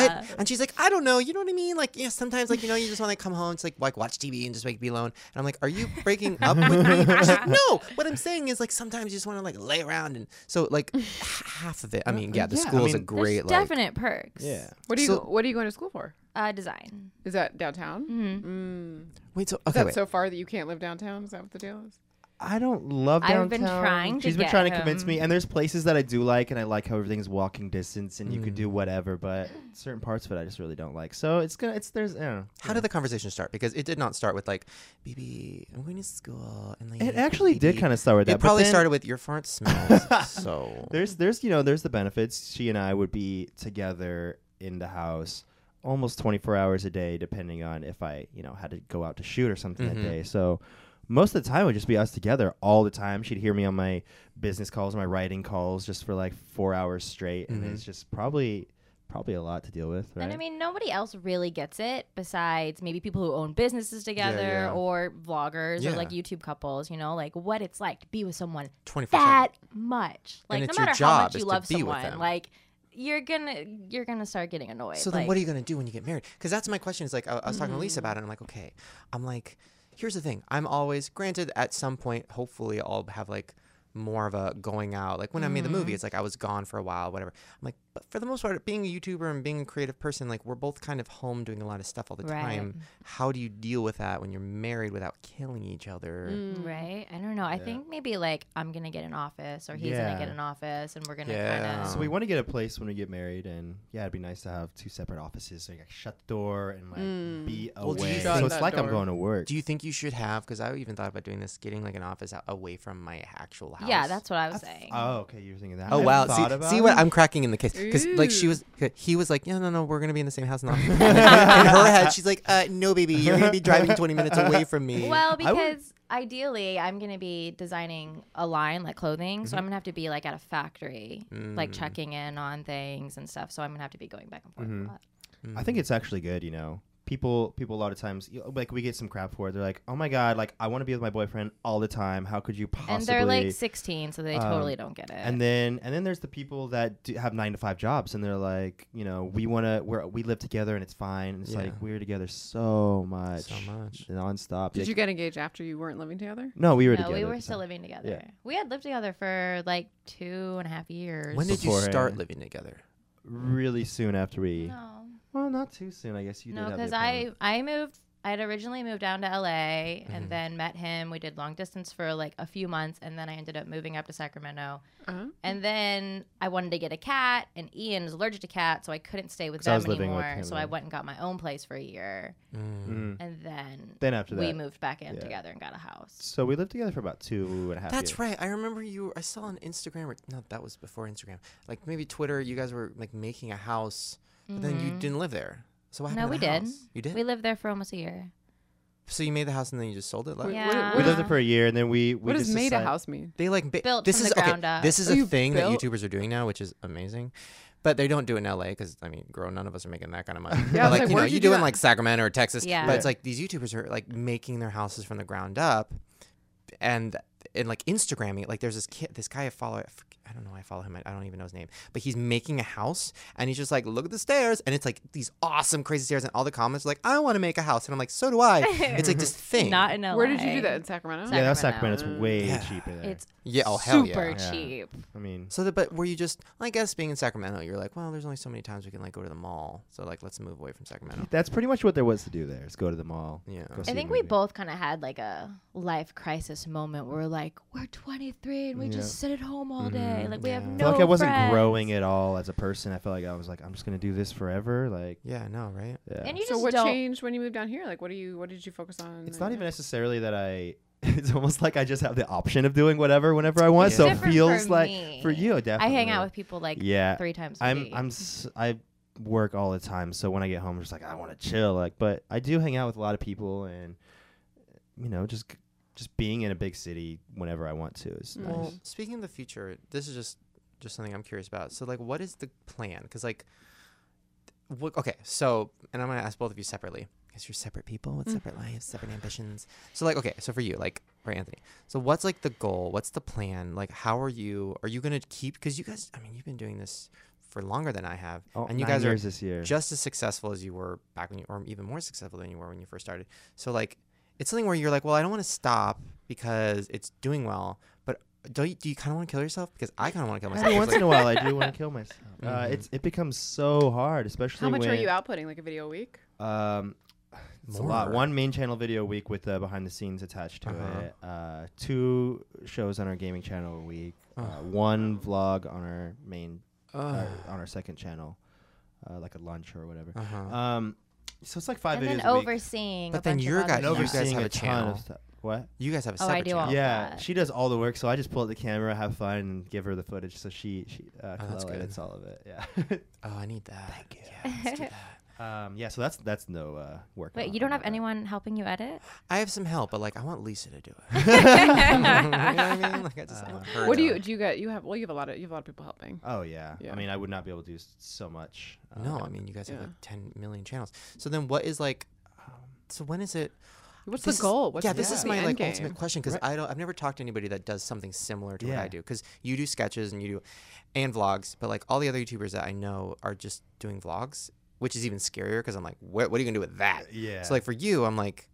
Speaker 1: was like, "What?" And she's like, "I don't know. You know what I mean? Like, yeah, sometimes like you know you just want to come home, to like like watch TV and just like be alone." And I'm like, "Are you breaking up with me?" She's like, "No. What I'm saying is like sometimes you just want to like lay around and so like h- half of it. I mean, yeah, the
Speaker 4: uh, Yeah, I
Speaker 1: school is a
Speaker 4: mean,
Speaker 5: there's
Speaker 1: great like."
Speaker 5: definite perks
Speaker 4: Yeah.
Speaker 2: What are you?
Speaker 1: So-
Speaker 2: what are you going to school for?
Speaker 5: uh design
Speaker 2: Is that downtown? Mm-hmm. Mm.
Speaker 1: Wait, so
Speaker 2: Is
Speaker 1: okay,
Speaker 2: that
Speaker 1: wait.
Speaker 2: so far that you can't live downtown? Is that what the deal is?
Speaker 4: I don't love downtown.
Speaker 5: I've been trying to
Speaker 4: She's been
Speaker 5: get
Speaker 4: trying to convince
Speaker 5: him.
Speaker 4: me, and there's places that I do like, and I like how everything's walking distance, and you can do whatever. But certain parts of it, I just really don't like. So it's gonna, it's there's, I don't know.
Speaker 1: How did the conversation start? Because it did not start with like, "Baby, I'm going to to school and like
Speaker 4: It actually did kind of start with
Speaker 1: It
Speaker 4: that. but
Speaker 1: probably
Speaker 4: then
Speaker 1: started with your fart smells. so
Speaker 4: There's, there's, you know, there's the benefits. She and I would be together in the house almost 24 hours a day, depending on if I, you know, had to go out to shoot or something
Speaker 1: Mm-hmm.
Speaker 4: that day. So most of the time it would just be us together all the time. She'd hear me on my business calls, my writing calls, just for like four hours straight,
Speaker 1: Mm-hmm.
Speaker 4: and it's just probably, probably a lot to deal with, right?
Speaker 5: And I mean, nobody else really gets it besides maybe people who own businesses together
Speaker 1: yeah.
Speaker 5: or vloggers
Speaker 1: Yeah.
Speaker 5: or like YouTube couples, you know, like what it's like to be with someone
Speaker 1: 24
Speaker 5: that much. Like
Speaker 1: it's
Speaker 5: no
Speaker 1: your
Speaker 5: matter
Speaker 1: job
Speaker 5: how much
Speaker 1: is
Speaker 5: you
Speaker 1: to
Speaker 5: love
Speaker 1: be with
Speaker 5: someone,
Speaker 1: them.
Speaker 5: like you're gonna you're gonna start getting annoyed.
Speaker 1: So then,
Speaker 5: like, Mm.
Speaker 1: what are you gonna do when you get married? Because that's my question. Is like I, I was talking to Lisa about it. And I'm like, okay, I'm like, here's the thing. I'm always granted at some point. Hopefully, I'll have like more of a going out. Like when I made the
Speaker 5: Mm-hmm.
Speaker 1: movie, it's like I was gone for a while, whatever. I'm like, but for the most part, being a YouTuber and being a creative person, like we're both kind of home doing a lot of stuff all the
Speaker 5: Right.
Speaker 1: time. How do you deal with that when you're married without killing each other?
Speaker 5: Mm. Right? I don't know. I think maybe like I'm gonna get an office or he's
Speaker 4: Yeah.
Speaker 5: gonna get an office and we're gonna
Speaker 1: Yeah.
Speaker 5: kinda
Speaker 4: So we want to get a place when we get married, and yeah, it'd be nice to have two separate offices, so you can shut the door and like
Speaker 5: Mm.
Speaker 4: be
Speaker 1: Well, do you
Speaker 4: away.
Speaker 1: shut
Speaker 4: so it's
Speaker 2: that
Speaker 4: like I'm
Speaker 2: door?
Speaker 4: going to work.
Speaker 1: Do you think you should have? Because I even thought about doing this, getting like an office out, away from my actual house.
Speaker 5: Yeah, that's what I was saying.
Speaker 4: oh, okay, you're thinking that.
Speaker 1: Oh
Speaker 4: I
Speaker 1: wow!
Speaker 4: haven't
Speaker 1: See,
Speaker 4: thought about
Speaker 1: see what
Speaker 4: it.
Speaker 1: I'm cracking in the case because like she was, he was like, yeah, no, no, we're gonna be in the same house now. in her head, she's like, uh, no, baby, you're gonna be driving 20 minutes away from me.
Speaker 5: Well,
Speaker 4: I would-
Speaker 5: because ideally, I'm gonna be designing a line like clothing,
Speaker 4: Mm-hmm.
Speaker 5: so I'm gonna have to be like at a factory,
Speaker 4: Mm.
Speaker 5: like checking in on things and stuff. So I'm gonna have to be going back and forth
Speaker 4: Mm-hmm.
Speaker 5: a lot.
Speaker 4: I think it's actually good, you know. People people a lot of times you know, like we get some crap for it. They're like, "Oh my god, like I want to be with my boyfriend all the time. How could you possibly?"
Speaker 5: And they're like 16, so they
Speaker 4: um,
Speaker 5: totally don't get it.
Speaker 4: And then and then there's the people that do have 9 to 5 jobs and they're like, you know, we want to we are we live together and it's fine. And it's
Speaker 1: Yeah.
Speaker 4: like we're together so much.
Speaker 1: So much.
Speaker 4: Nonstop.
Speaker 2: Did
Speaker 4: Like-
Speaker 2: you get engaged after you weren't living together?
Speaker 4: No, we were
Speaker 5: no,
Speaker 4: together.
Speaker 5: we
Speaker 4: at
Speaker 5: were
Speaker 4: the
Speaker 5: still
Speaker 4: time.
Speaker 5: living together. We had lived together for like two and a half years.
Speaker 1: when did you
Speaker 4: Beforehand.
Speaker 1: start living together?
Speaker 4: really soon after we
Speaker 5: no,
Speaker 4: Well, not too soon, I guess you
Speaker 5: no,
Speaker 4: did have the
Speaker 5: because
Speaker 4: apartment. Mm-hmm.
Speaker 5: I I moved. I had originally moved down to LA and then met him. We did long distance for like a few months, and then I ended up moving up to Sacramento.
Speaker 2: Uh-huh.
Speaker 5: And then I wanted to get a cat, and Ian is allergic to cats, so I couldn't stay with
Speaker 4: 'Cause I
Speaker 5: them
Speaker 4: was living with
Speaker 5: anymore.
Speaker 4: him,
Speaker 5: so I
Speaker 4: right?
Speaker 5: went and got my own place for a year,
Speaker 4: Mm.
Speaker 5: and then
Speaker 4: Then after that.
Speaker 5: we moved back in
Speaker 4: yeah.
Speaker 5: together and got a house.
Speaker 4: So we lived together for about two and a half
Speaker 1: That's
Speaker 4: years.
Speaker 1: right. I remember you. I saw on Instagram, or no, that was before Instagram. Like maybe Twitter. You guys were like making a house, but then you didn't live there. So what
Speaker 5: Mm-hmm.
Speaker 1: happened?
Speaker 5: No, we
Speaker 1: to the
Speaker 5: did.
Speaker 1: house? You did.
Speaker 5: We lived there for almost a year.
Speaker 1: so you made the house and then you just sold it. Like,
Speaker 5: Yeah.
Speaker 4: We lived
Speaker 5: Uh-huh.
Speaker 4: there for a year, and then we. we
Speaker 2: What does
Speaker 4: just
Speaker 2: made a
Speaker 4: decided-
Speaker 2: house mean?
Speaker 1: They like ba-
Speaker 5: Built
Speaker 1: this
Speaker 5: from
Speaker 1: is
Speaker 5: the ground
Speaker 1: okay.
Speaker 5: up.
Speaker 1: This is
Speaker 2: Oh,
Speaker 1: a
Speaker 2: you
Speaker 1: thing
Speaker 2: built-
Speaker 1: that YouTubers are doing now, which is amazing. But they don't do it in LA because I mean, girl, none of us are making that kind of money.
Speaker 2: Yeah,
Speaker 1: But, like,
Speaker 2: I was like,
Speaker 1: you
Speaker 2: where
Speaker 1: know,
Speaker 2: did
Speaker 1: you
Speaker 2: you
Speaker 1: do
Speaker 2: do
Speaker 1: it in
Speaker 2: that?
Speaker 1: like Sacramento or Texas.
Speaker 5: Yeah.
Speaker 1: But
Speaker 5: Yeah.
Speaker 1: it's like these YouTubers are like making their houses from the ground up, and and like Instagramming. it. Like there's this kid, this guy I follow. I forg- I don't know. why I follow him. I I don't even know his name. But he's making a house, and he's just like, look at the stairs, and it's like these awesome, crazy stairs, and all the comments are like, I want to make a house, and I'm like, so do I. it's like this thing.
Speaker 5: Not in LA.
Speaker 2: Where did you do that in Sacramento?
Speaker 4: Yeah, that was
Speaker 5: Sacramento.
Speaker 4: Sacramento. It's way
Speaker 1: Yeah.
Speaker 4: cheaper there.
Speaker 5: It's
Speaker 1: yeah. Oh hell yeah.
Speaker 5: super
Speaker 4: Yeah.
Speaker 5: cheap.
Speaker 4: I mean,
Speaker 1: So, the, but were you just, I guess, being in Sacramento, you're like, well, there's only so many times we can like go to the mall, so like let's move away from Sacramento.
Speaker 4: that's pretty much what there was to do there. Is go to the mall.
Speaker 1: Yeah.
Speaker 4: go see
Speaker 5: I
Speaker 4: a
Speaker 5: think we
Speaker 4: movie.
Speaker 5: both kind of had like a life crisis moment where we're like, we're 23 and we just sit at home all day. Like, we have
Speaker 1: Yeah.
Speaker 4: Mm-hmm. I
Speaker 5: no.
Speaker 4: feel like I wasn't
Speaker 5: friends.
Speaker 4: growing at all as a person. I felt like I was like, I'm just gonna do this forever. Like,
Speaker 1: Yeah, no, right?
Speaker 4: yeah.
Speaker 5: And you
Speaker 2: So
Speaker 5: just
Speaker 2: what
Speaker 5: don't.
Speaker 2: changed when you moved down here? Like, what do you? What did you focus on?
Speaker 4: it's
Speaker 2: right
Speaker 4: not even
Speaker 5: Mm.
Speaker 2: now?
Speaker 4: necessarily that I. It's almost like I just have the option of doing whatever whenever I want.
Speaker 1: It's
Speaker 4: So it
Speaker 5: different
Speaker 4: feels
Speaker 5: for
Speaker 4: like
Speaker 5: me.
Speaker 4: for you,
Speaker 5: I
Speaker 4: definitely.
Speaker 5: hang out with people like
Speaker 4: Yeah.
Speaker 5: three times a
Speaker 4: I'm
Speaker 5: week.
Speaker 4: I'm s- I work all the time, so when I get home, I'm just like I want to chill. Like, but I do hang out with a lot of people, and you know, just just being in a big city whenever I want to is nice.
Speaker 1: Well, speaking of the future, this is just just something I'm curious about. So, like, what is the plan? Because, like, what, okay, so, and I'm gonna ask both of you separately because you're separate people with separate lives, separate ambitions. So, like, okay, so for you, like, for Anthony, so what's like the goal? What's the plan? Like, how are you? Are you gonna keep? Because you guys, I mean, you've been doing this for longer than I have,
Speaker 4: Oh,
Speaker 1: and you
Speaker 4: nine
Speaker 1: guys are
Speaker 4: years this year.
Speaker 1: just as successful as you were back when you, or even more successful than you were when you first started. So like, it's something where you're like, well, I don't want to stop because it's doing well, but do you, do you kind of want to kill yourself? Because I kind of want to kill myself.
Speaker 4: Every
Speaker 1: 'cause,
Speaker 4: once
Speaker 1: like,
Speaker 4: in a while, I do want to kill myself. Uh,
Speaker 1: Mhm.
Speaker 4: it's it becomes so hard, especially
Speaker 2: How much
Speaker 4: when,
Speaker 2: are you outputting? Like a video a week?
Speaker 4: Um, it's a lot.
Speaker 1: More.
Speaker 4: One main channel video a week with uh, behind the scenes attached to
Speaker 1: Uh-huh.
Speaker 4: it. Uh, two shows on our gaming channel a week. Uh, one vlog on our main uh, on our second channel, uh, like a lunch or whatever.
Speaker 1: Uh-huh.
Speaker 4: Um, so it's like five
Speaker 5: and
Speaker 4: videos
Speaker 5: then
Speaker 4: a week.
Speaker 5: overseeing.
Speaker 1: But
Speaker 5: a
Speaker 1: then
Speaker 5: bunch of
Speaker 1: your
Speaker 5: other
Speaker 1: guy-
Speaker 4: And
Speaker 1: you
Speaker 5: stuff.
Speaker 1: guys
Speaker 4: overseeing
Speaker 1: have a
Speaker 4: ton
Speaker 1: channel.
Speaker 4: of stuff. What?
Speaker 1: You guys have a
Speaker 5: Oh,
Speaker 1: separate
Speaker 5: I do
Speaker 1: channel.
Speaker 5: all
Speaker 4: yeah,
Speaker 5: that.
Speaker 4: she does all the work, so I just pull out the camera, have fun, and give her the footage. So she, she uh,
Speaker 1: Oh, that's
Speaker 4: Chloe
Speaker 1: good.
Speaker 4: edits all of it. Yeah.
Speaker 1: Oh, I need that. Thank you. Yeah, let's do that.
Speaker 4: Um, yeah, so that's that's no uh, work.
Speaker 5: Wait,
Speaker 4: on-
Speaker 5: you don't
Speaker 4: on
Speaker 5: have
Speaker 4: that.
Speaker 5: anyone helping you edit?
Speaker 1: I have some help, but like I want Lisa to do it. you know what I mean? Like I just I want her
Speaker 2: What do
Speaker 1: to-
Speaker 2: you do? You get you have well, you have a lot of you have a lot of people helping.
Speaker 4: Oh yeah.
Speaker 2: Yeah.
Speaker 4: I mean, I would not be able to do s- so much. Um,
Speaker 1: No, I mean you guys have
Speaker 2: Yeah.
Speaker 1: like 10 million channels. So then what is like um, so when is it
Speaker 2: What's
Speaker 1: this is-
Speaker 2: the goal? What's
Speaker 1: yeah, this
Speaker 2: the-
Speaker 1: is
Speaker 2: the
Speaker 1: my
Speaker 2: end
Speaker 1: like
Speaker 2: game?
Speaker 1: ultimate question because I don't. I've never talked to anybody that does something similar to what I
Speaker 4: Yeah.
Speaker 1: do because you do sketches and you do and vlogs, but like all the other YouTubers that I know are just doing vlogs, which is even scarier because I'm like, what, what are you gonna do with that?
Speaker 4: Yeah.
Speaker 1: So like for you, I'm like,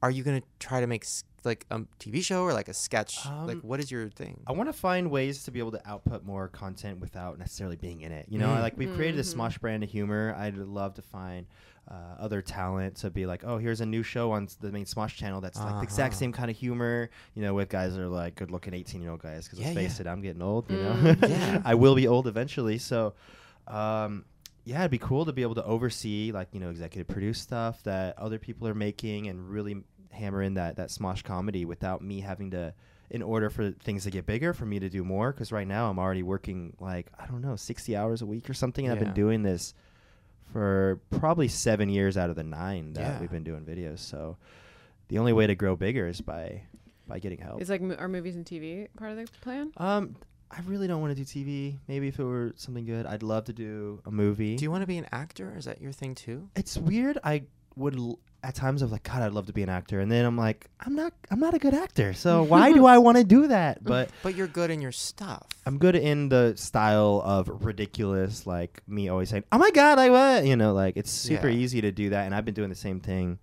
Speaker 1: are you gonna try to make s- like a TV show or like a sketch? like
Speaker 4: Um,
Speaker 1: what is your thing?
Speaker 4: I want to find ways to be able to output more content without necessarily being in it. You
Speaker 1: Mm.
Speaker 4: know, like we've created this smosh brand of humor. I'd love to find uh, other talent to be like, oh, here's a new show on s- the main smosh channel that's like the exact
Speaker 1: Uh-huh.
Speaker 4: same kind of humor. You know, with guys that are like good-looking 18-year-old guys. Because
Speaker 1: Yeah,
Speaker 4: let's face
Speaker 1: yeah.
Speaker 4: it, I'm getting old. You know,
Speaker 1: Mm. Yeah.
Speaker 4: I will be old eventually. So, um, yeah, it'd be cool to be able to oversee like you know executive produce stuff that other people are making and really hammer in that that smosh comedy without me having to in order for things to get bigger for me to do more because right now i'm already working like i don't know 60 hours a week or something and i've
Speaker 1: Yeah.
Speaker 4: been doing this for probably seven years out of the nine that
Speaker 1: Yeah.
Speaker 4: we've been doing videos so the only way to grow bigger is by by getting help
Speaker 2: Is like mo- are movies and TV part of the plan?
Speaker 4: um i really don't want to do tv maybe if it were something good i'd love to do a movie
Speaker 1: do you want to be an actor? Is that your thing too?
Speaker 4: it's weird. I would l- at times of like, God, I'd love to be an actor, and then I'm like, I'm not. I'm not a good actor. So why do I want to do that? But
Speaker 1: But you're good in your stuff.
Speaker 4: I'm good in the style of ridiculous, like me always saying, "Oh my God, I what?" You know, like it's super
Speaker 1: Yeah.
Speaker 4: easy to do that, and I've been doing the same thing,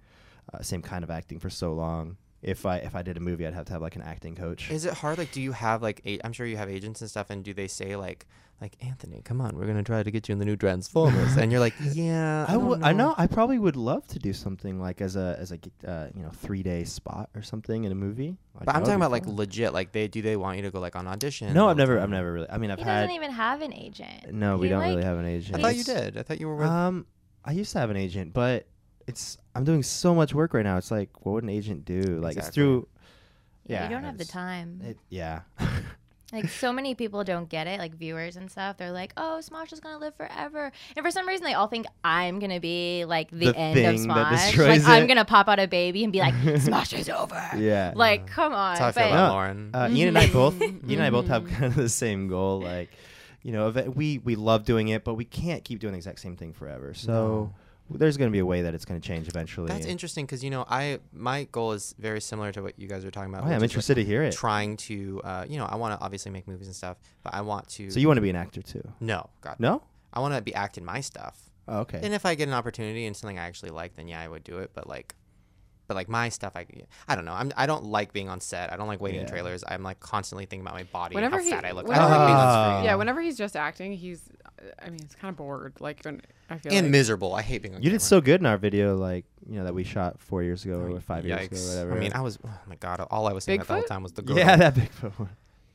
Speaker 4: uh, same kind of acting for so long. If I if I did a movie, I'd have to have like an acting coach.
Speaker 1: Is it hard? Like, do you have like? A- I'm sure you have agents and stuff. And do they say like, like Anthony, come on, we're gonna try to get you in the new Transformers? and you're like, yeah, I
Speaker 4: I would.
Speaker 1: don't
Speaker 4: I know. I probably would love to do something like as a as a uh, you know three day spot or something in a movie.
Speaker 1: But
Speaker 4: Like, that
Speaker 1: I'm
Speaker 4: would
Speaker 1: talking
Speaker 4: be
Speaker 1: about like
Speaker 4: fun.
Speaker 1: legit. Like, they do they want you to go like on audition?
Speaker 4: No,
Speaker 1: all
Speaker 4: I've
Speaker 1: the
Speaker 4: never.
Speaker 1: time?
Speaker 4: I've never really. I mean, I've
Speaker 5: He
Speaker 4: had.
Speaker 5: doesn't even have an agent.
Speaker 4: No, we
Speaker 5: He,
Speaker 4: don't
Speaker 5: like-
Speaker 4: really have an agent.
Speaker 1: I thought you did. I thought you were with.
Speaker 4: Um, I used to have an agent, but it's I'm doing so much work right now. It's like, what would an agent do? Like, it's
Speaker 1: Exactly.
Speaker 4: through.
Speaker 5: Yeah,
Speaker 4: Yeah,
Speaker 5: you don't have the
Speaker 4: it's-
Speaker 5: time.
Speaker 4: It, yeah.
Speaker 5: Like so many people don't get it, like viewers and stuff. They're like, "Oh, Smosh is gonna live forever," and for some reason, they all think I'm gonna be like the,
Speaker 4: The
Speaker 5: end of
Speaker 4: thing that
Speaker 5: Smosh. Like
Speaker 4: destroys
Speaker 5: I'm
Speaker 4: it.
Speaker 5: gonna pop out a baby and be like, "Smosh is over."
Speaker 4: yeah.
Speaker 5: Like, Mm-hmm. come on.
Speaker 1: that's how I feel
Speaker 5: but
Speaker 1: about
Speaker 4: No,
Speaker 1: Lauren.
Speaker 4: uh, Ian and I both. Ian and I both have
Speaker 5: Mm-hmm.
Speaker 4: kind of the same goal. Like, you know, if- we we love doing it, but we can't keep doing the exact same thing forever. So there's going to be a way that it's going to change eventually.
Speaker 1: that's interesting because you know I my goal is very similar to what you guys are talking about.
Speaker 4: Oh, yeah,
Speaker 1: which
Speaker 4: I'm
Speaker 1: is, like,
Speaker 4: interested to hear it.
Speaker 1: Trying to, uh, you know, I want to obviously make movies and stuff, but I want to.
Speaker 4: So you want to be an actor too?
Speaker 1: no, God,
Speaker 4: No.
Speaker 1: I want to be acting my stuff.
Speaker 4: Oh, okay.
Speaker 1: And if I get an opportunity and something I actually like, then yeah, I would do it. But like, but like my stuff, I I don't know. I'm I don't like being on set. I don't like waiting in
Speaker 4: Yeah.
Speaker 1: trailers. I'm like constantly thinking about my body
Speaker 2: Whenever
Speaker 1: and
Speaker 2: he,
Speaker 1: how fat I look. I
Speaker 2: whenever
Speaker 1: don't like being on
Speaker 4: Ah.
Speaker 1: screen.
Speaker 2: he's, yeah, whenever he's just acting, he's, I mean, it's kind of bored. Like, when- I feel
Speaker 1: and
Speaker 2: like,
Speaker 1: miserable. I hate being on
Speaker 4: You
Speaker 1: camera.
Speaker 4: did so good in our video, like you know that we shot four years ago or five years ago, or
Speaker 1: Yikes.
Speaker 4: whatever.
Speaker 1: I mean, I was, oh my God, all I was thinking about the whole
Speaker 2: Bigfoot?
Speaker 1: time was the girl.
Speaker 4: yeah, that Bigfoot one.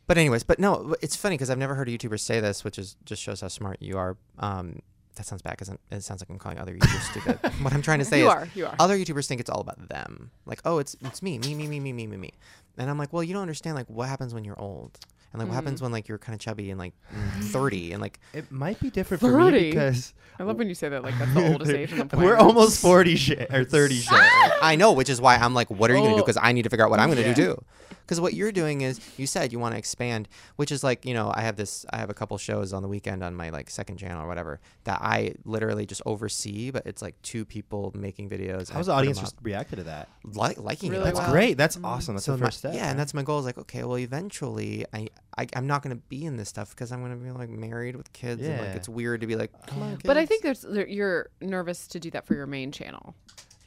Speaker 1: But anyways, but no, it's funny because I've never heard a YouTuber say this, which is just shows how smart you are. Um, that sounds bad because it sounds like I'm calling other YouTubers stupid. What I'm trying to say
Speaker 2: You
Speaker 1: is,
Speaker 2: are, you are.
Speaker 1: other YouTubers think it's all about them. Like, oh, it's it's me, me, me, me, me, me, me, me. And I'm like, well, you don't understand like what happens when you're old, and like what
Speaker 4: Mm.
Speaker 1: happens when like you're kind of chubby and like 30, and like
Speaker 4: It might be different for me
Speaker 2: 30?
Speaker 4: because
Speaker 2: I love when you say that. Like, that's the oldest age on the planet.
Speaker 4: we're almost forty shit or thirty shit.
Speaker 1: I know, which is why I'm like, what are you gonna do?
Speaker 2: Oh.
Speaker 1: Because I need to figure out what I'm gonna do too. Because what you're doing is, you said you want to expand, which is like, you know, I have this, I have a couple shows on the weekend on my like second channel or whatever that I literally just oversee, but it's like two people making videos. and I
Speaker 4: How's the
Speaker 1: put 'em
Speaker 4: audience
Speaker 1: up.
Speaker 4: res- reacted to that?
Speaker 1: Like- liking it?
Speaker 2: Really
Speaker 1: That's
Speaker 4: That's
Speaker 2: well.
Speaker 1: great.
Speaker 4: great. That's awesome. That's the
Speaker 1: my-
Speaker 4: first step.
Speaker 1: Yeah, and that's my goal. Is like, okay, well, eventually, I, I I'm not gonna be in this stuff because I'm gonna be like married with kids, and like
Speaker 4: Yeah.
Speaker 1: it's weird to be like, come on,
Speaker 2: Oh But I
Speaker 1: kids."
Speaker 2: think there's, there, you're nervous to do that for your main channel.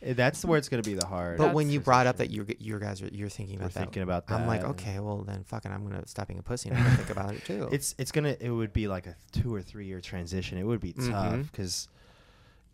Speaker 4: Eh, that's where it's gonna be the hard.
Speaker 1: But when
Speaker 2: That's
Speaker 1: you brought up that you you guys are you're thinking about
Speaker 4: We're
Speaker 1: that,
Speaker 4: thinking about
Speaker 1: I'm like,
Speaker 4: that,
Speaker 1: okay, well then, fucking, I'm gonna stop being a pussy and I'm gonna think about it too.
Speaker 4: Mm-hmm. it's it's gonna it would be like a two or three year transition. It would be tough
Speaker 1: Mhm.
Speaker 4: because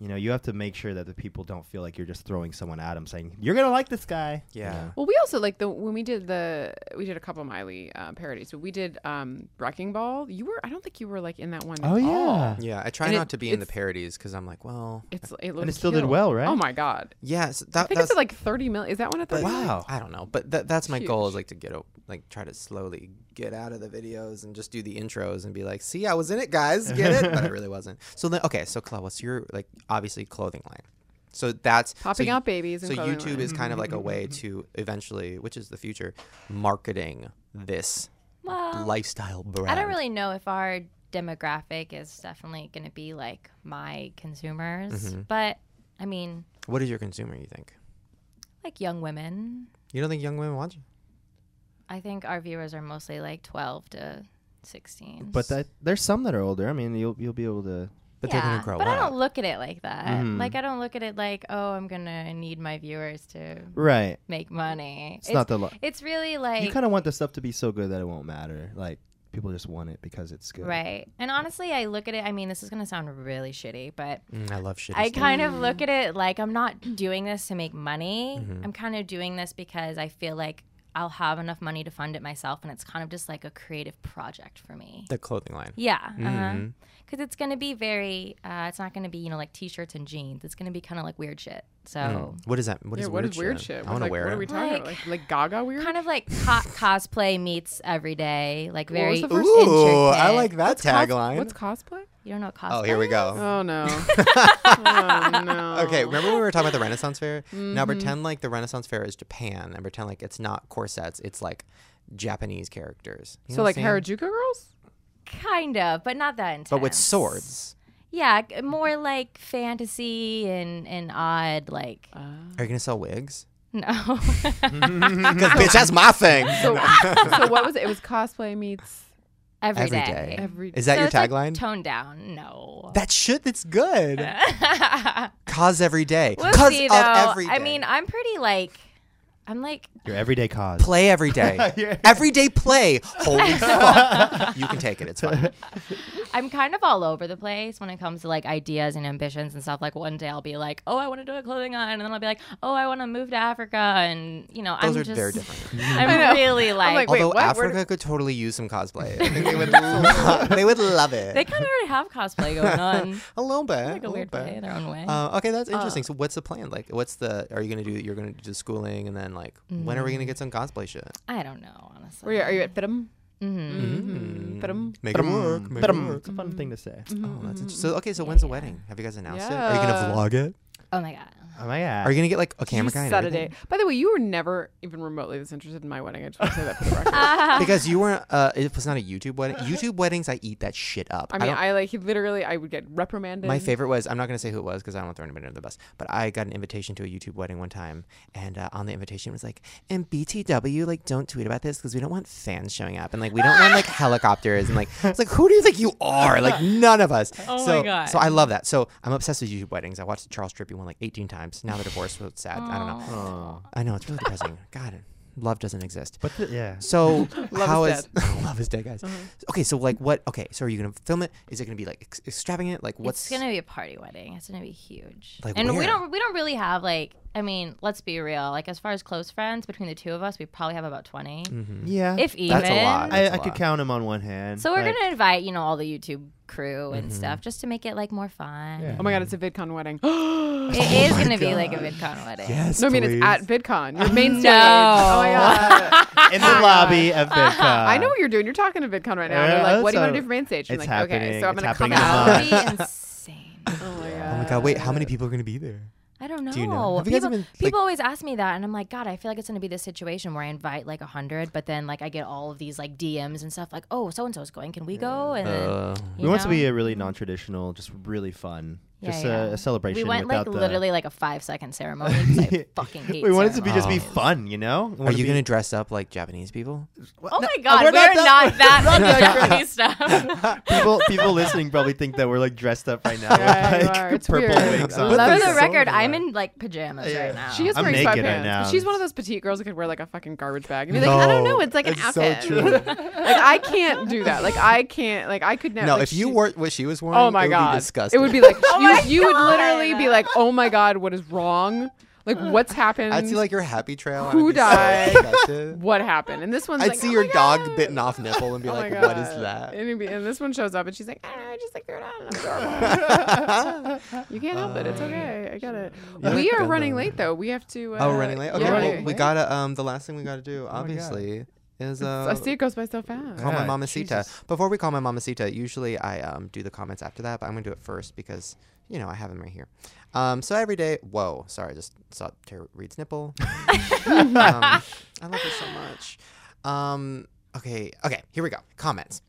Speaker 4: you know, you have to make sure that the people don't feel like you're just throwing someone at them saying, you're going to like this guy. you
Speaker 1: Yeah.
Speaker 4: know?
Speaker 2: Well, we also like the when we did the we did a couple of Miley uh, parodies, but we did um Wrecking Ball. You were I don't think you were like in that one.
Speaker 4: Oh,
Speaker 2: at
Speaker 4: yeah.
Speaker 2: all.
Speaker 1: Yeah, I try
Speaker 2: And it-
Speaker 1: not to be in the
Speaker 2: it's-
Speaker 1: parodies because I'm like, well,
Speaker 2: It's it
Speaker 4: And it still did well, right?
Speaker 2: Oh my god!
Speaker 1: yes,
Speaker 2: I
Speaker 1: that,
Speaker 2: think
Speaker 1: that's
Speaker 2: it's at, like thirty mil. Is that one at
Speaker 1: but-
Speaker 2: thirty? mil?
Speaker 4: Wow.
Speaker 1: I don't know, but that that's my goal is
Speaker 2: Huge.
Speaker 1: like to get o- like try to slowly get out of the videos and just do the intros and be like, see, I was in it, guys, get it, but I really wasn't. So then, okay, so Chloe, what's your like obviously clothing line? So that's so
Speaker 2: Popping
Speaker 1: you-
Speaker 2: out babies and
Speaker 1: So
Speaker 2: clothing
Speaker 1: YouTube
Speaker 2: line.
Speaker 1: is kind of like a way
Speaker 2: Mm-hmm.
Speaker 1: to eventually, which is the future, marketing this
Speaker 5: Well,
Speaker 1: lifestyle brand.
Speaker 5: Um, I don't really know if our demographic is definitely going to be like my consumers,
Speaker 4: Mm-hmm.
Speaker 5: but I mean,
Speaker 1: What is your consumer? You think
Speaker 5: like young women.
Speaker 1: you don't think young women watch?
Speaker 5: I think our viewers are mostly like 12 to 16.
Speaker 4: But that there's some that are older. I mean, you'll you'll be able to.
Speaker 1: But they're gonna grow
Speaker 5: but I
Speaker 1: up.
Speaker 5: don't look at it like that.
Speaker 4: Mhm.
Speaker 5: Like I don't look at it like, oh, I'm gonna need my viewers to
Speaker 4: Right.
Speaker 5: make money.
Speaker 4: It's, not the. Lo-
Speaker 5: It's really like
Speaker 4: you kind of want the stuff to be so good that it won't matter. Like people just want it because it's good.
Speaker 5: right. And honestly, I look at it. I mean, this is gonna sound really shitty, but
Speaker 1: Mm, I love shit.
Speaker 5: I kind of look at it like I'm not doing this to make money.
Speaker 4: Mm-hmm.
Speaker 5: I'm kind of doing this because I feel like I'll have enough money to fund it myself, and it's kind of just like a creative project for me.
Speaker 1: the clothing line.
Speaker 5: Yeah, because
Speaker 4: Mm-hmm.
Speaker 5: it's gonna be very. Uh, it's not gonna be you know like t-shirts and jeans. It's gonna be kind of like weird shit. So.
Speaker 4: Mm.
Speaker 1: Mm. What is that? What is
Speaker 2: Yeah,
Speaker 1: weird,
Speaker 2: what is weird
Speaker 1: I
Speaker 2: shit? What-
Speaker 1: want to
Speaker 2: like,
Speaker 1: wear
Speaker 2: What are we
Speaker 1: it.
Speaker 2: talking about? Like, like Gaga weird?
Speaker 5: kind of like co- cosplay meets everyday, like
Speaker 2: What
Speaker 5: very
Speaker 2: was the first-
Speaker 5: intricate.
Speaker 1: that
Speaker 2: Cos- What's cosplay?
Speaker 5: You don't know cosplay.
Speaker 1: Oh, here we go.
Speaker 2: Oh no! oh no!
Speaker 1: Okay, remember when we were talking about the Renaissance Fair?
Speaker 5: Mm-hmm.
Speaker 1: Now pretend like the Renaissance Fair is Japan, and pretend like it's not corsets; it's like Japanese characters. You know
Speaker 2: So
Speaker 1: what
Speaker 2: like
Speaker 1: I'm saying?
Speaker 2: Harajuku girls?
Speaker 5: Kind of, but not that intense.
Speaker 1: but with swords.
Speaker 5: Yeah, g- more like fantasy and and odd, like
Speaker 1: Are you gonna sell wigs?
Speaker 5: no.
Speaker 1: Because bitch, that's my thing.
Speaker 2: So, so what was it? It was cosplay meets
Speaker 5: Every
Speaker 1: Every
Speaker 5: day.
Speaker 1: day.
Speaker 2: every.
Speaker 1: Is that
Speaker 5: So
Speaker 1: your
Speaker 5: it's, like,
Speaker 1: tagline?
Speaker 5: Toned down. No.
Speaker 1: that shit, that's good. Cause every day.
Speaker 5: we'll
Speaker 1: Cause
Speaker 5: see,
Speaker 1: of
Speaker 5: though.
Speaker 1: every day.
Speaker 5: I mean, I'm pretty like, I'm like,
Speaker 4: Your everyday cause.
Speaker 1: play every day.
Speaker 4: Yeah.
Speaker 1: Everyday play. Holy fuck. You can take it. It's fine.
Speaker 5: I'm kind of all over the place when it comes to like ideas and ambitions and stuff. Like one day I'll be like, oh, I want to do a clothing line, and then I'll be like, oh, I want to move to Africa, and you know,
Speaker 1: Those
Speaker 5: I'm
Speaker 1: are
Speaker 5: just
Speaker 1: very different.
Speaker 2: know.
Speaker 5: I'm really like,
Speaker 2: like, Wait,
Speaker 1: Although
Speaker 2: what? Where
Speaker 1: Africa could totally use some cosplay. I think they would, lo- they would love it.
Speaker 5: they kind of already have cosplay going on,
Speaker 1: a little bit.
Speaker 5: like a
Speaker 1: little
Speaker 5: weird
Speaker 1: bit.
Speaker 5: way, their own way.
Speaker 1: Uh, okay, that's interesting. so, what's the plan? Like, what's the? Are you gonna do? You're gonna do schooling, and then like, when are we gonna get some cosplay shit?
Speaker 5: I don't know, honestly.
Speaker 2: Where you- are you at Fitum?
Speaker 1: Mm.
Speaker 2: Mm-hmm.
Speaker 1: Make it work. Make it work.
Speaker 4: Mm, It's a fun thing to say.
Speaker 5: Mm.
Speaker 1: Oh, that's interesting. So, okay, so when's the wedding? Have you guys announced it? Are you
Speaker 2: Yeah.
Speaker 1: gonna vlog it?
Speaker 5: Oh my god.
Speaker 4: Oh my god.
Speaker 1: Are you gonna get like a camera guy? and
Speaker 2: Saturday.
Speaker 1: everything?
Speaker 2: By the way, you were never even remotely this interested in my wedding. I just want to say that for the record.
Speaker 1: Because you weren't. Uh, it was not a YouTube wedding. YouTube weddings, I eat that shit up.
Speaker 2: I mean,
Speaker 1: don't-
Speaker 2: I, like he literally. I would get reprimanded.
Speaker 1: My favorite was I'm not going to say who it was because I don't want to throw anybody under the bus. But I got an invitation to a YouTube wedding one time, and uh, on the invitation it was like, "And BTW, like, don't tweet about this because we don't want fans showing up, and like, we don't want like helicopters, and like, it's like, who do you think you are? Like, none of us.
Speaker 5: Oh my
Speaker 1: so,
Speaker 5: God.
Speaker 1: So I love that. So I'm obsessed with YouTube weddings. I watched the Charles Trippy one like 18 times. Now they're divorced, so it's sad. I don't know.
Speaker 4: Oh.
Speaker 1: I know it's really depressing. God, love doesn't exist.
Speaker 4: But the, yeah.
Speaker 1: So how
Speaker 2: is
Speaker 1: is love is dead, guys?
Speaker 5: Uh-huh.
Speaker 1: Okay, so like what? Okay, so are you gonna film it? Is it gonna be like ex- extravagant? Like what's
Speaker 5: it's gonna be a party wedding. It's gonna be huge.
Speaker 1: Like
Speaker 5: and
Speaker 1: where?
Speaker 5: we don't we don't really have like I mean, let's be real. Like as far as close friends between the two of us, we probably have about 20
Speaker 1: Mm-hmm.
Speaker 4: Yeah.
Speaker 5: if even.
Speaker 1: Mm. That's a lot.
Speaker 4: Mm. I,
Speaker 1: That's a
Speaker 4: I could
Speaker 1: lot.
Speaker 4: count him on one hand.
Speaker 5: So we're
Speaker 4: Like,
Speaker 5: gonna invite you know all the YouTube crew and stuff just to make it like more fun.
Speaker 4: Mm-hmm. Yeah. Oh
Speaker 2: Oh my god, it's a VidCon wedding. no,
Speaker 5: It is gonna be like a VidCon wedding.
Speaker 1: Yes,
Speaker 2: I mean
Speaker 1: please.
Speaker 2: it's at VidCon. Your main
Speaker 5: No.
Speaker 2: stage. Oh my god.
Speaker 4: in the uh, lobby of
Speaker 5: Uh-huh.
Speaker 4: VidCon.
Speaker 2: I know what you're doing. You're talking to VidCon right now. and
Speaker 4: Yeah,
Speaker 2: you're like, what do you
Speaker 4: so
Speaker 2: want to do for main stage? I'm
Speaker 4: it's
Speaker 2: like, okay,
Speaker 4: happening.
Speaker 2: so I'm
Speaker 4: It's
Speaker 2: gonna come
Speaker 4: happening in the
Speaker 2: out.
Speaker 4: month.
Speaker 5: That would be insane.
Speaker 2: Oh my
Speaker 1: Oh
Speaker 2: god.
Speaker 1: my god! Wait, how many people are gonna be there?
Speaker 5: I don't know.
Speaker 1: Do you know? Have you guys
Speaker 5: people,
Speaker 1: been,
Speaker 5: people always ask me that, and I'm like, God, I feel like it's gonna be this situation where I invite like a hundred, but then like I get all of these like DMs and stuff, like, oh, so and so's going, can we go?
Speaker 1: Uh,
Speaker 5: And then,
Speaker 4: Uh, We
Speaker 5: you
Speaker 4: want it to
Speaker 5: know?
Speaker 4: be a really non-traditional, just really fun,
Speaker 5: Yeah,
Speaker 4: just
Speaker 5: yeah.
Speaker 4: A, a celebration.
Speaker 5: We went like
Speaker 4: without the,
Speaker 5: literally like a five second ceremony. 'cause I fucking hate.
Speaker 4: We wanted to be just be
Speaker 5: ceremonies.
Speaker 4: fun, you know. We
Speaker 1: Oh. Are
Speaker 4: wanna
Speaker 1: you
Speaker 4: be-
Speaker 1: gonna dress up like Japanese people?
Speaker 5: Oh my god,
Speaker 4: we're
Speaker 5: we're,
Speaker 4: not
Speaker 5: not,
Speaker 4: that-
Speaker 5: that,
Speaker 4: not that
Speaker 5: into stuff.
Speaker 4: people? People listening probably think that we're like dressed up right now,
Speaker 2: Yeah, you
Speaker 4: with, like
Speaker 2: are. It's
Speaker 4: purple
Speaker 2: weird.
Speaker 4: wigs
Speaker 2: But
Speaker 4: on.
Speaker 2: Love
Speaker 5: For
Speaker 2: That's
Speaker 5: the
Speaker 2: so
Speaker 5: record, I'm in like pajamas
Speaker 4: Yeah.
Speaker 5: right now.
Speaker 2: She is
Speaker 4: I'm
Speaker 2: wearing
Speaker 4: naked
Speaker 2: sweatpants.
Speaker 4: right now.
Speaker 2: but she's one of those petite girls that could wear like a fucking garbage bag. And be like, I don't know. It's like an outfit. like I can't do that. Like I can't. Like I could never.
Speaker 1: No,
Speaker 2: like,
Speaker 1: if you
Speaker 2: she-
Speaker 1: wore what she was wearing,
Speaker 2: Oh my
Speaker 1: it would
Speaker 2: god,
Speaker 1: be disgusting.
Speaker 2: It would be like
Speaker 5: Oh
Speaker 2: you you would literally be like, "Oh my god, what is wrong? Like what's happened?
Speaker 1: I'd see like your happy trail. and
Speaker 2: Who
Speaker 1: I'd be so
Speaker 2: died?
Speaker 1: disgusted.
Speaker 2: what happened?" And this one's
Speaker 1: I'd
Speaker 2: like,
Speaker 1: see
Speaker 2: "Oh
Speaker 1: your
Speaker 2: my
Speaker 1: dog
Speaker 2: God."
Speaker 1: bitten off nipple and be
Speaker 2: Oh my
Speaker 1: like, "What is
Speaker 2: God."
Speaker 1: that?"
Speaker 2: And, it'd be- and this one shows up and she's like, I don't know, I just like threw it on. I'm adorable." you can't help it. It's okay. I get it.
Speaker 1: Yeah.
Speaker 2: we are
Speaker 1: Uh, Good
Speaker 2: running
Speaker 1: though.
Speaker 2: late though. We have to. Uh,
Speaker 1: Oh, running late. Okay,
Speaker 2: yeah, Oh
Speaker 1: well,
Speaker 2: we-
Speaker 1: we gotta um the last thing we gotta do, obviously, is uh
Speaker 2: I see it goes by so fast.
Speaker 1: call my
Speaker 4: Yeah,
Speaker 1: mama Sita. Before we call my mama Sita, usually I um do the comments after that, but I'm gonna do it first because you know I have them right here. Um, so every day, whoa, sorry, I just saw Tara Reed's nipple. um, I love her so much. Um, okay, okay, here we go. Comments.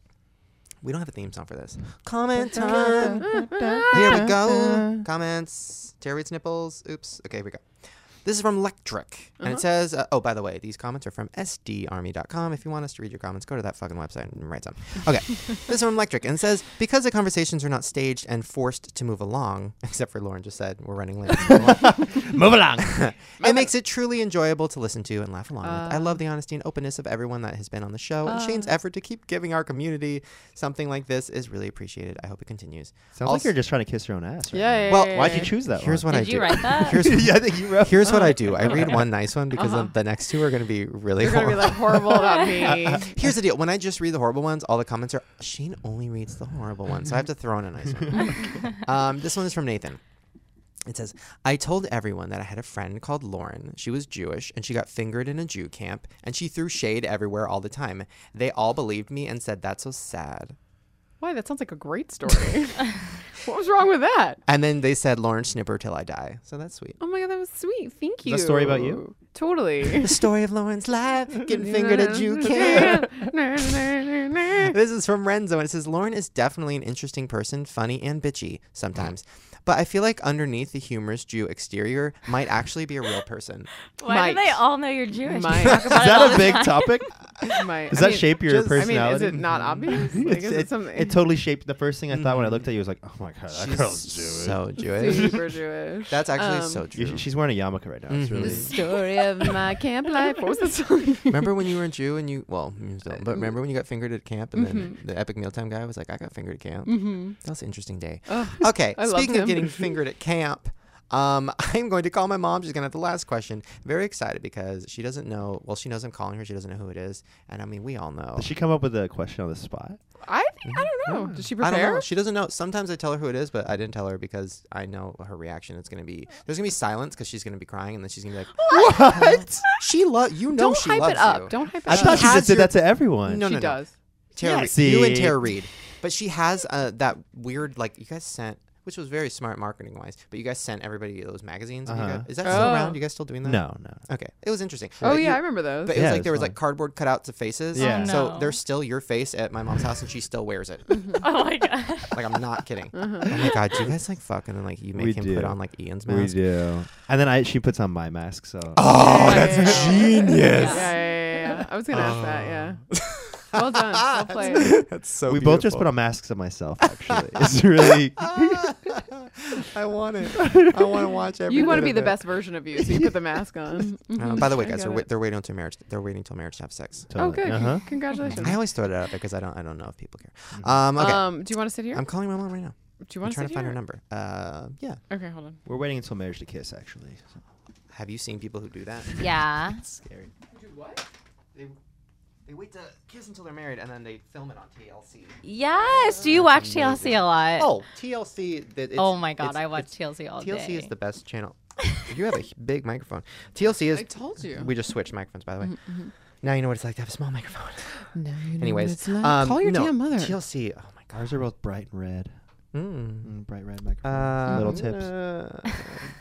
Speaker 1: We don't have a theme song for this. Comment time. Here we go. Comments. Terry's nipples. Oops. Okay, here we go. This is from Electric. And
Speaker 5: Uh-huh.
Speaker 1: it says, uh, oh, by the way, these comments are from sdarmy.com. If you want us to read your comments, go to that fucking website and write some. Okay. this is from Electric. And it says, because the conversations are not staged and forced to move along, except for Lauren just said, we're running late.
Speaker 4: Move along.
Speaker 1: it makes it truly enjoyable to listen to and laugh along with. I
Speaker 5: Uh.
Speaker 1: love the honesty and openness of everyone that has been on the show, and Shane's effort to keep giving our community something like this is really appreciated. I hope it continues.
Speaker 4: Sounds like
Speaker 1: Also-
Speaker 4: you're just trying to kiss your own ass. Right
Speaker 2: Yeah. yeah,
Speaker 1: Well,
Speaker 2: yeah,
Speaker 4: Now. Why'd
Speaker 2: yeah.
Speaker 4: you choose that
Speaker 1: Here's
Speaker 4: one?
Speaker 1: what I
Speaker 5: Did
Speaker 1: do.
Speaker 5: you write that?
Speaker 1: Here's
Speaker 4: yeah, I think you wrote.
Speaker 1: Here's what I do. I read one nice one because then the next two are going to be really
Speaker 2: Uh-huh. They're gonna
Speaker 1: horrible.
Speaker 2: be like horrible about me.
Speaker 1: Here's the deal. When I just read the horrible ones, all the comments are Shane only reads the horrible ones, so I have to throw in a nice one. um, this one is from Nathan. It says, I told everyone that I had a friend called Lauren. She was Jewish and she got fingered in a Jew camp and she threw shade everywhere all the time. They all believed me and said, That's so sad.
Speaker 2: Why? That sounds like a great story. what was wrong with that?
Speaker 1: And then they said, Lauren Snipper till I die. So that's sweet.
Speaker 2: Oh my god, that was sweet. Thank you.
Speaker 4: a story about you?
Speaker 2: Totally.
Speaker 1: The story of Lauren's life getting fingered at Jew camp. this is from Renzo, and it says Lauren is definitely an interesting person, funny and bitchy sometimes. But I feel like underneath the humorous Jew exterior might actually be a real person.
Speaker 5: Why do
Speaker 2: Might.
Speaker 5: they all know you're Jewish?
Speaker 2: Might.
Speaker 5: You talk
Speaker 4: Is
Speaker 5: about it all
Speaker 4: that a
Speaker 5: the
Speaker 4: big
Speaker 5: time.
Speaker 4: topic?
Speaker 2: My-
Speaker 4: Does
Speaker 2: I
Speaker 4: that
Speaker 2: mean-
Speaker 4: shape your
Speaker 1: just- I
Speaker 2: I mean,
Speaker 4: personality?
Speaker 2: is it not obvious? Like,
Speaker 4: It's-
Speaker 2: is it
Speaker 4: it,
Speaker 2: something?
Speaker 4: it totally shaped. The first thing I thought when I looked at you was like, oh my god, that girl's Jewish.
Speaker 1: So Jewish.
Speaker 2: super Jewish.
Speaker 1: That's actually
Speaker 2: Um,
Speaker 1: so
Speaker 4: You-
Speaker 1: true.
Speaker 4: she's wearing a yarmulke right now. It's
Speaker 1: Mhm.
Speaker 4: really.
Speaker 2: The story of my camp life. What was the song?
Speaker 1: remember when you were a Jew and you well, you still- but remember when you got fingered at camp and then the epic mealtime guy was like, "I got fingered at camp." Mm-hmm. That was an interesting day. okay,
Speaker 2: I loved
Speaker 1: speaking of
Speaker 2: him.
Speaker 1: getting fingered at camp. Um, I'm going to call my mom. She's gonna have the last question. Very excited because she doesn't know. Well, she knows I'm calling her. She doesn't know who it is, and I mean, we all know.
Speaker 4: Did she come up with a question on the spot?
Speaker 2: I think I
Speaker 4: Mm-hmm.
Speaker 2: don't know. Did she
Speaker 1: I don't
Speaker 2: prepare?
Speaker 1: know. She doesn't know. Sometimes I tell her who it is, but I didn't tell her because I know her reaction. It's gonna be there's gonna be silence because she's gonna be crying, and then she's gonna be like, "What? she love you know
Speaker 2: Don't
Speaker 1: she
Speaker 2: hype
Speaker 1: loves
Speaker 2: it up.
Speaker 1: you."
Speaker 2: Don't hype it
Speaker 4: I
Speaker 2: up.
Speaker 4: thought she
Speaker 1: has
Speaker 4: just did
Speaker 1: your-
Speaker 4: that to everyone.
Speaker 1: No,
Speaker 2: she
Speaker 1: no, no.
Speaker 2: does.
Speaker 1: Tara,
Speaker 4: Yes.
Speaker 1: Reid- you and
Speaker 4: See?
Speaker 1: Tara Reed, but she has uh, that weird like you guys sent, which was very smart marketing wise. But you guys sent everybody those magazines. and you
Speaker 4: Uh-huh.
Speaker 1: guys- is that still
Speaker 2: Oh.
Speaker 1: around? You guys still doing that?
Speaker 4: no, no.
Speaker 1: Okay, it was interesting.
Speaker 2: Oh
Speaker 1: But
Speaker 2: yeah,
Speaker 1: you-
Speaker 2: I remember those.
Speaker 1: But it was
Speaker 4: Yeah,
Speaker 1: like
Speaker 4: it
Speaker 1: there was
Speaker 4: was
Speaker 1: like
Speaker 4: fun.
Speaker 1: cardboard cutouts of faces.
Speaker 4: Yeah. Oh,
Speaker 1: So
Speaker 5: no.
Speaker 1: there's still your face at my mom's house, and she still wears it.
Speaker 5: Oh my god.
Speaker 1: Like I'm not kidding. Oh my god, do you guys like fuck and then like you make
Speaker 4: We
Speaker 1: him put
Speaker 4: do.
Speaker 1: on like Ian's
Speaker 4: We
Speaker 1: mask?
Speaker 4: do. And then I she puts on my mask. So
Speaker 1: Oh,
Speaker 2: that's Yeah.
Speaker 1: genius.
Speaker 2: yeah, yeah, yeah, yeah. I was gonna ask that. Yeah. Well done. Well played.
Speaker 1: Oh. That's so
Speaker 4: we both just put on masks of myself. Actually, it's really.
Speaker 1: I want it. I want to watch everything.
Speaker 2: You want to be the best version of you, so you put the mask on. Mhm.
Speaker 1: Uh, by the way,
Speaker 2: I
Speaker 1: guys, they're,
Speaker 2: get
Speaker 1: wai-
Speaker 2: it.
Speaker 1: they're waiting until marriage. They're waiting until marriage to have sex.
Speaker 2: Oh, good.
Speaker 4: Uh-huh.
Speaker 2: Congratulations.
Speaker 1: I always throw that out there because I don't. I don't know if people
Speaker 4: Mm-hmm.
Speaker 1: care. Um, okay,
Speaker 2: Um, do you want to sit here?
Speaker 1: I'm calling my mom right now.
Speaker 2: do you
Speaker 1: I'm
Speaker 2: want to
Speaker 1: trying
Speaker 2: sit
Speaker 1: to find
Speaker 2: here?
Speaker 1: her number. Uh, yeah.
Speaker 2: Okay, hold on.
Speaker 4: We're waiting until marriage to kiss. Actually, so
Speaker 1: Have you seen people who do that?
Speaker 5: Yeah.
Speaker 4: scary.
Speaker 1: They, they wait to kiss until they're married and then they film it on TLC.
Speaker 5: Yes. Do you watch TLC a lot?
Speaker 1: Oh, TLC. That it's,
Speaker 5: Oh my god,
Speaker 1: it's-
Speaker 5: I watch
Speaker 1: it's-
Speaker 5: TLC all
Speaker 1: TLC
Speaker 5: day.
Speaker 1: is the best channel. you have a h- big microphone. TLC is.
Speaker 2: I told you.
Speaker 1: We just switched microphones, by the way. Now you know what it's like to have a small microphone.
Speaker 2: No, Mm-hmm, you know
Speaker 1: Anyways,
Speaker 2: it's not.
Speaker 1: um,
Speaker 2: call your
Speaker 1: no,
Speaker 2: damn mother.
Speaker 1: TLC. Oh my god.
Speaker 4: Ours are both bright and red.
Speaker 1: Mm.
Speaker 4: Mm, bright red microphone.
Speaker 2: Mm.
Speaker 1: Uh,
Speaker 4: Little
Speaker 1: I'm
Speaker 4: tips.
Speaker 1: gonna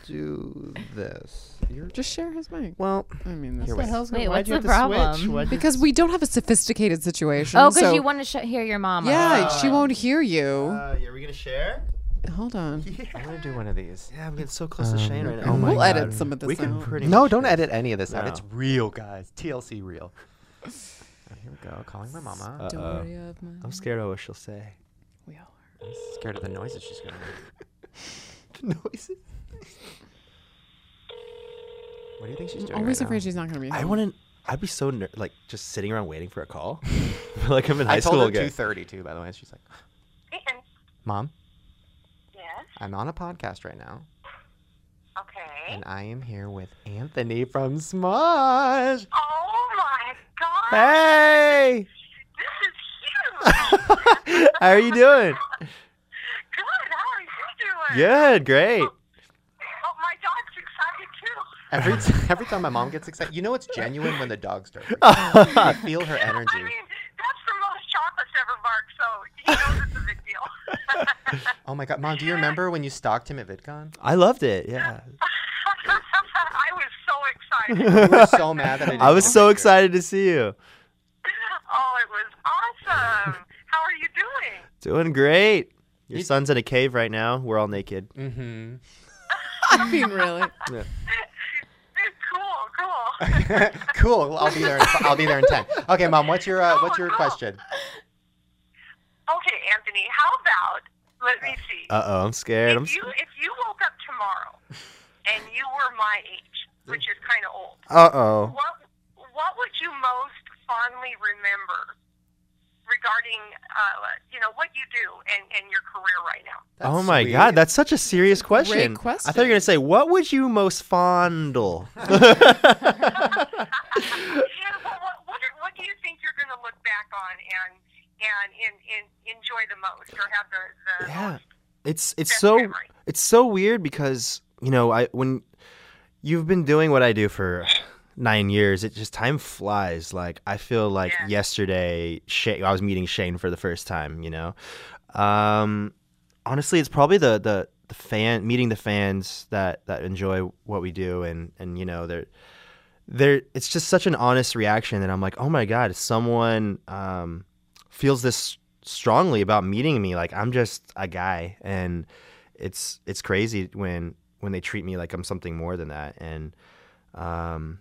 Speaker 1: do this. You're
Speaker 2: Just share his mic.
Speaker 1: well.
Speaker 2: I
Speaker 1: Here
Speaker 2: mean, that's
Speaker 1: we go.
Speaker 4: hell's
Speaker 5: Wait, what's the problem?
Speaker 2: because we don't have a sophisticated situation.
Speaker 5: Oh, because
Speaker 2: so-
Speaker 5: you want to sh- hear your mama.
Speaker 2: Yeah, she won't hear you.
Speaker 4: Uh, yeah, are we gonna share?
Speaker 1: Uh,
Speaker 2: Hold on.
Speaker 1: I'm gonna do one of these.
Speaker 4: Yeah, I'm getting so close to Shane right now.
Speaker 1: Oh my
Speaker 2: we'll edit some of this
Speaker 4: We can
Speaker 2: out.
Speaker 4: pretty.
Speaker 1: No,
Speaker 4: much
Speaker 1: don't
Speaker 4: share.
Speaker 1: edit any of this out.
Speaker 4: No.
Speaker 1: It's real, guys. TLC real. Oh, Here we go. Calling my mama.
Speaker 2: Don't
Speaker 4: Uh-oh.
Speaker 2: worry of my.
Speaker 1: Uh,
Speaker 4: I'm scared of what she'll say.
Speaker 2: We all are.
Speaker 1: I'm scared of the noises she's gonna make.
Speaker 4: The noises.
Speaker 1: What do you think she's
Speaker 2: I'm
Speaker 1: doing?
Speaker 2: always
Speaker 1: right
Speaker 2: afraid
Speaker 1: now?
Speaker 2: she's not gonna be.
Speaker 4: I
Speaker 2: home.
Speaker 4: wouldn't. I'd be so ner- like just sitting around waiting for a call. like I'm in high
Speaker 1: I told
Speaker 4: school
Speaker 1: her
Speaker 4: again.
Speaker 1: two thirty too. By the way, she's like,
Speaker 3: Ian.
Speaker 1: "Mom,
Speaker 3: Yes.
Speaker 1: I'm on a podcast right now,
Speaker 3: Okay.
Speaker 1: and I am here with Anthony from Smosh.
Speaker 3: Oh my god.
Speaker 1: Hey,
Speaker 3: This is huge.
Speaker 1: how are you doing?
Speaker 3: Good. How are you doing?
Speaker 1: Good, great.
Speaker 3: Oh, my dog's excited too.
Speaker 1: Every t- every time my mom gets excited, you know it's genuine when the dogs start. barking. I feel her
Speaker 3: I
Speaker 1: energy.
Speaker 3: mean, that's the most chocolate's ever barked, so he knows it's a big deal.
Speaker 1: Oh my god, mom, do you remember when you stalked him at VidCon?
Speaker 4: I loved it. Yeah.
Speaker 3: I was so excited.
Speaker 1: You were so mad that I didn't
Speaker 4: I was
Speaker 1: take a
Speaker 4: so
Speaker 1: picture.
Speaker 4: excited to see you.
Speaker 3: Oh, it was awesome. How are you doing?
Speaker 4: Doing great. Your
Speaker 1: You-
Speaker 4: son's in a cave right now. We're all naked.
Speaker 1: Mhm.
Speaker 2: I mean, really.
Speaker 3: Cool, cool.
Speaker 1: cool. I'll be there. In, I'll be there in ten. Okay, mom. What's your uh, What's your question?
Speaker 3: Okay, Anthony, how about let me see.
Speaker 4: Uh oh, I'm scared. I'm
Speaker 3: If
Speaker 4: s-
Speaker 3: you if you woke up tomorrow and you were my age, which is kind of old,
Speaker 4: Uh oh.
Speaker 3: what what would you most fondly remember regarding uh, you know what you do and, and your career right now?
Speaker 1: That's
Speaker 4: Oh my
Speaker 1: sweet.
Speaker 4: god, that's such a serious question. I thought you
Speaker 2: question.
Speaker 4: were gonna say, "What would you most fondle?"
Speaker 3: Yeah, well, what, what, are- what do you think you're going to look back on and and in, in, enjoy the most or have the, the
Speaker 4: yeah,
Speaker 3: most
Speaker 4: it's it's
Speaker 3: best
Speaker 4: so uh,
Speaker 3: memory?
Speaker 4: it's so weird because you know I when you've been doing what I do for nine years, it just time flies. Like I feel like
Speaker 3: Yeah.
Speaker 4: yesterday, Shane, I was meeting Shane for the first time. You know, um, honestly, it's probably the the the fan meeting the fans that that enjoy what we do and and you know they're there it's just such an honest reaction that I'm like, oh my god, someone um, feels this strongly about meeting me. Like I'm just a guy, and it's it's crazy when when they treat me like I'm something more than that. And um,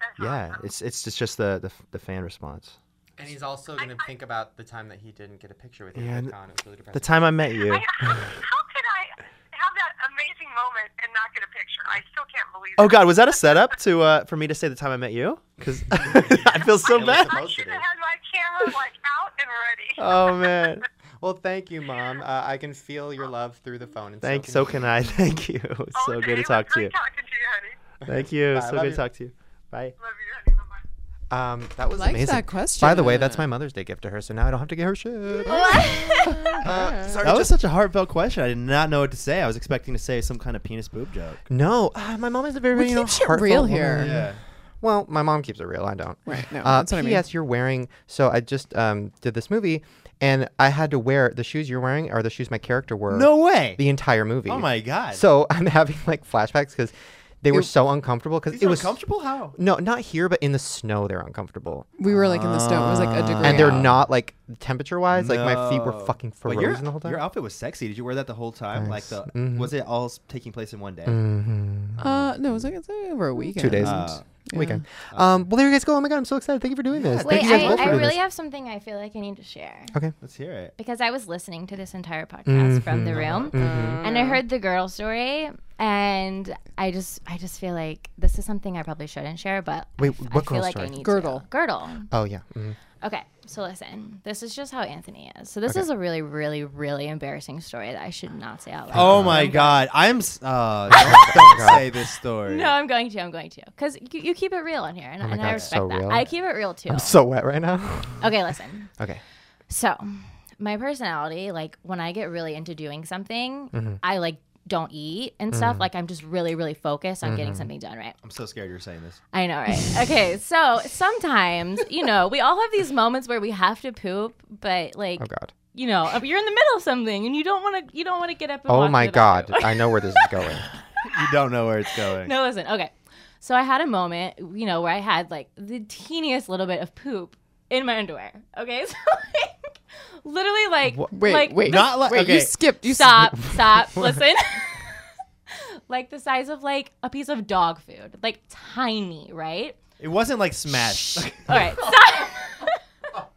Speaker 3: That's
Speaker 4: yeah,
Speaker 3: awesome.
Speaker 4: it's it's it's just the the, the fan response.
Speaker 1: And he's also gonna think about the time that he didn't get a picture with you.
Speaker 4: Yeah,
Speaker 1: at
Speaker 4: and-
Speaker 1: VidCon. It was really
Speaker 4: The
Speaker 1: depressing.
Speaker 4: time I met you,
Speaker 3: I, how, how could I have that amazing moment and not get a picture? I still can't believe.
Speaker 4: oh
Speaker 3: it.
Speaker 4: god, was that a setup to uh, for me to say the time I met you? Because I feel so bad.
Speaker 3: I should have had my camera like out
Speaker 4: Oh
Speaker 3: and ready.
Speaker 4: man,
Speaker 1: Well, thank you, mom. Uh, I can feel your love through the phone. And
Speaker 4: thank
Speaker 1: so
Speaker 4: so can I. Thank you. It's so
Speaker 3: Okay,
Speaker 4: good to
Speaker 3: Oh, it
Speaker 4: talk
Speaker 3: was
Speaker 4: to
Speaker 3: great
Speaker 4: you.
Speaker 3: Talking to you, honey.
Speaker 4: Thank you.
Speaker 1: Bye,
Speaker 4: so
Speaker 1: love
Speaker 4: good
Speaker 1: you.
Speaker 4: to talk to you. Bye.
Speaker 3: Love you, honey. Bye bye.
Speaker 1: Um, that was
Speaker 2: Likes
Speaker 1: amazing.
Speaker 2: that question.
Speaker 1: By the way, that's my Mother's Day gift to her, so now I don't have to get her shit. Uh, sorry,
Speaker 4: That was
Speaker 1: just-
Speaker 4: such a heartfelt question. I did not know what to say. I was expecting to say some kind of penis boob joke.
Speaker 1: no, uh, my mom is a very
Speaker 2: We
Speaker 1: you know,
Speaker 2: keep shit
Speaker 1: heartfelt
Speaker 2: real
Speaker 1: woman.
Speaker 2: here.
Speaker 1: Well, my mom keeps it real. I don't.
Speaker 2: Right, no,
Speaker 1: Uh,
Speaker 2: that's what I mean.
Speaker 1: P.S. You're wearing. So I just um, did this movie, and I had to wear the shoes you're wearing are the shoes my character wore.
Speaker 4: No way.
Speaker 1: The entire movie.
Speaker 4: Oh my god.
Speaker 1: So I'm having like flashbacks because they were
Speaker 2: It-
Speaker 1: so uncomfortable because
Speaker 4: These
Speaker 1: it
Speaker 4: are
Speaker 1: was
Speaker 4: comfortable. How?
Speaker 1: no, not here, but in the snow they're uncomfortable,
Speaker 2: We were like in the stone. It was like a degree.
Speaker 1: and they're
Speaker 2: out.
Speaker 1: not like temperature wise. Like my feet were
Speaker 4: Oh No.
Speaker 1: fucking
Speaker 4: But
Speaker 1: frozen
Speaker 4: your,
Speaker 1: the whole time.
Speaker 4: Your outfit was sexy. Did you wear that the whole time? Like the
Speaker 1: Mhm.
Speaker 4: was it all s- taking place in one day?
Speaker 1: Mm.
Speaker 2: Uh, no, it was like it's like over a weekend.
Speaker 1: Two days.
Speaker 4: Uh,
Speaker 2: Yeah.
Speaker 1: Weekend. Um, well, there you guys go. Oh my god, I'm so excited. Thank you for doing this.
Speaker 5: Wait,
Speaker 1: Thank you guys
Speaker 5: I,
Speaker 1: both for
Speaker 5: I
Speaker 1: doing
Speaker 5: really
Speaker 1: this.
Speaker 5: have something I feel like I need to share.
Speaker 4: Let's hear it.
Speaker 5: Because I was listening to this entire
Speaker 1: Mm-hmm.
Speaker 5: podcast from the room and I heard the girl story and I just I just feel like this is something I probably shouldn't share, but I
Speaker 1: Wait,
Speaker 5: f- I
Speaker 1: what
Speaker 5: feel
Speaker 1: girl
Speaker 5: like I
Speaker 1: story?
Speaker 5: need
Speaker 2: Girdle.
Speaker 5: to. Girdle.
Speaker 1: Oh yeah. mhm.
Speaker 5: Okay, so listen. This is just how Anthony is. So this is a really, really, really embarrassing story that I should not say out loud.
Speaker 4: Oh my god. I'm. s- Uh,
Speaker 1: Oh
Speaker 4: don't, don't say this story.
Speaker 5: No, I'm going to. I'm going to. Because you, you keep it real on here, and, and
Speaker 1: Oh God,
Speaker 5: I respect
Speaker 1: so
Speaker 5: that.
Speaker 1: real.
Speaker 5: I keep it real too.
Speaker 1: I'm so wet right now.
Speaker 5: okay, listen.
Speaker 1: okay.
Speaker 5: So, my personality, like when I get really into doing something, I like don't eat and stuff. Like I'm just really, really focused on getting something done, right?
Speaker 4: I'm so scared you're saying this.
Speaker 5: I know, right? Okay, so sometimes, you know, we all have these moments where we have to poop, but like,
Speaker 1: Oh god.
Speaker 5: you know, you're in the middle of something and you don't want to, you don't want to get up. And walk
Speaker 1: Oh
Speaker 5: to
Speaker 1: my
Speaker 5: the bathroom.
Speaker 1: god. I know where this is going.
Speaker 4: You don't know where it's going.
Speaker 5: No, listen. Okay. So I had a moment, you know, where I had like the teeniest little bit of poop in my underwear. Okay. So like literally like
Speaker 2: Wait,
Speaker 5: like,
Speaker 2: wait,
Speaker 4: Not like-
Speaker 2: wait.
Speaker 4: okay.
Speaker 2: You skipped. You
Speaker 5: Stop, stop, listen. like the size of like a piece of dog food. Like tiny, right?
Speaker 4: It wasn't like smash.
Speaker 5: All right. Stop.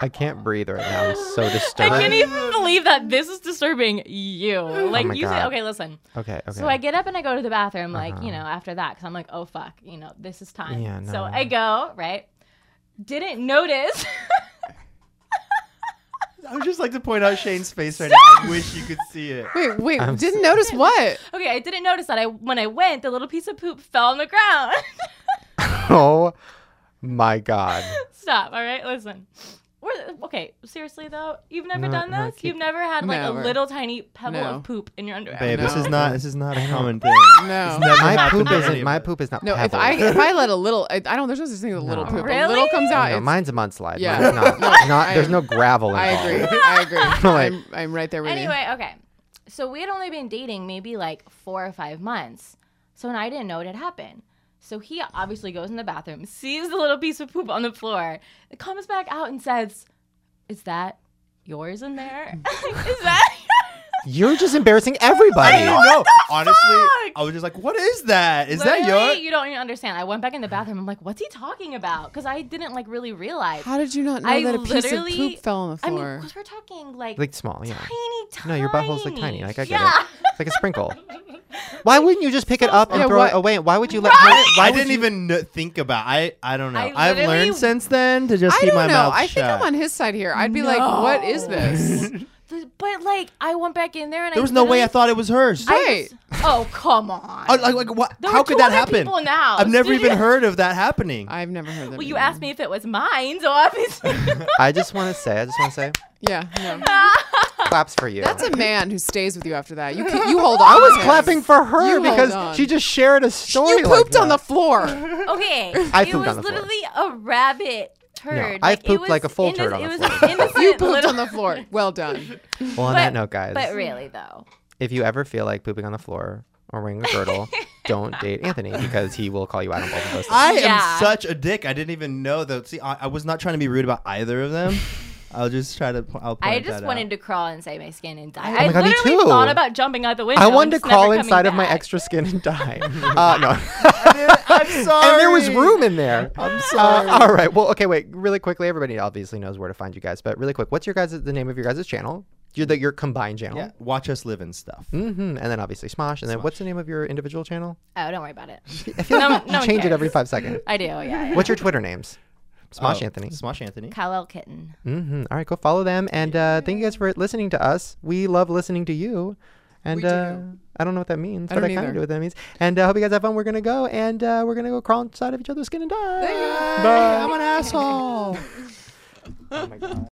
Speaker 1: I can't breathe right now. I'm so
Speaker 5: I
Speaker 1: disturbed.
Speaker 5: can't even believe that this is disturbing you. Like
Speaker 1: Oh my
Speaker 5: you say,
Speaker 1: God.
Speaker 5: okay, listen.
Speaker 1: Okay. Okay.
Speaker 5: So I get up and I go to the bathroom, like, you know, after that, because I'm like, oh, fuck, you know, this is time.
Speaker 1: Yeah,
Speaker 5: So
Speaker 1: no.
Speaker 5: I go, right? Didn't notice.
Speaker 4: I would just like to point out Shane's face right now. I wish you could see it.
Speaker 2: Wait, wait,
Speaker 1: I'm
Speaker 2: didn't notice what?
Speaker 5: Okay, I didn't notice that. I when I went, the little piece of poop fell on the ground.
Speaker 1: Oh my god.
Speaker 5: Stop. All right, listen. We're, okay, seriously though, you've never
Speaker 1: No,
Speaker 5: done
Speaker 1: no,
Speaker 5: this.
Speaker 1: keep-
Speaker 5: you've never had like
Speaker 2: Never.
Speaker 5: a little tiny pebble
Speaker 2: No.
Speaker 5: of poop in your underwear.
Speaker 4: Babe, this
Speaker 2: No.
Speaker 4: is not this is not a common thing.
Speaker 2: No.
Speaker 4: Never
Speaker 1: My
Speaker 4: happened
Speaker 1: poop
Speaker 4: to
Speaker 1: isn't.
Speaker 4: any
Speaker 1: My
Speaker 4: of us.
Speaker 1: poop is not.
Speaker 2: No, if
Speaker 1: pebble.
Speaker 2: I if I let a little, I, I don't. There's no such thing as a little
Speaker 1: No.
Speaker 2: poop. A
Speaker 5: Really?
Speaker 2: little comes out.
Speaker 1: No,
Speaker 2: it's-
Speaker 1: mine's a mudslide.
Speaker 2: Yeah.
Speaker 1: Mine's not.
Speaker 2: No,
Speaker 1: It's not-
Speaker 2: I-
Speaker 1: there's no gravel.
Speaker 2: I
Speaker 1: involved.
Speaker 2: agree. I agree.
Speaker 1: Like-
Speaker 2: I'm I'm right there with you.
Speaker 5: Anyway, okay. So we had only been dating maybe like four or five months. So and I didn't know it had happened. So he obviously goes in the bathroom, sees the little piece of poop on the floor, comes back out and says, Is that yours in there? Is that
Speaker 1: You're just embarrassing everybody.
Speaker 4: I didn't know. Honestly,
Speaker 5: fuck?
Speaker 4: I was just like, what is that? Is that
Speaker 5: Literally,
Speaker 4: your?
Speaker 5: You don't even understand. I went back in the bathroom. I'm like, what's he talking about? Because I didn't like really realize.
Speaker 2: How did you not know
Speaker 5: I
Speaker 2: that a piece of
Speaker 5: literally-
Speaker 2: poop fell on the
Speaker 5: I mean,
Speaker 2: floor?
Speaker 5: because we're talking like,
Speaker 1: Like small, yeah.
Speaker 5: tiny, tiny.
Speaker 1: No, your butthole's like tiny. Like I get
Speaker 5: yeah.
Speaker 1: it. It's like a sprinkle. Why wouldn't you just pick it up and
Speaker 2: Yeah,
Speaker 1: throw
Speaker 2: why-
Speaker 1: it away? Why would you let?
Speaker 4: I,
Speaker 1: Why, why would
Speaker 4: didn't
Speaker 1: you-
Speaker 4: even kn- think about. I I don't know.
Speaker 5: I
Speaker 4: I've
Speaker 5: literally-
Speaker 4: learned since then to just
Speaker 2: I
Speaker 4: keep
Speaker 2: don't
Speaker 4: my
Speaker 2: know.
Speaker 4: mouth
Speaker 2: I
Speaker 4: shut.
Speaker 2: think I'm on his side here. I'd be like, what is this?
Speaker 5: The- But like, I went back in there and I
Speaker 4: there was no way I
Speaker 5: literally-
Speaker 4: thought it was hers.
Speaker 2: Right.
Speaker 5: I was- oh come on!
Speaker 4: I- like, like, what?
Speaker 5: There
Speaker 4: How
Speaker 5: were
Speaker 4: could that
Speaker 5: 200
Speaker 4: happen?
Speaker 5: people in the house.
Speaker 4: I've never
Speaker 5: Did
Speaker 4: even
Speaker 5: you-
Speaker 4: heard of that happening.
Speaker 2: I've never heard that.
Speaker 5: Well, you
Speaker 2: before.
Speaker 5: asked me if it was mine, so obviously.
Speaker 1: I just want to say. I just want to say.
Speaker 2: Yeah. No.
Speaker 1: Claps for you.
Speaker 2: That's a man who stays with you after that. You keep- you hold on.
Speaker 1: I was
Speaker 2: to him.
Speaker 1: clapping for her
Speaker 2: You hold
Speaker 1: because
Speaker 2: on.
Speaker 1: she just shared a story.
Speaker 2: You
Speaker 1: like
Speaker 2: pooped on
Speaker 1: that.
Speaker 2: the floor.
Speaker 5: okay,
Speaker 1: I
Speaker 5: it
Speaker 1: pooped
Speaker 5: was
Speaker 1: on the floor.
Speaker 5: literally a rabbit turd.
Speaker 1: No, I
Speaker 5: it
Speaker 1: pooped
Speaker 5: was
Speaker 1: like a full
Speaker 5: inno-
Speaker 1: turd on
Speaker 5: it
Speaker 1: the
Speaker 5: was
Speaker 1: floor.
Speaker 5: An innocent
Speaker 2: You pooped
Speaker 5: little-
Speaker 2: on the floor. Well done.
Speaker 1: Well, on
Speaker 5: But-
Speaker 1: that note, guys,
Speaker 5: But really though,
Speaker 1: if you ever feel like pooping on the floor or wearing a girdle, don't date Anthony because he will call you out on both of those. Things.
Speaker 4: I
Speaker 5: Yeah.
Speaker 4: am such a dick. I didn't even know that. See, I, I was not trying to be rude about either of them. I'll just try to. po- I'll point
Speaker 5: I just
Speaker 4: that
Speaker 5: wanted
Speaker 4: out.
Speaker 5: to crawl inside my skin and die.
Speaker 1: Oh my
Speaker 5: I
Speaker 1: God, me
Speaker 5: literally
Speaker 1: too.
Speaker 5: thought about jumping out the window.
Speaker 1: I
Speaker 5: and
Speaker 1: wanted to
Speaker 5: just never
Speaker 1: crawl
Speaker 5: coming
Speaker 1: inside of my
Speaker 5: back.
Speaker 1: extra skin and die. uh, no.
Speaker 4: I'm sorry.
Speaker 1: and there was room in there.
Speaker 4: I'm
Speaker 1: Uh,
Speaker 4: sorry.
Speaker 1: all right. Well, okay. Wait. Really quickly, everybody obviously knows where to find you guys, but really quick, what's your guys' the name of your guys' channel? Your the, your combined channel.
Speaker 4: Yeah, watch us live and stuff.
Speaker 1: Mm-hmm. And then obviously Smosh. And then what's the name of your individual channel?
Speaker 5: Oh, don't worry about it.
Speaker 1: I feel
Speaker 5: No,
Speaker 1: like you,
Speaker 5: no
Speaker 1: you
Speaker 5: one
Speaker 1: change it
Speaker 5: cares.
Speaker 1: every five seconds.
Speaker 5: I do. Yeah. yeah.
Speaker 1: What's your Twitter names? Smosh
Speaker 4: Oh,
Speaker 1: Anthony.
Speaker 4: Smosh Anthony.
Speaker 5: Kyle Kitten.
Speaker 1: Mm-hmm. All right, go follow them, and uh, thank you guys for listening to us. We love listening to you, and uh, I don't know what that means,
Speaker 2: I
Speaker 1: but
Speaker 2: don't
Speaker 1: I kind of
Speaker 2: either.
Speaker 1: know what that means. And uh, hope you guys have fun. We're gonna go, and uh, we're gonna go crawl inside of each other's skin and die.
Speaker 2: you.
Speaker 1: Bye. I'm an asshole.